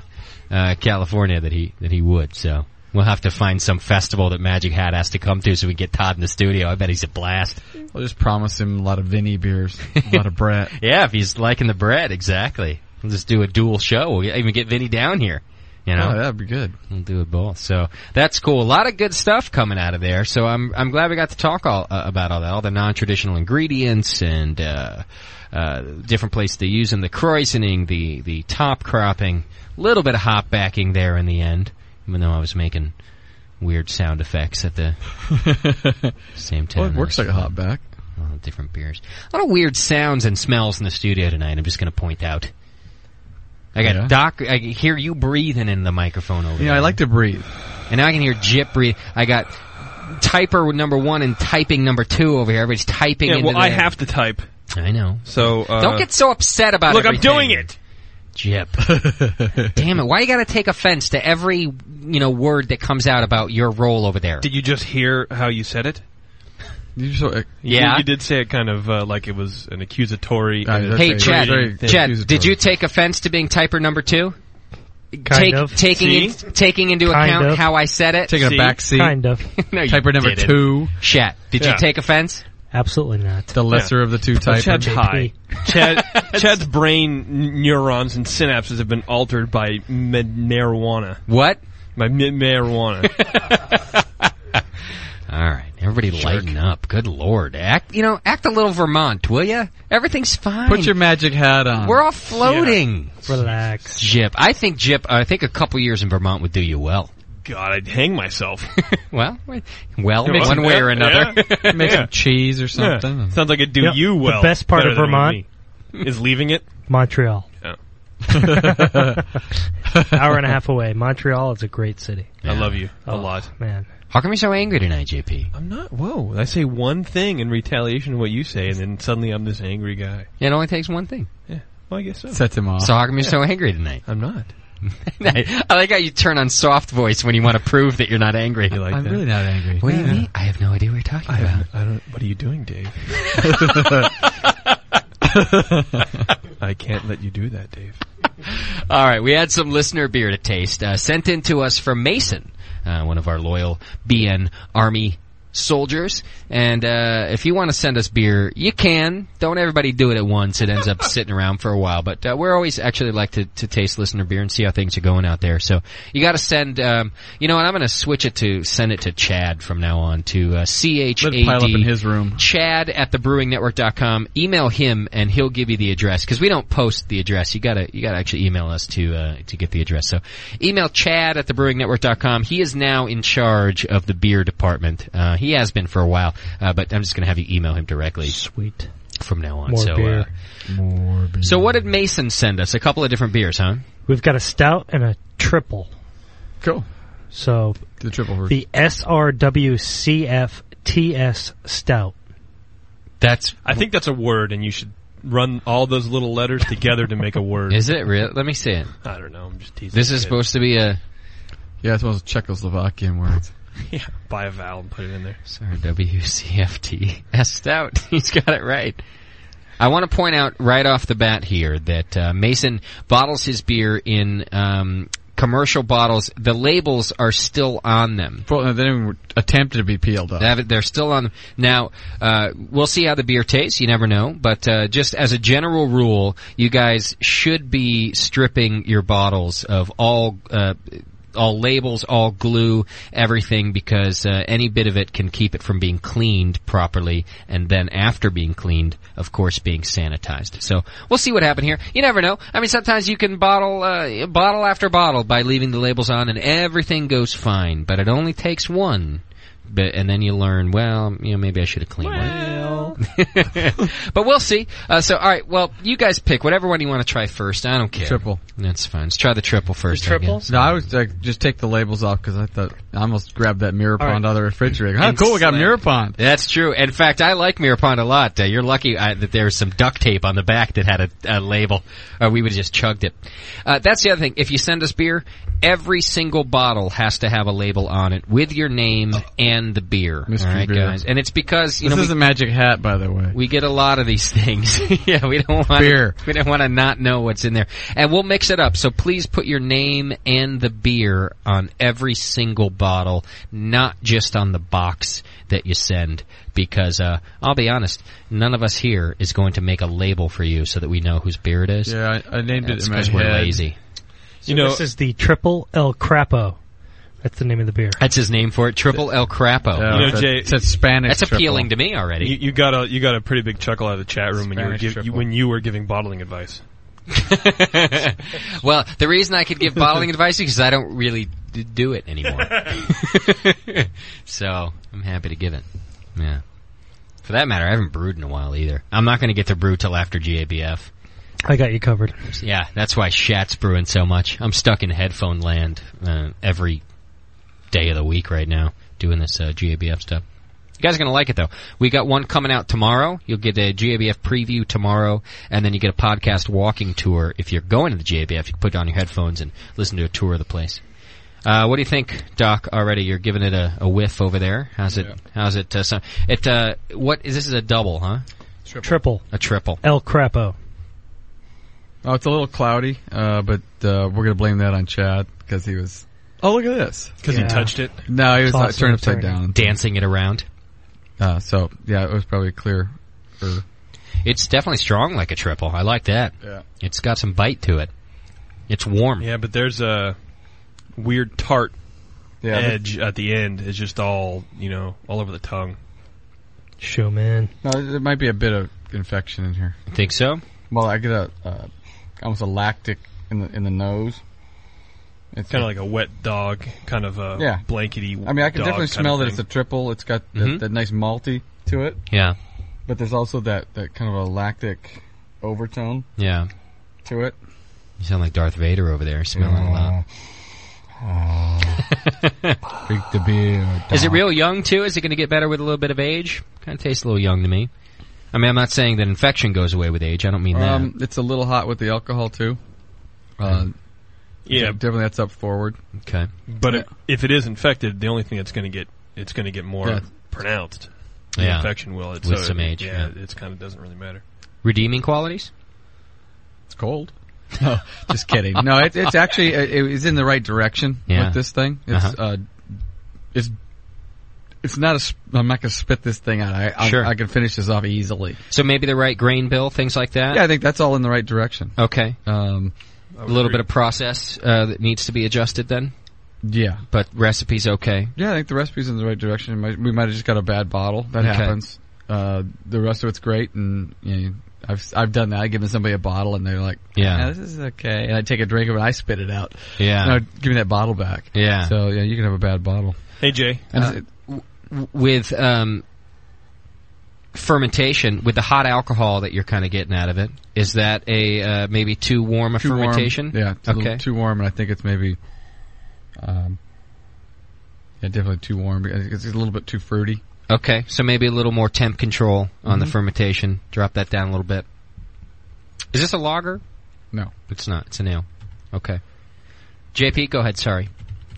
Speaker 2: uh, California, that he that he would. So we'll have to find some festival that Magic Hat has to come to, so we can get Todd in the studio. I bet he's a blast.
Speaker 3: I'll just promise him a lot of Vinny beers, a lot of Brett.
Speaker 2: Yeah, if he's liking the bread, exactly. We'll just do a dual show. We'll even get Vinny down here. You know,
Speaker 3: Oh,
Speaker 2: that'd be good. We'll do it both. So that's cool. A lot of good stuff coming out of there. So I'm I'm glad we got to talk all uh, about all that, all the non-traditional ingredients and uh, uh, different places they use them, the croisoning, the the top cropping, a little bit of hop backing there in the end. Even though I was making weird sound effects at the same time.
Speaker 3: Well, it works like a hop back.
Speaker 2: A lot of different beers. A lot of weird sounds and smells in the studio tonight. I'm just going to point out. I got
Speaker 3: Yeah?
Speaker 2: Doc. I can hear you breathing in the microphone over
Speaker 3: Yeah,
Speaker 2: there.
Speaker 3: I like to breathe.
Speaker 2: And now I can hear Jip breathe. I got typer number one and typing number two over here. Everybody's typing.
Speaker 5: Yeah,
Speaker 2: into
Speaker 5: well, I
Speaker 2: there.
Speaker 5: have to type.
Speaker 2: I know.
Speaker 5: So uh,
Speaker 2: Don't get so upset about
Speaker 5: Look,
Speaker 2: everything.
Speaker 5: I'm doing it.
Speaker 2: Jip. Damn it! Why you got to take offense to every you know word that comes out about your role over there?
Speaker 5: Did you just hear how you said it?
Speaker 3: You so,
Speaker 2: Yeah.
Speaker 5: uh, you, did say it kind of uh, like it was an accusatory. uh, and a
Speaker 2: Hey, Chad,
Speaker 5: threatening thing.
Speaker 2: Chad, did you take offense to being typer number two? Kind
Speaker 5: of.
Speaker 2: Taking, in,
Speaker 5: See?
Speaker 2: taking into
Speaker 5: Kind
Speaker 2: account
Speaker 5: of.
Speaker 2: how I said it?
Speaker 3: Taking a See? back seat? Kind of.
Speaker 2: no, you
Speaker 3: Typer number
Speaker 2: didn't.
Speaker 3: two.
Speaker 2: Shat, did
Speaker 3: Yeah.
Speaker 2: you take offense?
Speaker 6: Absolutely not.
Speaker 3: The lesser of the two
Speaker 5: Well,
Speaker 3: types.
Speaker 5: Chad's high. Chad, Chad's brain n- neurons and synapses have been altered by med- marijuana.
Speaker 2: What?
Speaker 5: By mi- marijuana.
Speaker 2: All right, everybody lighten up. Good lord, act you know, act a little Vermont, will you? Everything's fine.
Speaker 3: Put your magic hat on.
Speaker 2: We're all floating.
Speaker 6: Relax.
Speaker 2: Jip, I think Jip, I think a couple years in Vermont would do you well.
Speaker 5: God, I'd hang myself.
Speaker 2: well, well,
Speaker 5: Make
Speaker 2: one
Speaker 5: some-
Speaker 2: way or
Speaker 5: yeah,
Speaker 2: another.
Speaker 5: yeah. Yeah. Yeah. Sounds like it'd do you well.
Speaker 6: The best part
Speaker 5: better
Speaker 6: of
Speaker 5: than
Speaker 6: Vermont,
Speaker 5: me. is leaving it.
Speaker 6: Montreal.
Speaker 5: Yeah.
Speaker 6: Hour and a half away. Montreal is a great city.
Speaker 5: I love you a
Speaker 6: Oh,
Speaker 5: lot,
Speaker 6: man.
Speaker 2: How come you're so angry tonight, JP?
Speaker 5: I'm not. Whoa! I say one thing in retaliation to what you say, and then suddenly I'm this angry guy.
Speaker 2: It only takes one thing.
Speaker 5: Yeah. Well, I guess so.
Speaker 3: Sets him off.
Speaker 2: So how come you're
Speaker 5: Yeah.
Speaker 2: so angry tonight?
Speaker 5: I'm not.
Speaker 2: I like how you turn on soft voice when you want to prove that you're not angry.
Speaker 5: like
Speaker 3: I'm that. really not angry.
Speaker 2: What do
Speaker 3: Yeah.
Speaker 2: you mean? I have no idea what you're talking
Speaker 5: I
Speaker 2: about.
Speaker 5: don't, I don't. What are you doing, Dave? I can't let you do that, Dave.
Speaker 2: All right, we had some listener beer to taste uh, sent in to us from Mason. uh, one of our loyal BN Army soldiers. And uh, if you want to send us beer, you can. Don't everybody do it at once. It ends up sitting around for a while. But uh, we're always actually like to, to taste listener beer and see how things are going out there. So you got to send. Um, you know, and I'm going to switch it to send it to Chad from now on to uh, C H A
Speaker 3: Let it pile up in
Speaker 2: D
Speaker 3: his room.
Speaker 2: Chad at thebrewingnetwork.com. Email him and he'll give you the address because we don't post the address. You gotta you gotta actually email us to uh, to get the address. So email Chad at thebrewingnetwork.com. He is now in charge of the beer department. Uh, he has been for a while, uh, but I'm just gonna have you email him directly. Sweet. From now on.
Speaker 6: More
Speaker 2: so
Speaker 6: beer.
Speaker 2: More beer. So what did Mason send us? A couple of different beers, huh?
Speaker 6: We've got a stout and a triple.
Speaker 3: Cool.
Speaker 6: So
Speaker 3: the triple version.
Speaker 6: the SRWCFTS stout.
Speaker 2: That's.
Speaker 5: I think that's a word, and you should run all those little letters together to make a word.
Speaker 2: Is it real? Let me see it.
Speaker 5: I don't know. I'm just teasing.
Speaker 2: This is
Speaker 5: It-
Speaker 2: supposed to be a.
Speaker 3: Yeah, it's one of those Czechoslovakian words.
Speaker 5: Yeah, buy a vowel and put it in there.
Speaker 2: Sorry, WCFT. Asked out. He's got it right. I want to point out right off the bat here that uh, Mason bottles his beer in um, commercial bottles. The labels are still on them.
Speaker 3: Well, they didn't attempt to be peeled up.
Speaker 2: They have it- They're still on. Now, uh, we'll see how the beer tastes. You never know. But uh, just as a general rule, you guys should be stripping your bottles of all. Uh, all labels, all glue, everything, because uh, any bit of it can keep it from being cleaned properly, and then after being cleaned, of course, being sanitized. So we'll see what happened here. You never know. I mean, sometimes you can bottle uh, bottle after bottle by leaving the labels on, and everything goes fine. But it only takes one but, and then you learn, well, you know, maybe I should have cleaned one. but we'll see. Uh, so, all right, well, you guys pick whatever one you want to try first. I don't care.
Speaker 3: Triple.
Speaker 2: That's fine. Let's try the triple first. I guess.
Speaker 3: No, I was like, just take the labels off because I thought I almost grabbed that Mirapond
Speaker 2: All right.
Speaker 3: out of the refrigerator. How
Speaker 2: And
Speaker 3: cool, we got
Speaker 2: slam-
Speaker 3: Mirapond.
Speaker 2: That's true. In fact, I like Mirapond a lot. Uh, you're lucky uh, that there was some duct tape on the back that had a, a label, or we would have just chugged it. Uh, that's the other thing. If you send us beer, every single bottle has to have a label on it with your name and the beer.
Speaker 3: Mystery
Speaker 2: all right,
Speaker 3: beer.
Speaker 2: guys. And it's because you
Speaker 3: this
Speaker 2: know
Speaker 3: is
Speaker 2: we-
Speaker 3: a magic hat, by the way.
Speaker 2: we get a lot of these things. yeah, we don't want
Speaker 3: Beer.
Speaker 2: We don't want to not know what's in there, and we'll mix it up. So please put your name and the beer on every single bottle, not just on the box that you send. Because uh, I'll be honest, none of us here is going to make a label for you so that we know whose beer it is.
Speaker 3: Yeah, I, I named
Speaker 2: That's
Speaker 3: it in my
Speaker 2: 'cause we're
Speaker 3: head.
Speaker 2: lazy.
Speaker 6: So this is the triple El Crapo. That's the name of the beer.
Speaker 2: That's his name for it. Triple El Crapo.
Speaker 5: You know, Jay,
Speaker 2: That's appealing to me already.
Speaker 5: You, you got a you got a pretty big chuckle out of the chat room when you, were
Speaker 2: Spanish
Speaker 5: give, you
Speaker 2: triple.
Speaker 5: when you were giving bottling advice.
Speaker 2: well, the reason I could give bottling advice is because I don't really d- do it anymore. so I'm happy to give it. Yeah. For that matter, I haven't brewed in a while either. I'm not going to get to brew till after GABF.
Speaker 6: I got you covered.
Speaker 2: Yeah, that's why Shat's brewing so much. I'm stuck in headphone land uh, every day of the week right now doing this uh, GABF stuff. You guys are going to like it though. We got one coming out tomorrow. You'll get a GABF preview tomorrow, and then you get a podcast walking tour. If you're going to the GABF, you can put on your headphones and listen to a tour of the place. Uh, what do you think, Doc? Already, you're giving it a, a whiff over there. How's it? How's it? Uh, so, it. Uh, what is this? Is a double, huh?
Speaker 3: Triple.
Speaker 6: Triple.
Speaker 2: A triple.
Speaker 6: El Crapo.
Speaker 3: Oh, it's a little cloudy, uh, but uh, we're gonna blame that on Chad because he was. Oh, look at this!
Speaker 5: 'Cause he Yeah. touched it?
Speaker 3: No, he was
Speaker 5: Tossed
Speaker 3: not turned
Speaker 5: it
Speaker 3: upside
Speaker 5: upside
Speaker 3: down,
Speaker 2: dancing it around.
Speaker 3: Uh, so yeah, it was probably clear.
Speaker 2: It's definitely strong like a triple. I like that.
Speaker 3: Yeah.
Speaker 2: It's got some bite to it. It's warm.
Speaker 5: Yeah, but there's a weird tart
Speaker 3: Yeah, but-
Speaker 5: edge at the end. It's just all you know, all over the tongue.
Speaker 6: Showman.
Speaker 3: No, there might be a bit of infection in here.
Speaker 2: Think so?
Speaker 3: Well, I get a uh, almost a lactic in the in the nose. It's
Speaker 5: Kind of like a wet dog, kind of a
Speaker 3: yeah
Speaker 5: blankety.
Speaker 3: I mean, I can
Speaker 5: dog
Speaker 3: definitely
Speaker 5: kind of
Speaker 3: smell that
Speaker 5: thing.
Speaker 3: it's a triple. It's got that,
Speaker 5: Mhm.
Speaker 3: that nice malty to it.
Speaker 2: Mm-hmm. Yeah.
Speaker 3: but there's also that that kind of a lactic overtone.
Speaker 2: Yeah.
Speaker 3: to it.
Speaker 2: You sound like Darth Vader over there smelling a lot. Oh,
Speaker 3: Drink the beer.
Speaker 2: Is it real young too? Is it going to get better with a little bit of age? Kind of tastes a little young to me. Um, I mean, I'm not saying that infection goes away with age. I don't mean that.
Speaker 3: Um, it's a little hot with the alcohol too. Uh,
Speaker 5: Yeah.
Speaker 3: definitely that's up forward.
Speaker 2: Okay,
Speaker 5: But if, if it is infected, the only thing that's going to get it's going to get more
Speaker 3: Yeah.
Speaker 5: pronounced. The
Speaker 2: Yeah.
Speaker 5: infection will. It's
Speaker 2: With
Speaker 5: so
Speaker 2: some
Speaker 5: it-
Speaker 2: age,
Speaker 5: Yeah, it's kind of doesn't really matter.
Speaker 2: Redeeming qualities?
Speaker 3: It's cold. No, just kidding. No, it, it's actually it, it was in the right direction
Speaker 2: Yeah.
Speaker 3: with this thing. It's uh
Speaker 2: Uh-huh.
Speaker 4: it's it's not a. sp- I'm not going to spit this thing out. I I,
Speaker 2: Sure.
Speaker 4: I can finish this off easily.
Speaker 2: So maybe the right grain bill, things like that.
Speaker 4: Yeah, I think that's all in the right direction.
Speaker 2: Okay.
Speaker 4: Um,
Speaker 2: a little bit of process uh, that needs to be adjusted then.
Speaker 4: Yeah.
Speaker 2: But recipe's okay.
Speaker 4: Yeah, I think the recipe's in the right direction. Might- We might have just got a bad bottle. That
Speaker 2: Okay.
Speaker 4: happens. Uh, the rest of it's great, and you know, I've I've done that. I've given somebody a bottle, and they're like,
Speaker 2: Yeah.
Speaker 4: this is okay." And I take a drink of it, I spit it out.
Speaker 2: Yeah.
Speaker 4: no, give me that bottle back.
Speaker 2: Yeah.
Speaker 4: So yeah, you can have a bad bottle.
Speaker 5: Hey Jay,
Speaker 4: And
Speaker 2: Uh,
Speaker 4: it-
Speaker 2: w- with um, fermentation, with the hot alcohol that you're kind of getting out of it, is that a uh, maybe too warm a
Speaker 4: too warm.
Speaker 2: fermentation?
Speaker 4: Yeah, it's a little
Speaker 2: Okay.
Speaker 4: too warm, and I think it's maybe, um, yeah, definitely too warm. I think It's a little bit too fruity.
Speaker 2: Okay. So maybe a little more temp control on the
Speaker 4: Mhm.
Speaker 2: fermentation. Drop that down a little bit. Is this a lager?
Speaker 4: No,
Speaker 2: it's not. It's an ale. Okay. JP, go ahead. Sorry,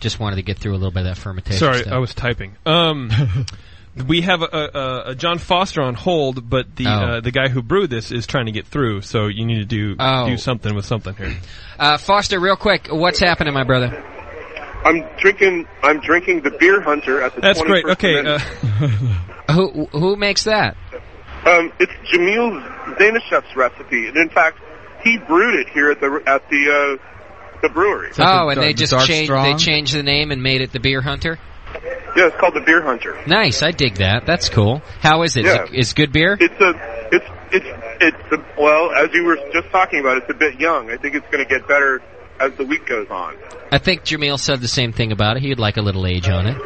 Speaker 2: just wanted to get through a little bit of that fermentation.
Speaker 5: Sorry,
Speaker 2: stuff.
Speaker 5: I was typing. Um, we have a, a, a John Foster on hold, but the
Speaker 2: Oh.
Speaker 5: uh, the guy who brewed this is trying to get through. So you need to do
Speaker 2: Oh.
Speaker 5: do something with something here.
Speaker 2: Uh, Foster, real quick, what's happening, my brother?
Speaker 30: I'm drinking. I'm drinking the Beer Hunter at the.
Speaker 2: That's great.
Speaker 30: 21st
Speaker 2: Okay,
Speaker 30: Amendment.
Speaker 2: Who who makes that?
Speaker 30: Um, it's Jamil Zainashev's recipe, and in fact, he brewed it here at the at the uh, the brewery.
Speaker 2: Oh, and they just changed they changed the name and made it the Beer Hunter.
Speaker 30: Yeah, it's called the Beer Hunter.
Speaker 2: Nice, I dig that. That's cool. How is it? Is
Speaker 30: Yeah.
Speaker 2: it is good beer?
Speaker 30: It's a. It's it's it's a, well, as you were just talking about, it's a bit young. I think it's going to get better as the week goes on.
Speaker 2: I think Jamil said the same thing about it. He'd like a little age on it.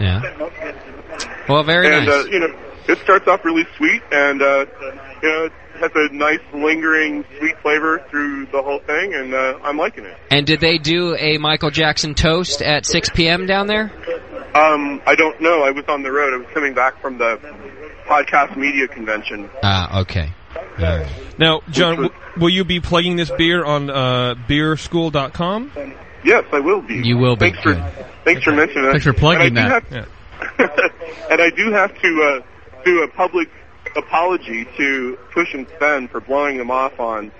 Speaker 2: Yeah. Well, very
Speaker 30: and
Speaker 2: nice.
Speaker 30: uh, you know, it starts off really sweet, and uh, you know, it has a nice lingering sweet flavor through the whole thing, and uh, I'm liking it.
Speaker 2: and did they do a Michael Jackson toast at 6 p.m. down there?
Speaker 30: Um, I don't know. I was on the road. I was coming back from the podcast media convention.
Speaker 2: Ah, okay.
Speaker 5: Now, John, w- will you be plugging this beer on uh, beerschool.com?
Speaker 30: Yes, I will be.
Speaker 2: You will be.
Speaker 30: Thanks for thanks for mentioning that.
Speaker 5: Thanks for plugging
Speaker 30: and I do
Speaker 5: that.
Speaker 30: Have, and I do have to uh, do a public apology to Push and Spend for blowing them off on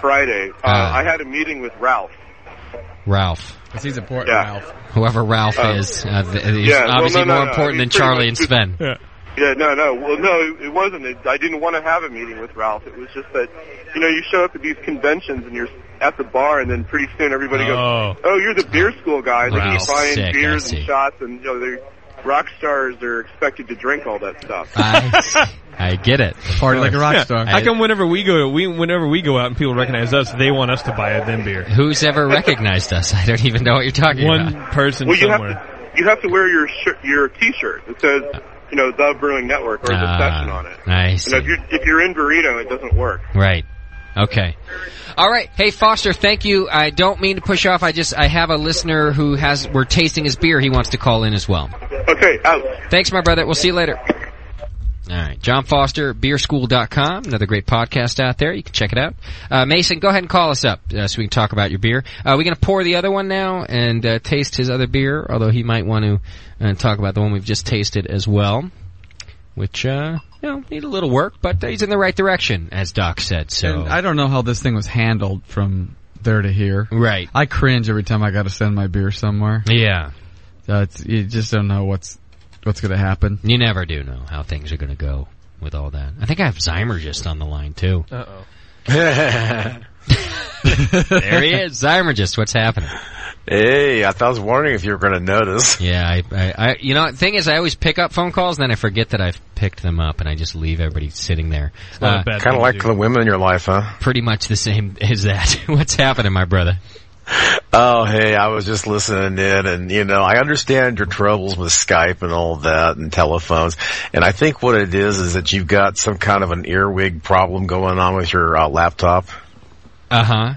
Speaker 30: Friday. Uh,
Speaker 2: Ah.
Speaker 30: I had a meeting with Ralph.
Speaker 2: Ralph.
Speaker 4: Because he's important,
Speaker 30: Yeah.
Speaker 4: Ralph.
Speaker 2: Whoever Ralph
Speaker 30: Uh,
Speaker 2: is, uh, th- he's
Speaker 30: yeah, well,
Speaker 2: obviously
Speaker 30: no, no,
Speaker 2: more
Speaker 30: no,
Speaker 2: important
Speaker 30: he's
Speaker 2: than
Speaker 30: pretty
Speaker 2: Charlie and
Speaker 30: much
Speaker 2: Sven.
Speaker 30: Yeah, no, no. Well, no, it, it wasn't. It, I didn't want to have a meeting with Ralph. It was just that, you know, you show up at these conventions and you're at the bar, and then pretty soon everybody
Speaker 5: Oh.
Speaker 30: goes, "Oh, you're the beer school guy. They're
Speaker 2: Ralph's
Speaker 30: buying
Speaker 2: sick, I
Speaker 30: beers
Speaker 2: see.
Speaker 30: and shots, and you know, they're, rock stars are expected to drink all that stuff."
Speaker 2: I, I get it.
Speaker 4: Party like a rock
Speaker 5: Yeah.
Speaker 4: star.
Speaker 5: How come whenever we go, we whenever we go out and people recognize us, they want us to buy them beer?
Speaker 2: Who's ever recognized us? I don't even know what you're talking
Speaker 5: One
Speaker 2: about.
Speaker 5: person
Speaker 30: well, you
Speaker 5: somewhere.
Speaker 30: have to you have to wear your shir- your T-shirt that says, you know, the Brewing Network or the
Speaker 2: Ah,
Speaker 30: session on it.
Speaker 2: I see.
Speaker 30: You know, if you're if you're in Burrito, it doesn't work.
Speaker 2: Right. Okay. All right. Hey Foster, thank you. I don't mean to push off. I just I have a listener who has we're tasting his beer. He wants to call in as well.
Speaker 30: Okay, out.
Speaker 2: Thanks, my brother. We'll see you later. All right. John Foster, beerschool.com. Another great podcast out there. You can check it out. Uh, Mason, go ahead and call us up uh, so we can talk about your beer. Uh, we're going to pour the other one now and uh, taste his other beer, although he might want to uh, talk about the one we've just tasted as well, which, uh, you know, need a little work, but he's in the right direction, as Doc said. So.
Speaker 4: And I don't know how this thing was handled from there to here.
Speaker 2: Right.
Speaker 4: I cringe every time I got to send my beer somewhere.
Speaker 2: Yeah.
Speaker 4: Uh, it's, you just don't know what's what's going to happen.
Speaker 2: You never do know how things are going to go with all that. I think I have Zymer just on the line too.
Speaker 5: Uh
Speaker 2: there he is, Zymer just. What's happening?
Speaker 22: Hey, I, thought I was wondering if you were going to notice.
Speaker 2: Yeah, I, I, I, you know, the thing is, I always pick up phone calls, and then I forget that I've picked them up, and I just leave everybody sitting there. Uh,
Speaker 22: kind of like the women in your life, huh?
Speaker 2: pretty much the same as that. What's happening, my brother?
Speaker 22: Oh, hey, I was just listening in and, you know, I understand your troubles with Skype and all that and telephones. And I think what it is is that you've got some kind of an earwig problem going on with your uh, laptop.
Speaker 2: Uh huh.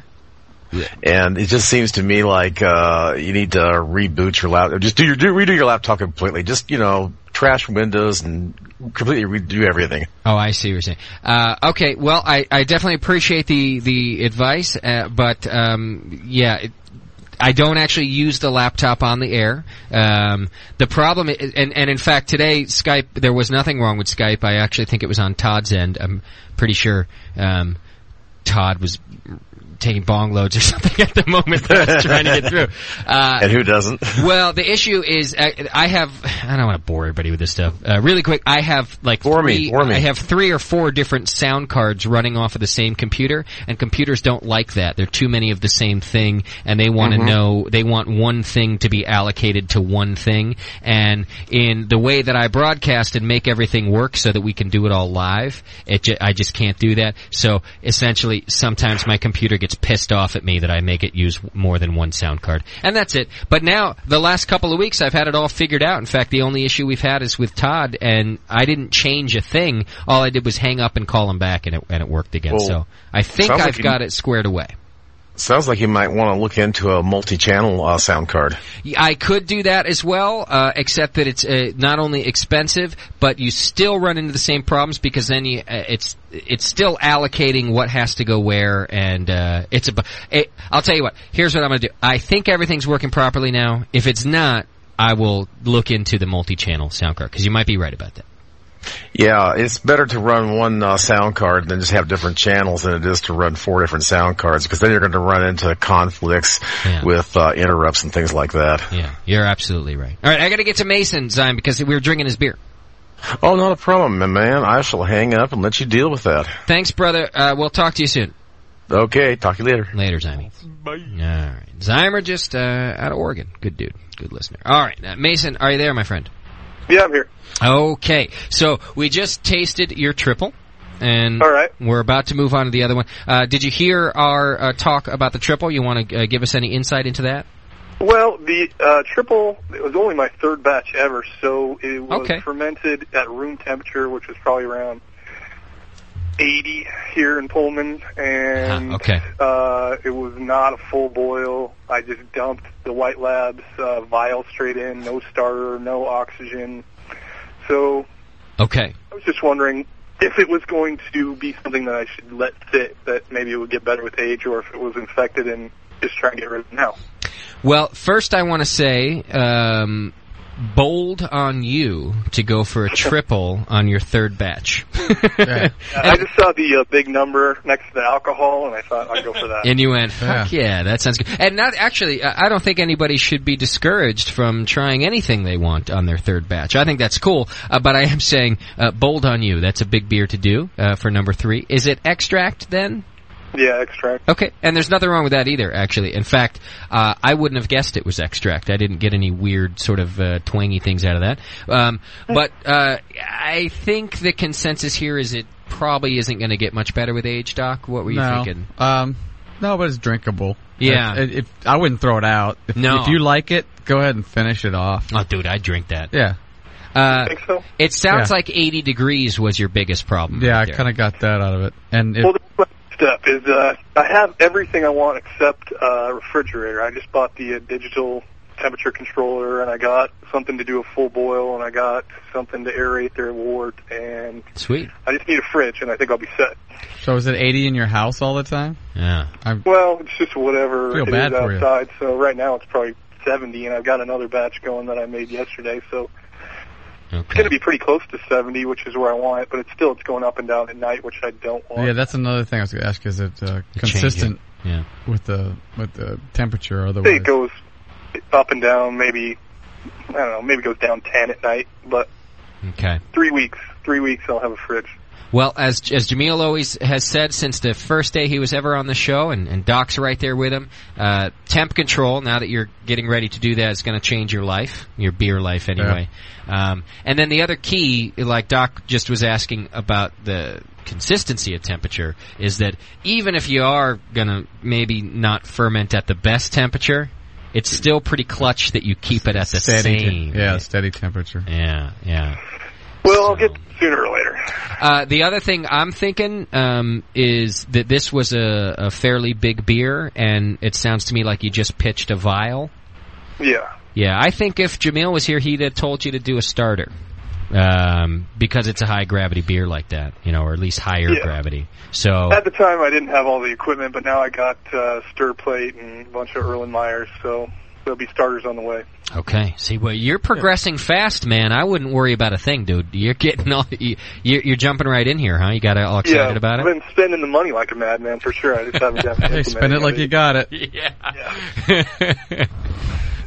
Speaker 22: And it just seems to me like, uh, you need to reboot your laptop. Just do your, do, redo your laptop completely. Just, you know, trash windows and completely redo everything.
Speaker 2: Oh, I see what you're saying. Uh, okay, well, I, I definitely appreciate the the advice, uh, but um, yeah. It, I don't actually use the laptop on the air. Um, the problem, i and, and in fact, today Skype there was nothing wrong with Skype. I actually think it was on Todd's end. I'm pretty sure um, Todd was taking bong loads or something at the moment that I was trying to get through. Uh,
Speaker 22: and who doesn't?
Speaker 2: well, the issue is uh, I have. I don't want to bore everybody with this stuff. Uh, really quick, I have like
Speaker 22: Bore me,
Speaker 2: three,
Speaker 22: bore me.
Speaker 2: I have three or four different sound cards running off of the same computer, and computers don't like that. There are too many of the same thing, and they want to
Speaker 22: Mm-hmm.
Speaker 23: Mhm.
Speaker 2: know. They want one thing to be allocated to one thing, and in the way that I broadcast and make everything work so that we can do it all live, it ju- I just can't do that. So essentially, sometimes my computer gets pissed off at me that I make it use more than one sound card. And that's it. But now, the last couple of weeks, I've had it all figured out. In fact, the only issue we've had is with Todd, and I didn't change a thing. All I did was hang up and call him back, and it, and it worked again.
Speaker 22: Well,
Speaker 2: so I think I've
Speaker 22: sounds like you-
Speaker 2: got it squared away.
Speaker 22: Sounds like you might want to look into a multi-channel uh, sound card.
Speaker 2: I could do that as well, uh, except that it's uh, not only expensive, but you still run into the same problems because then you, uh, it's it's still allocating what has to go where, and uh, it's a. bu- It, I'll tell you what. Here's what I'm going to do. I think everything's working properly now. If it's not, I will look into the multi-channel sound card because you might be right about that.
Speaker 22: Yeah, it's better to run one uh, sound card than just have different channels than it is to run four different sound cards because then you're going to run into conflicts with uh, interrupts and things like that.
Speaker 2: Yeah, you're absolutely right. All right, I got to get to Mason Zion because we were drinking his beer.
Speaker 22: Oh, not a problem, my man. I shall hang up and let you deal with that.
Speaker 2: Thanks, brother. Uh, we'll talk to you soon.
Speaker 22: Okay, talk to you later.
Speaker 2: Later, Zimey.
Speaker 5: Bye. All
Speaker 2: right, Zymer just uh, out of Oregon. Good dude. Good listener. All right, uh, Mason, are you there, my friend?
Speaker 17: Yeah, I'm here.
Speaker 2: Okay, so we just tasted your triple, and all right. we're about to move on to the other one. Uh, did you hear our uh, talk about the triple? You want to uh, give us any insight into that?
Speaker 17: Well, the uh, triple it was only my third batch ever, so it was fermented at room temperature, which was probably around 80 here in Pullman, and
Speaker 2: okay.
Speaker 17: uh, it was not a full boil. I just dumped the White Labs uh, vial straight in, no starter, no oxygen. So
Speaker 2: Okay.
Speaker 17: I was just wondering if it was going to be something that I should let sit, that maybe it would get better with age, or if it was infected and just try and get rid of it now.
Speaker 2: Well, first I want to say, um, bold on you to go for a triple on your third batch.
Speaker 17: I just saw the uh, big number next to the alcohol, and I thought I'd go for that.
Speaker 2: And you went, fuck yeah. that sounds good. And not actually, I I don't think anybody should be discouraged from trying anything they want on their third batch. I think that's cool. Uh, but I am saying, uh, bold on you. That's a big beer to do uh, for number three. Is it extract then?
Speaker 17: Yeah, extract.
Speaker 2: Okay, and there's nothing wrong with that either. Actually, in fact, uh, I wouldn't have guessed it was extract. I didn't get any weird sort of uh, twangy things out of that. Um,
Speaker 17: Hmm.
Speaker 2: but uh, I think the consensus here is it probably isn't going to get much better with age, Doc. What were you
Speaker 4: no,
Speaker 2: thinking?
Speaker 4: Um, no, but it's drinkable.
Speaker 2: Yeah.
Speaker 4: If, if- I wouldn't throw it out. If,
Speaker 2: No.
Speaker 4: if you like it, go ahead and finish it off.
Speaker 2: Oh, dude, I drink that.
Speaker 4: Yeah.
Speaker 2: Uh, It sounds
Speaker 4: Yeah.
Speaker 2: like 80 degrees was your biggest problem.
Speaker 4: Yeah,
Speaker 2: right
Speaker 4: I
Speaker 2: there.
Speaker 4: kind of got that out of it. And it,
Speaker 17: Well, that's my next step is uh, I have everything I want except uh, refrigerator. I just bought the uh, digital temperature controller, and I got something to do a full boil, and I got something to aerate their wort, and
Speaker 2: Sweet.
Speaker 17: I just need a fridge, and I think I'll be set.
Speaker 4: so is it 80 in your house all the time?
Speaker 2: Yeah.
Speaker 4: I'm,
Speaker 17: Well, it's just whatever
Speaker 4: Feel
Speaker 17: it is
Speaker 4: bad for you.
Speaker 17: outside. So right now it's probably 70, and I've got another batch going that I made yesterday. So it's going to be pretty close to 70, which is where I want it. But it's still it's going up and down at night, which I don't want.
Speaker 4: yeah, that's another thing I was going to ask. Is it uh,
Speaker 2: change it.
Speaker 4: consistent
Speaker 2: Yeah.
Speaker 4: with the with the temperature?
Speaker 17: I
Speaker 4: Otherwise,
Speaker 17: think it goes up and down. Maybe I don't know. Maybe it goes down 10 at night. But
Speaker 2: Okay.
Speaker 17: three weeks, three weeks, I'll have a fridge.
Speaker 2: Well, as as Jamil always has said since the first day he was ever on the show, and, and Doc's right there with him. Uh, temp control. Now that you're getting ready to do that, it's going to change your life, your beer life anyway. Um, and then the other key, like Doc just was asking about the consistency of temperature, is that even if you are going to maybe not ferment at the best temperature, it's still pretty clutch that you keep it at the
Speaker 4: steady. te-
Speaker 2: same.
Speaker 4: yeah, steady temperature.
Speaker 2: Yeah, yeah.
Speaker 17: Well, I'll get sooner or later.
Speaker 2: Uh, the other thing I'm thinking um, is that this was a, a fairly big beer, and it sounds to me like you just pitched a vial.
Speaker 17: Yeah.
Speaker 2: Yeah, I think if Jamil was here, he'd have told you to do a starter um, because it's a high gravity beer like that, you know, or at least higher
Speaker 17: Yeah.
Speaker 2: gravity. So
Speaker 17: At the time, I didn't have all the equipment, but now I got uh, stir plate and a bunch of Erlenmeyers, so there'll be starters on the way.
Speaker 2: Okay. See, well, you're progressing fast, man. I wouldn't worry about a thing, dude. You're getting all you, you- you're jumping right in here, huh? You got all excited
Speaker 17: yeah,
Speaker 2: about it.
Speaker 17: I've been spending the money like a madman for sure. I just haven't got.
Speaker 2: Hey, spend it like you got it. Yeah. All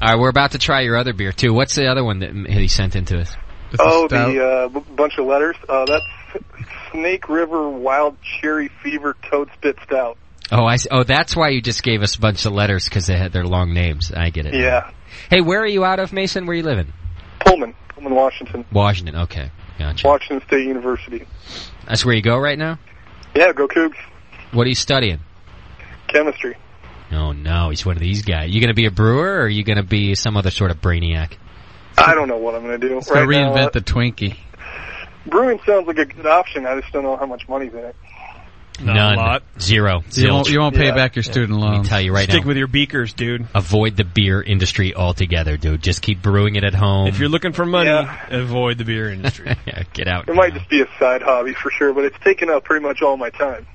Speaker 2: right, we're about to try your other beer too. What's the other one that he sent into us?
Speaker 17: Oh, the uh, b- bunch of letters. Uh, that's Snake River Wild Cherry Fever Toad Spit Stout.
Speaker 2: Oh, I. s- Oh, that's why you just gave us a bunch of letters because they had their long names. I get it.
Speaker 17: Yeah,
Speaker 2: Hey, where are you out of, Mason? Where are you living?
Speaker 17: Pullman, Pullman, Washington,
Speaker 2: Washington. Okay, gotcha.
Speaker 17: Washington State University.
Speaker 2: That's where you go right now.
Speaker 17: Yeah, go Cougs.
Speaker 2: What are you studying?
Speaker 17: Chemistry.
Speaker 2: Oh no, he's one of these guys. You gonna be a brewer, or are you gonna be some other sort of brainiac?
Speaker 17: I don't know what I'm going to do.
Speaker 2: Let's
Speaker 17: right now, uh,
Speaker 2: the Twinkie.
Speaker 17: brewing sounds like a good option. I just don't know how much money's in it.
Speaker 2: None. Zero.
Speaker 3: You won't-
Speaker 2: Zilch.
Speaker 3: you won't pay Yeah. back your student
Speaker 2: Let me
Speaker 3: loans.
Speaker 2: tell you right
Speaker 5: Stick
Speaker 2: now.
Speaker 5: with your beakers, dude.
Speaker 2: Avoid the beer industry altogether, dude. Just keep brewing it at home.
Speaker 5: If you're looking for money, avoid the beer industry.
Speaker 2: Get out.
Speaker 17: It might just be a side hobby for sure, but it's taken up pretty much all my time.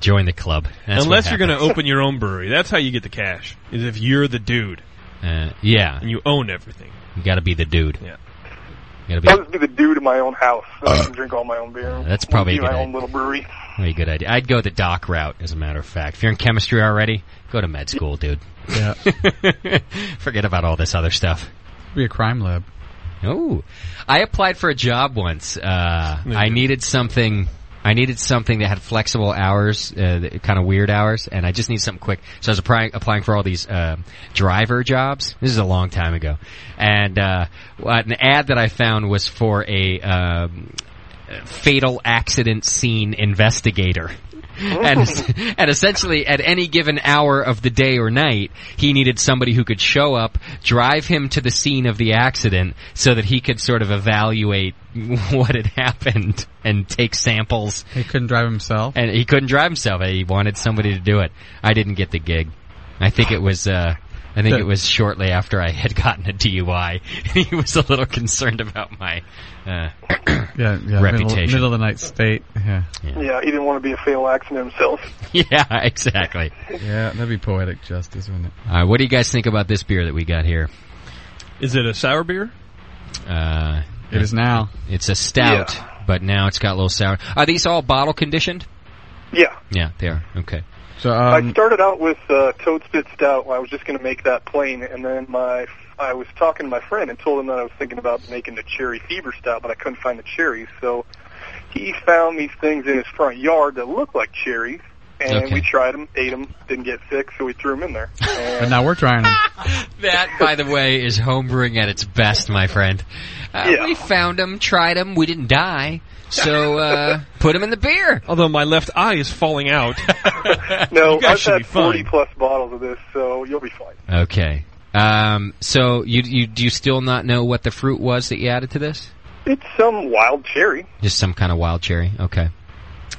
Speaker 2: Join the club. That's
Speaker 5: Unless
Speaker 2: what
Speaker 5: you're going to
Speaker 2: happens.
Speaker 5: open your own brewery, that's how you get the cash. Is if you're the dude
Speaker 2: Uh, yeah,
Speaker 5: and you own everything.
Speaker 2: you got to be the dude.
Speaker 5: Yeah.
Speaker 2: You
Speaker 17: I'll
Speaker 2: gotta
Speaker 17: just be the dude in my own house. So I can drink all my own beer.
Speaker 2: that's probably
Speaker 17: Be
Speaker 2: a good
Speaker 17: my
Speaker 2: idea.
Speaker 17: own little brewery.
Speaker 2: be a good idea. I'd go the doc route, as a matter of fact. If you're in chemistry already, go to med school, dude. Yeah. Forget about all this other stuff.
Speaker 3: Be a crime lab.
Speaker 2: Oh, I applied for a job once. Uh, I needed something. I needed something that had flexible hours, uh, kind of weird hours, and I just need something quick. So I was applying, applying for all these uh, driver jobs. This is a long time ago, and uh, an ad that I found was for a um, fatal accident scene investigator. and, and essentially, at any given hour of the day or night, he needed somebody who could show up, drive him to the scene of the accident, so that he could sort of evaluate what had happened and take samples. He couldn't drive himself, and he couldn't drive himself. He wanted somebody to do it. I didn't get the gig. I think it was. Uh, I think it was shortly after I had gotten a DUI. he was a little concerned about my uh,
Speaker 3: Yeah, yeah.
Speaker 2: reputation.
Speaker 3: Middle, middle of the night state. Yeah.
Speaker 17: Yeah. he didn't want to be a fatal accident himself.
Speaker 2: yeah, exactly.
Speaker 3: Yeah, that'd be poetic justice, wouldn't it?
Speaker 2: All right, Uh, what do you guys think about this beer that we got here?
Speaker 5: Is it a sour beer?
Speaker 2: Uh,
Speaker 3: It is now.
Speaker 2: It's a stout, but now it's got a little sour. Are these all bottle conditioned?
Speaker 17: Yeah.
Speaker 2: Yeah, they are. Okay.
Speaker 3: So
Speaker 17: I started out with uh, Toad Spit Stout. I was just going to make that plain, and then my I was talking to my friend and told him that I was thinking about making the Cherry Fever Stout, but I couldn't find the cherries. So he found these things in his front yard that looked like cherries, and
Speaker 3: Okay.
Speaker 17: we tried them, ate them, didn't get sick, so we threw them in there.
Speaker 3: But now we're trying them.
Speaker 2: That, by the way, is homebrewing at its best, my friend. Uh, We found them, tried them, we didn't die, so uh, put them in the beer.
Speaker 5: Although my left eye is falling out.
Speaker 17: no,
Speaker 5: You guys
Speaker 17: I've
Speaker 5: should be
Speaker 17: had
Speaker 5: fine.
Speaker 17: 40 plus bottles of this, so you'll be fine.
Speaker 2: Okay. Um, so you you do you still not know what the fruit was that you added to this?
Speaker 17: It's some wild cherry.
Speaker 2: Just some kind of wild cherry. Okay.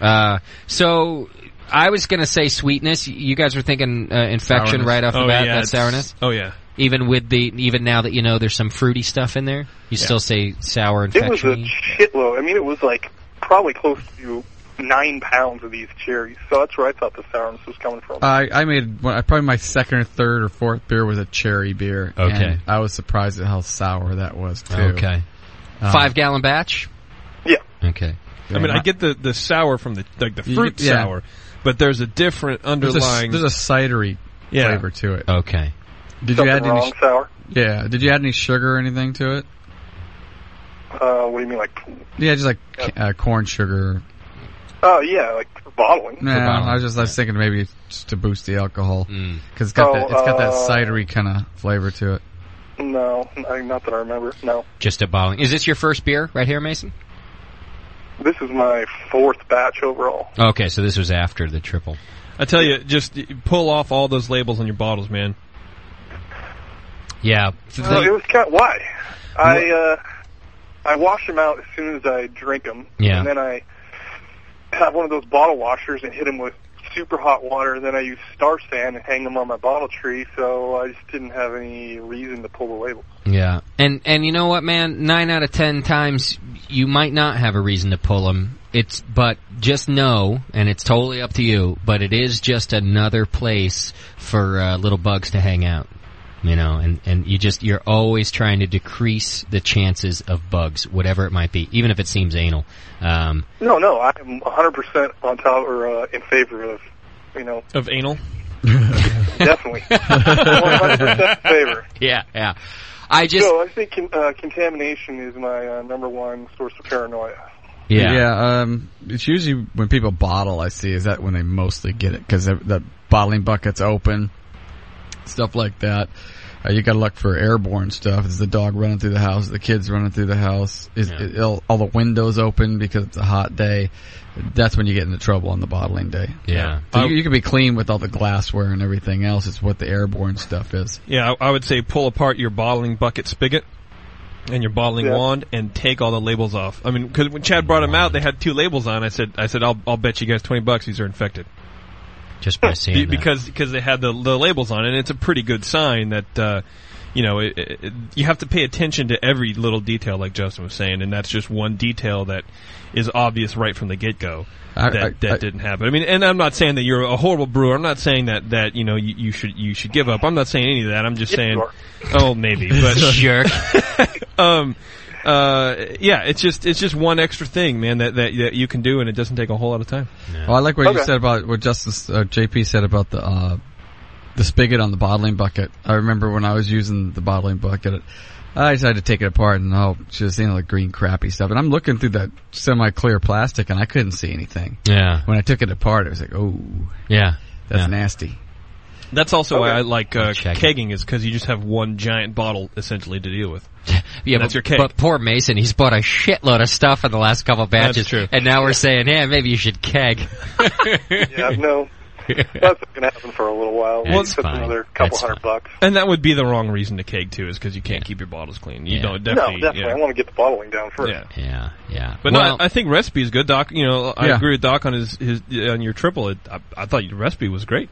Speaker 2: Uh, so I was gonna say sweetness. You guys were thinking uh, infection
Speaker 5: Sourness.
Speaker 2: right off the
Speaker 5: Oh,
Speaker 2: bat.
Speaker 5: yeah,
Speaker 2: that
Speaker 5: it's-
Speaker 2: sourness.
Speaker 5: oh, yeah.
Speaker 2: Even with the even now that you know there's some fruity stuff in there, you still say sour
Speaker 17: It was a
Speaker 2: infection.
Speaker 17: shitload. I mean, it was like probably close to nine pounds of these cherries. So that's where I thought the sourness was coming from.
Speaker 3: I, I made one, probably my second or third or fourth beer was a cherry beer.
Speaker 2: Okay.
Speaker 3: and I was surprised at how sour that was too.
Speaker 2: Okay.
Speaker 3: Um,
Speaker 2: Five gallon batch.
Speaker 17: Yeah.
Speaker 2: Okay.
Speaker 5: I mean, I get the, the sour from the like the
Speaker 3: You-
Speaker 5: fruit
Speaker 3: yeah.
Speaker 5: sour, but there's a different
Speaker 3: There's a,
Speaker 5: underlying.
Speaker 3: there's a cidery
Speaker 5: Yeah.
Speaker 3: flavor to it.
Speaker 2: Okay.
Speaker 3: Did
Speaker 17: Something
Speaker 3: you add any?
Speaker 17: wrong, sour?
Speaker 3: Yeah. Did you add any sugar or anything to it?
Speaker 17: Uh, what do you mean, like?
Speaker 3: Yeah, just like ca- uh, corn sugar.
Speaker 17: Oh yeah, like for bottling.
Speaker 3: No, I was just I was thinking maybe just to boost the alcohol because it's got
Speaker 17: Oh,
Speaker 3: that it's got that
Speaker 17: uh,
Speaker 3: cidery kind of flavor to it.
Speaker 17: No, I- not that I remember. No,
Speaker 2: Just a bottling. Is this your first beer right here, Mason?
Speaker 17: this is my fourth batch overall.
Speaker 2: Okay, so this was after the triple.
Speaker 5: I tell you, just pull off all those labels on your bottles, man.
Speaker 2: Yeah.
Speaker 17: Uh, it was kind. Why? I uh, I wash them out as soon as I drink them.
Speaker 2: Yeah.
Speaker 17: And then I have one of those bottle washers and hit them with super hot water. Then I use star sand and hang them on my bottle tree. So I just didn't have any reason to pull the label.
Speaker 2: Yeah, and and you know what, man? Nine out of ten times, you might not have a reason to pull them. It's but just know, and it's totally up to you. But it is just another place for uh, little bugs to hang out. you know, and, and you just, you're always trying to decrease the chances of bugs, whatever it might be, even if it seems anal. Um,
Speaker 17: No, no, I'm 100% on top or uh, in favor of, you know,
Speaker 5: Of anal?
Speaker 17: definitely. 100% in favor.
Speaker 2: yeah, yeah. I just.
Speaker 17: So I think con- uh, contamination is my uh, number one source of paranoia.
Speaker 2: Yeah.
Speaker 4: Yeah. Um, it's usually when people bottle, I see, is that when they mostly get it because the bottling bucket's open, stuff like that. Uh, you gotta look for airborne stuff. Is the dog running through the house? The kids running through the house? Is it, all all the windows open because it's a hot day? That's when you get into trouble on the bottling day.
Speaker 2: Yeah.
Speaker 4: So you, you can be clean with all the glassware and everything else. It's what the airborne stuff is.
Speaker 5: Yeah, I, I would say pull apart your bottling bucket spigot and your bottling
Speaker 4: Yeah.
Speaker 5: wand and take all the labels off. I mean, because when Chad brought them out, they had two labels on. I said, I said, I'll, I'll bet you guys twenty bucks these are infected.
Speaker 2: Just by
Speaker 5: Be-
Speaker 2: seeing that.
Speaker 5: because because they had the, the labels on, it, and it's a pretty good sign that. Uh, you know, it, it, it- you have to pay attention to every little detail, like Justin was saying, and that's just one detail that is obvious right from the get go.
Speaker 4: I-
Speaker 5: That,
Speaker 4: I-
Speaker 5: that
Speaker 4: I-
Speaker 5: didn't happen. I mean, and I'm not saying that you're a horrible brewer. I'm not saying that that you know you, you should you should give up. I'm not saying any of that. I'm just saying, oh maybe, but
Speaker 2: jerk.
Speaker 5: um, uh, yeah, it's just it's just one extra thing, man, that, that that you can do, and it doesn't take a whole lot of time.
Speaker 4: Well, Oh, I like what
Speaker 5: Okay.
Speaker 4: you said about what Justice uh, JP said about the uh, the spigot on the bottling bucket. I remember when I was using the bottling bucket, I decided to take it apart and oh, it's just you know like green crappy stuff. And I'm looking through that semi clear plastic and I couldn't see anything.
Speaker 2: Yeah.
Speaker 4: When I took it apart, it was like oh
Speaker 2: yeah,
Speaker 4: that's
Speaker 2: Yeah.
Speaker 4: nasty.
Speaker 5: That's also why
Speaker 4: Okay.
Speaker 5: I like uh,
Speaker 2: Check it.
Speaker 5: kegging is because you just have one giant bottle essentially to deal with.
Speaker 2: Yeah,
Speaker 5: And that's
Speaker 2: but,
Speaker 5: your keg.
Speaker 2: but poor Mason, he's bought a shitload of stuff in the last couple batches,
Speaker 5: That's true.
Speaker 2: and now we're saying, yeah, maybe you should keg.
Speaker 17: yeah, no, that's not going to happen for a little while.
Speaker 5: Well,
Speaker 17: It's just
Speaker 5: fine.
Speaker 17: another couple
Speaker 5: That's
Speaker 17: hundred bucks.
Speaker 5: And that would be the wrong reason to keg too, is because you can't keep your bottles clean. You don't definitely.
Speaker 17: no, definitely.
Speaker 5: yeah.
Speaker 17: I want to get the bottling down first.
Speaker 5: Yeah.
Speaker 2: Yeah, yeah.
Speaker 5: But
Speaker 2: Well-
Speaker 5: no, I I think recipe is good, Doc. You know, I
Speaker 2: Yeah.
Speaker 5: agree with Doc on his, his on your triple. It, I, I thought your recipe was great.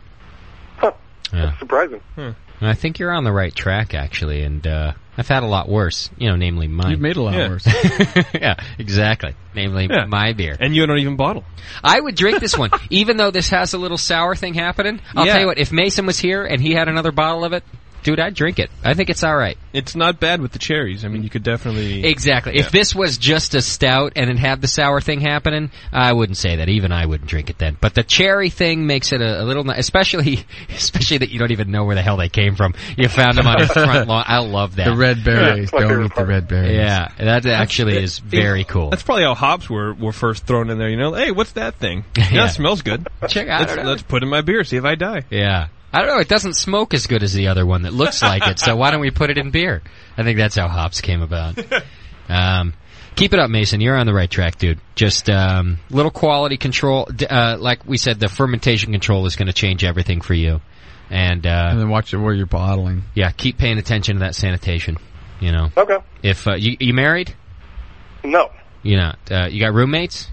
Speaker 2: Yeah.
Speaker 17: Surprising.
Speaker 5: Hmm.
Speaker 2: And I think you're on the right track, actually, and uh, I've had a lot worse, you know, namely mine.
Speaker 4: You've made a lot
Speaker 2: yeah.
Speaker 4: worse.
Speaker 2: yeah, exactly. Namely
Speaker 5: Yeah.
Speaker 2: my beer.
Speaker 5: And you don't even bottle.
Speaker 2: I would drink this one, even though this has a little sour thing happening. I'll
Speaker 5: Yeah.
Speaker 2: tell you what, if Mason was here and he had another bottle of it, dude, I'd drink it. I think it's all right.
Speaker 5: It's not bad with the cherries. I mean, you could definitely
Speaker 2: Exactly.
Speaker 5: Yeah.
Speaker 2: If this was just a stout and it had the sour thing happening, I wouldn't say that. Even I wouldn't drink it then. But the cherry thing makes it a, a little, ni- especially, especially that you don't even know where the hell they came from. You found them on his front lawn. I love that.
Speaker 4: The red berries. Don't eat the red berries.
Speaker 2: Yeah, that actually is very cool.
Speaker 5: That's probably how hops were, were first thrown in there. You know, hey, what's that thing? Yeah,
Speaker 2: Yeah.
Speaker 5: it smells good.
Speaker 2: Check out.
Speaker 5: Let's, let's put in my beer, see if I die.
Speaker 2: Yeah. I don't know. It doesn't smoke as good as the other one that looks like it. So why don't we put it in beer? I think that's how hops came about. Um, keep it up, Mason. You're on the right track, dude. Just um, little quality control. D- Uh, like we said, the fermentation control is going to change everything for you. And uh, and
Speaker 4: then watch it where you're bottling.
Speaker 2: Yeah, keep paying attention to that sanitation. You know.
Speaker 17: Okay.
Speaker 2: If uh, you you married,
Speaker 17: No,
Speaker 2: you know, uh, you got roommates.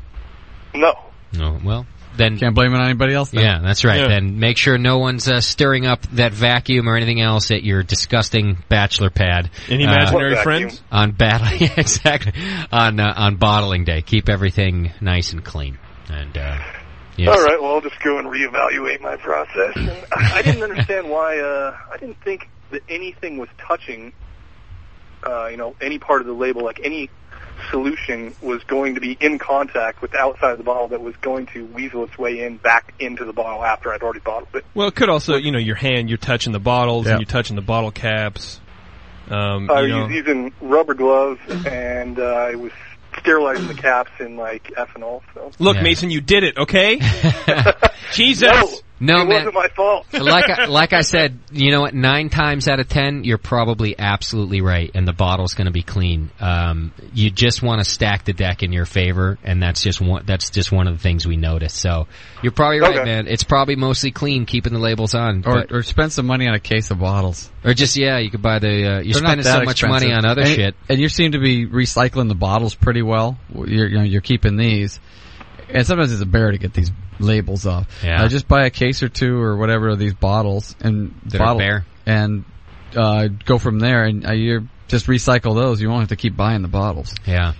Speaker 17: no.
Speaker 2: No, well, then
Speaker 4: can't blame it on anybody else. Then.
Speaker 2: Yeah, that's right.
Speaker 4: Yeah.
Speaker 2: Then make sure no one's uh, stirring up that vacuum or anything else at your disgusting bachelor pad.
Speaker 5: Any
Speaker 2: Uh,
Speaker 5: imaginary friends?
Speaker 2: on battle, yeah, exactly. On uh, on bottling day, keep everything nice and clean. And uh, yes.
Speaker 17: All right. Well, I'll just go and reevaluate my process. And I I didn't understand why. Uh, I didn't think that anything was touching. Uh, you know, any part of the label, like any solution, was going to be in contact with the outside of the bottle that was going to weasel its way in back into the bottle after I'd already bottled it.
Speaker 5: Well, it could also, you know, your hand, you're touching the bottles
Speaker 17: Yeah.
Speaker 5: and you're touching the bottle caps. Um,
Speaker 17: I
Speaker 5: you
Speaker 17: was
Speaker 5: know,
Speaker 17: using rubber gloves and uh, I was sterilizing the caps in like ethanol. So
Speaker 5: Look, Mason, you did it, okay? Jesus!
Speaker 2: No,
Speaker 17: it
Speaker 2: man.
Speaker 17: wasn't my fault.
Speaker 2: like I, like I said, you know what? Nine times out of ten, you're probably absolutely right, and the bottle's going to be clean. Um, you just want to stack the deck in your favor, and that's just one. That's just one of the things we notice. So you're probably right,
Speaker 4: Okay.
Speaker 2: man. It's probably mostly clean, keeping the labels on,
Speaker 4: Or,
Speaker 2: but-
Speaker 4: or spend some money on a case of bottles.
Speaker 2: or just yeah, you could buy the. Uh, you're
Speaker 4: They're not
Speaker 2: spending
Speaker 4: that
Speaker 2: so much money on
Speaker 4: expensive.
Speaker 2: other
Speaker 4: and,
Speaker 2: shit.
Speaker 4: And you seem to be recycling the bottles pretty well. You're, you know, you're keeping these. And sometimes it's a bear to get these labels off.
Speaker 2: Yeah.
Speaker 4: Uh, just buy a case or two or whatever of these bottles and
Speaker 2: That are
Speaker 4: bottle
Speaker 2: bare.
Speaker 4: and uh, go from there. And uh, you just recycle those. You won't have to keep buying the bottles.
Speaker 2: Yeah.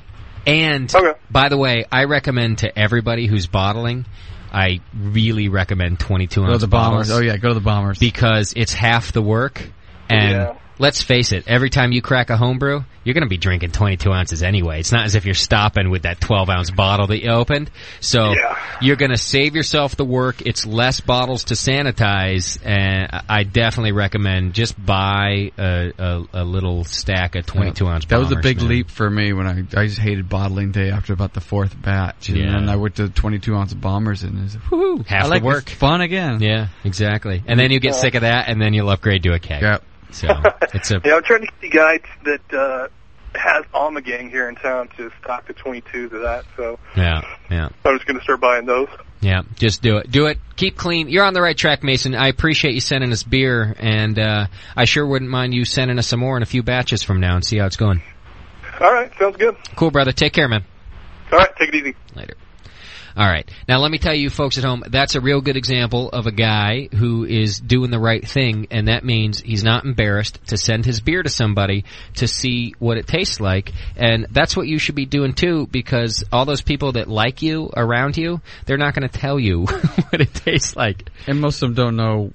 Speaker 2: And by the way, I recommend to everybody who's bottling. I really recommend 22
Speaker 4: Go
Speaker 2: ounce
Speaker 4: to the bombers.
Speaker 2: bottles.
Speaker 4: Oh yeah, go to the bombers
Speaker 2: because it's half the work And let's face it, every time you crack a homebrew, you're going to be drinking 22 ounces anyway. It's not as if you're stopping with that 12 ounce bottle that you opened. So you're going to save yourself the work. It's less bottles to sanitize, and I- I definitely recommend just buy a, a, a little stack of 22 ounce.
Speaker 3: That was a
Speaker 2: bombers,
Speaker 3: big
Speaker 2: man.
Speaker 3: leap for me when I I just hated bottling day after about the fourth batch, and
Speaker 2: Yeah.
Speaker 3: then I went to 22 ounce bombers and it's woohoo,
Speaker 2: Half
Speaker 3: I
Speaker 2: the
Speaker 3: like
Speaker 2: work.
Speaker 3: fun again.
Speaker 2: Yeah, exactly. And then you get sick of that, and then you'll upgrade to a keg. Yep. So it's a
Speaker 17: Yeah, I'm trying to get the guy that uh, has Alma Gang here in town to stock the 22s of that, so
Speaker 2: yeah, yeah.
Speaker 17: I'm just going to start buying those.
Speaker 2: Yeah, just do it. Do it. Keep clean. You're on the right track, Mason. I appreciate you sending us beer, and uh, I sure wouldn't mind you sending us some more in a few batches from now and see how it's going.
Speaker 17: All right, sounds good.
Speaker 2: Cool, brother. Take care, man.
Speaker 17: All right, take it easy.
Speaker 2: Later. All right. Now let me tell you folks at home, that's a real good example of a guy who is doing the right thing and that means he's not embarrassed to send his beer to somebody to see what it tastes like. And that's what you should be doing too because all those people that like you around you, they're not going to tell you what it tastes like.
Speaker 3: And most of them don't know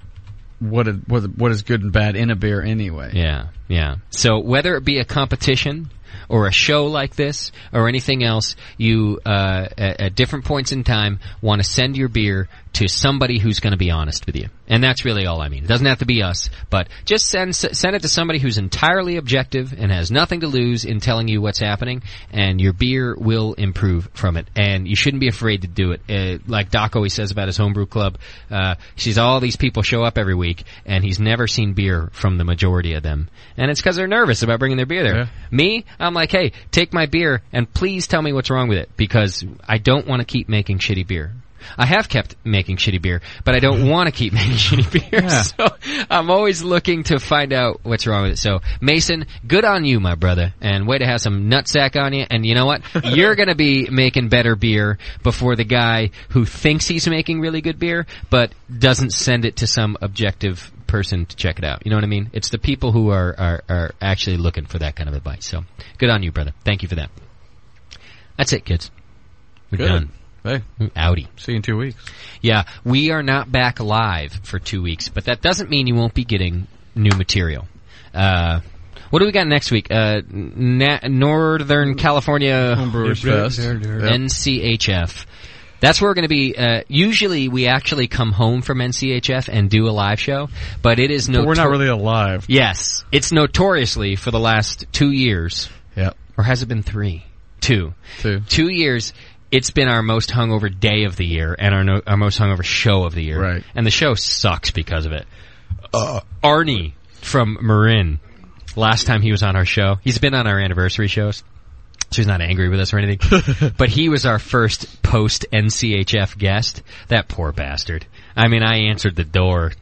Speaker 3: what it, what what is good and bad in a beer anyway.
Speaker 2: Yeah, yeah. So whether it be a competition or a show like this or anything else, you uh, at, at different points in time want to send your beer to somebody who's going to be honest with you, and that's really all I mean. It doesn't have to be us, but just send s- send it to somebody who's entirely objective and has nothing to lose in telling you what's happening, and your beer will improve from it. And you shouldn't be afraid to do it. Uh, like Doc always says about his homebrew club, uh, he sees all these people show up every week, and he's never seen beer from the majority of them. And it's because they're nervous about bringing their beer there. Me, I'm like, hey, take my beer and please tell me what's wrong with it because I don't want to keep making shitty beer. I have kept making shitty beer, but I don't want to keep making shitty beer. So I'm always looking to find out what's wrong with it. So Mason, good on you, my brother, and way to have some nutsack on you. And you know what? You're going to be making better beer before the guy who thinks he's making really good beer, but doesn't send it to some objective person to check it out. You know what I mean? It's the people who are, are, are actually looking for that kind of advice. So good on you, brother. Thank you for that. That's it, kids. We're
Speaker 3: Good.
Speaker 2: done.
Speaker 3: Hey.
Speaker 2: Audi.
Speaker 3: See you in two weeks.
Speaker 2: Yeah, we are not back live for two weeks, but that doesn't mean you won't be getting new material. Uh, what do we got next week? Uh, Na- Northern California
Speaker 3: Homebrewers Fest.
Speaker 2: NCHF. That's where we're going to be. Uh, usually, we actually come home from NCHF and do a live show, but it is no.
Speaker 3: But we're not really alive.
Speaker 2: Yes, it's notoriously for the last two years.
Speaker 3: Yep.
Speaker 2: Or has it been three? Two.
Speaker 3: Two.
Speaker 2: Two years. It's been our most hungover day of the year and our no, our most hungover show of the year. Right. And the show sucks because of it. Uh, Arnie from Marin. Last time he was on our show, he's been on our anniversary shows. So he's not angry with us or anything. but he was our first post NCHF guest. That poor bastard. I mean, I answered the door.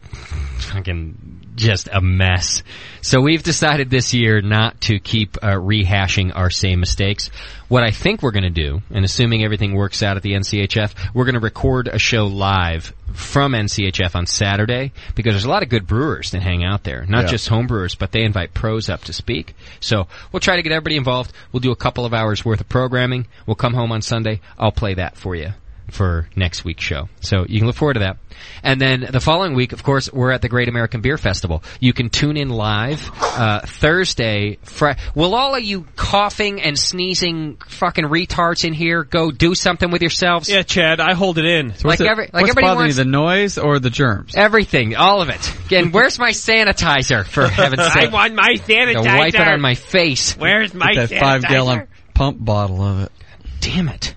Speaker 2: Fucking just a mess. So we've decided this year not to keep uh, rehashing our same mistakes. What I think we're going to do, and assuming everything works out at the NCHF, we're going to record a show live from NCHF on Saturday because there's a lot of good brewers that hang out there, not
Speaker 23: Yeah.
Speaker 2: just homebrewers, but they invite pros up to speak. So we'll try to get everybody involved. We'll do a couple of hours worth of programming. We'll come home on Sunday. I'll play that for you for next week's show. So you can look forward to that. And then the following week, of course, we're at the Great American Beer Festival. You can tune in live uh, Thursday. Fri- Will all of you coughing and sneezing fucking retards in here go do something with yourselves?
Speaker 5: Yeah, Chad, I hold it in.
Speaker 2: Like every- like
Speaker 3: what's
Speaker 2: everybody
Speaker 3: bothering
Speaker 2: wants-
Speaker 3: you, the noise or the germs?
Speaker 2: Everything, all of it. And where's my sanitizer? For heaven's sake,
Speaker 31: want my
Speaker 2: They'll
Speaker 31: sanitizer.
Speaker 2: wipe it on my face.
Speaker 31: Where's my
Speaker 3: Get that
Speaker 31: sanitizer?
Speaker 3: five gallon pump bottle of it.
Speaker 2: Damn it.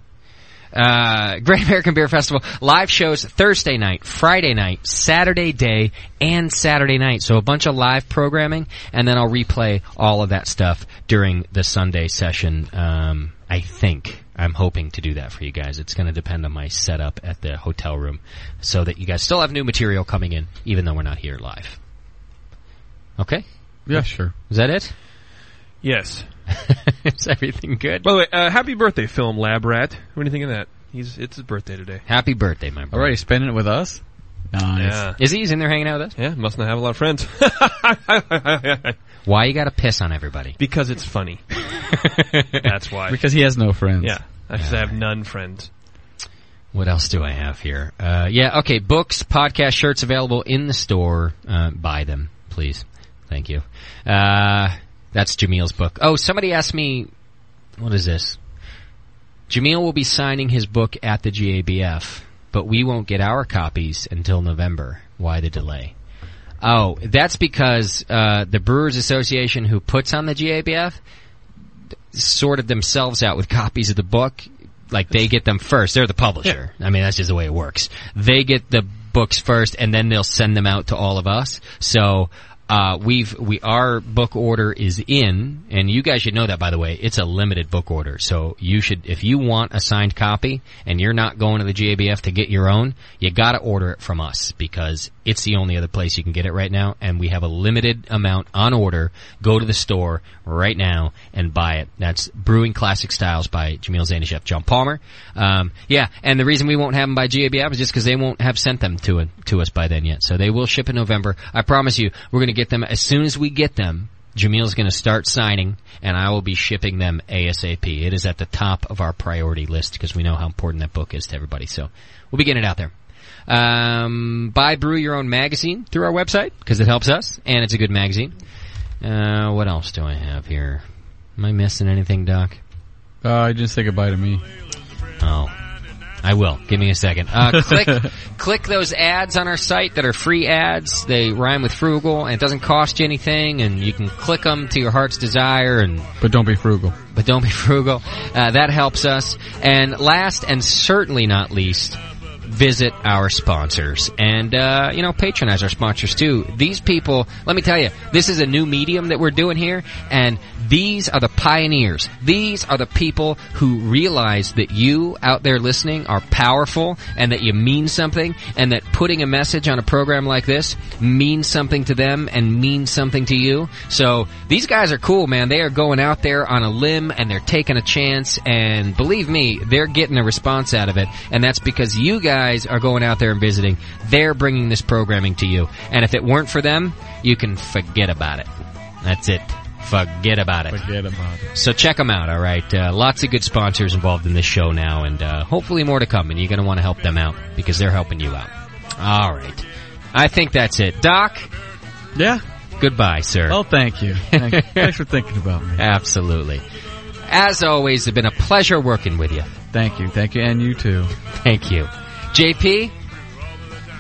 Speaker 2: Uh, Great American Beer Festival live shows Thursday night, Friday night, Saturday day, and Saturday night. So a bunch of live programming, and then I'll replay all of that stuff during the Sunday session. Um, I think I'm hoping to do that for you guys. It's going to depend on my setup at the hotel room, so that you guys still have new material coming in, even though we're not here live. Okay.
Speaker 3: Yeah, sure.
Speaker 2: Is that it?
Speaker 5: Yes.
Speaker 2: Is everything good?
Speaker 5: By the way, uh, happy birthday, film lab rat. What do you think of that? He's it's his birthday today.
Speaker 2: Happy birthday, my brother.
Speaker 3: Already spending it with us? Nice.
Speaker 5: Yeah.
Speaker 2: Is he? He's in there hanging out with us.
Speaker 5: Yeah, must not have a lot of friends.
Speaker 2: Why you got to piss on everybody?
Speaker 5: Because it's funny. That's why.
Speaker 3: Because he has no friends.
Speaker 5: Yeah, I just have none friends.
Speaker 2: What else do I have here? Uh, yeah, okay. Books, podcast shirts available in the store. Uh, buy them, please. Thank you. Uh, that's Jamil's book. Oh, somebody asked me, what is this? Jamil will be signing his book at the GABF, but we won't get our copies until November. Why the delay? Oh, that's because uh, the Brewers Association, who puts on the GABF, sorted themselves out with copies of the book. Like they get them first. They're the publisher. I mean, that's just the way it works. They get the books first, and then they'll send them out to all of us. So uh, we've we our book order is in, and you guys should know that by the way. It's a limited book order, so you should if you want a signed copy and you're not going to the GABF to get your own, you got to order it from us because it's the only other place you can get it right now, and we have a limited amount on order. Go to the store right now and buy it. That's Brewing Classic Styles by Jamil Zanishev, John Palmer. Um, yeah, and the reason we won't have them by GABF is just because they won't have sent them to it, to us by then yet. So they will ship in November. I promise you, we're going to get them as soon as we get them. Jamil's going to start signing, and I will be shipping them ASAP. It is at the top of our priority list because we know how important that book is to everybody. So we'll be getting it out there. Um, buy Brew Your Own magazine through our website because it helps us and it's a good magazine. Uh, what else do I have here? Am I missing anything, Doc?
Speaker 3: Uh, just say goodbye to me.
Speaker 2: Oh. I will. Give me a second. Uh, click, click those ads on our site that are free ads. They rhyme with frugal, and it doesn't cost you anything. And you can click them to your heart's desire. And
Speaker 3: but don't be frugal.
Speaker 2: but don't be frugal. Uh, that helps us. And last and certainly not least, visit our sponsors and uh, you know patronize our sponsors too. These people, let me tell you, this is a new medium that we're doing here, and these are the pioneers. These are the people who realize that you out there listening are powerful and that you mean something, and that putting a message on a program like this means something to them and means something to you. So these guys are cool, man. They are going out there on a limb and they're taking a chance. And believe me, they're getting a response out of it. And that's because you guys are going out there and visiting. They're bringing this programming to you. And if it weren't for them, you can forget about it. That's it. Forget about it.
Speaker 3: Forget about it.
Speaker 2: So check them out, all right? Uh, lots of good sponsors involved in this show now, and uh, hopefully more to come. And you're going to want to help them out because they're helping you out. All right. I think that's it. Doc?
Speaker 3: Yeah?
Speaker 2: Goodbye, sir.
Speaker 3: Oh, thank you. Thank you. Thanks for thinking about me.
Speaker 2: Absolutely. As always, it's been a pleasure working with you.
Speaker 3: Thank you. Thank you. And you too.
Speaker 2: Thank you. JP?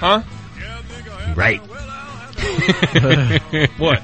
Speaker 5: Huh?
Speaker 2: Right.
Speaker 5: what?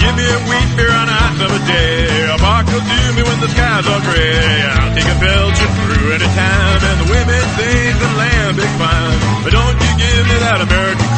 Speaker 9: Give me a wheat beer on a hot summer day. A bark will do me when the skies are gray. I'll take a Belgian brew anytime, and the women think the lambic fine. But don't you give me that American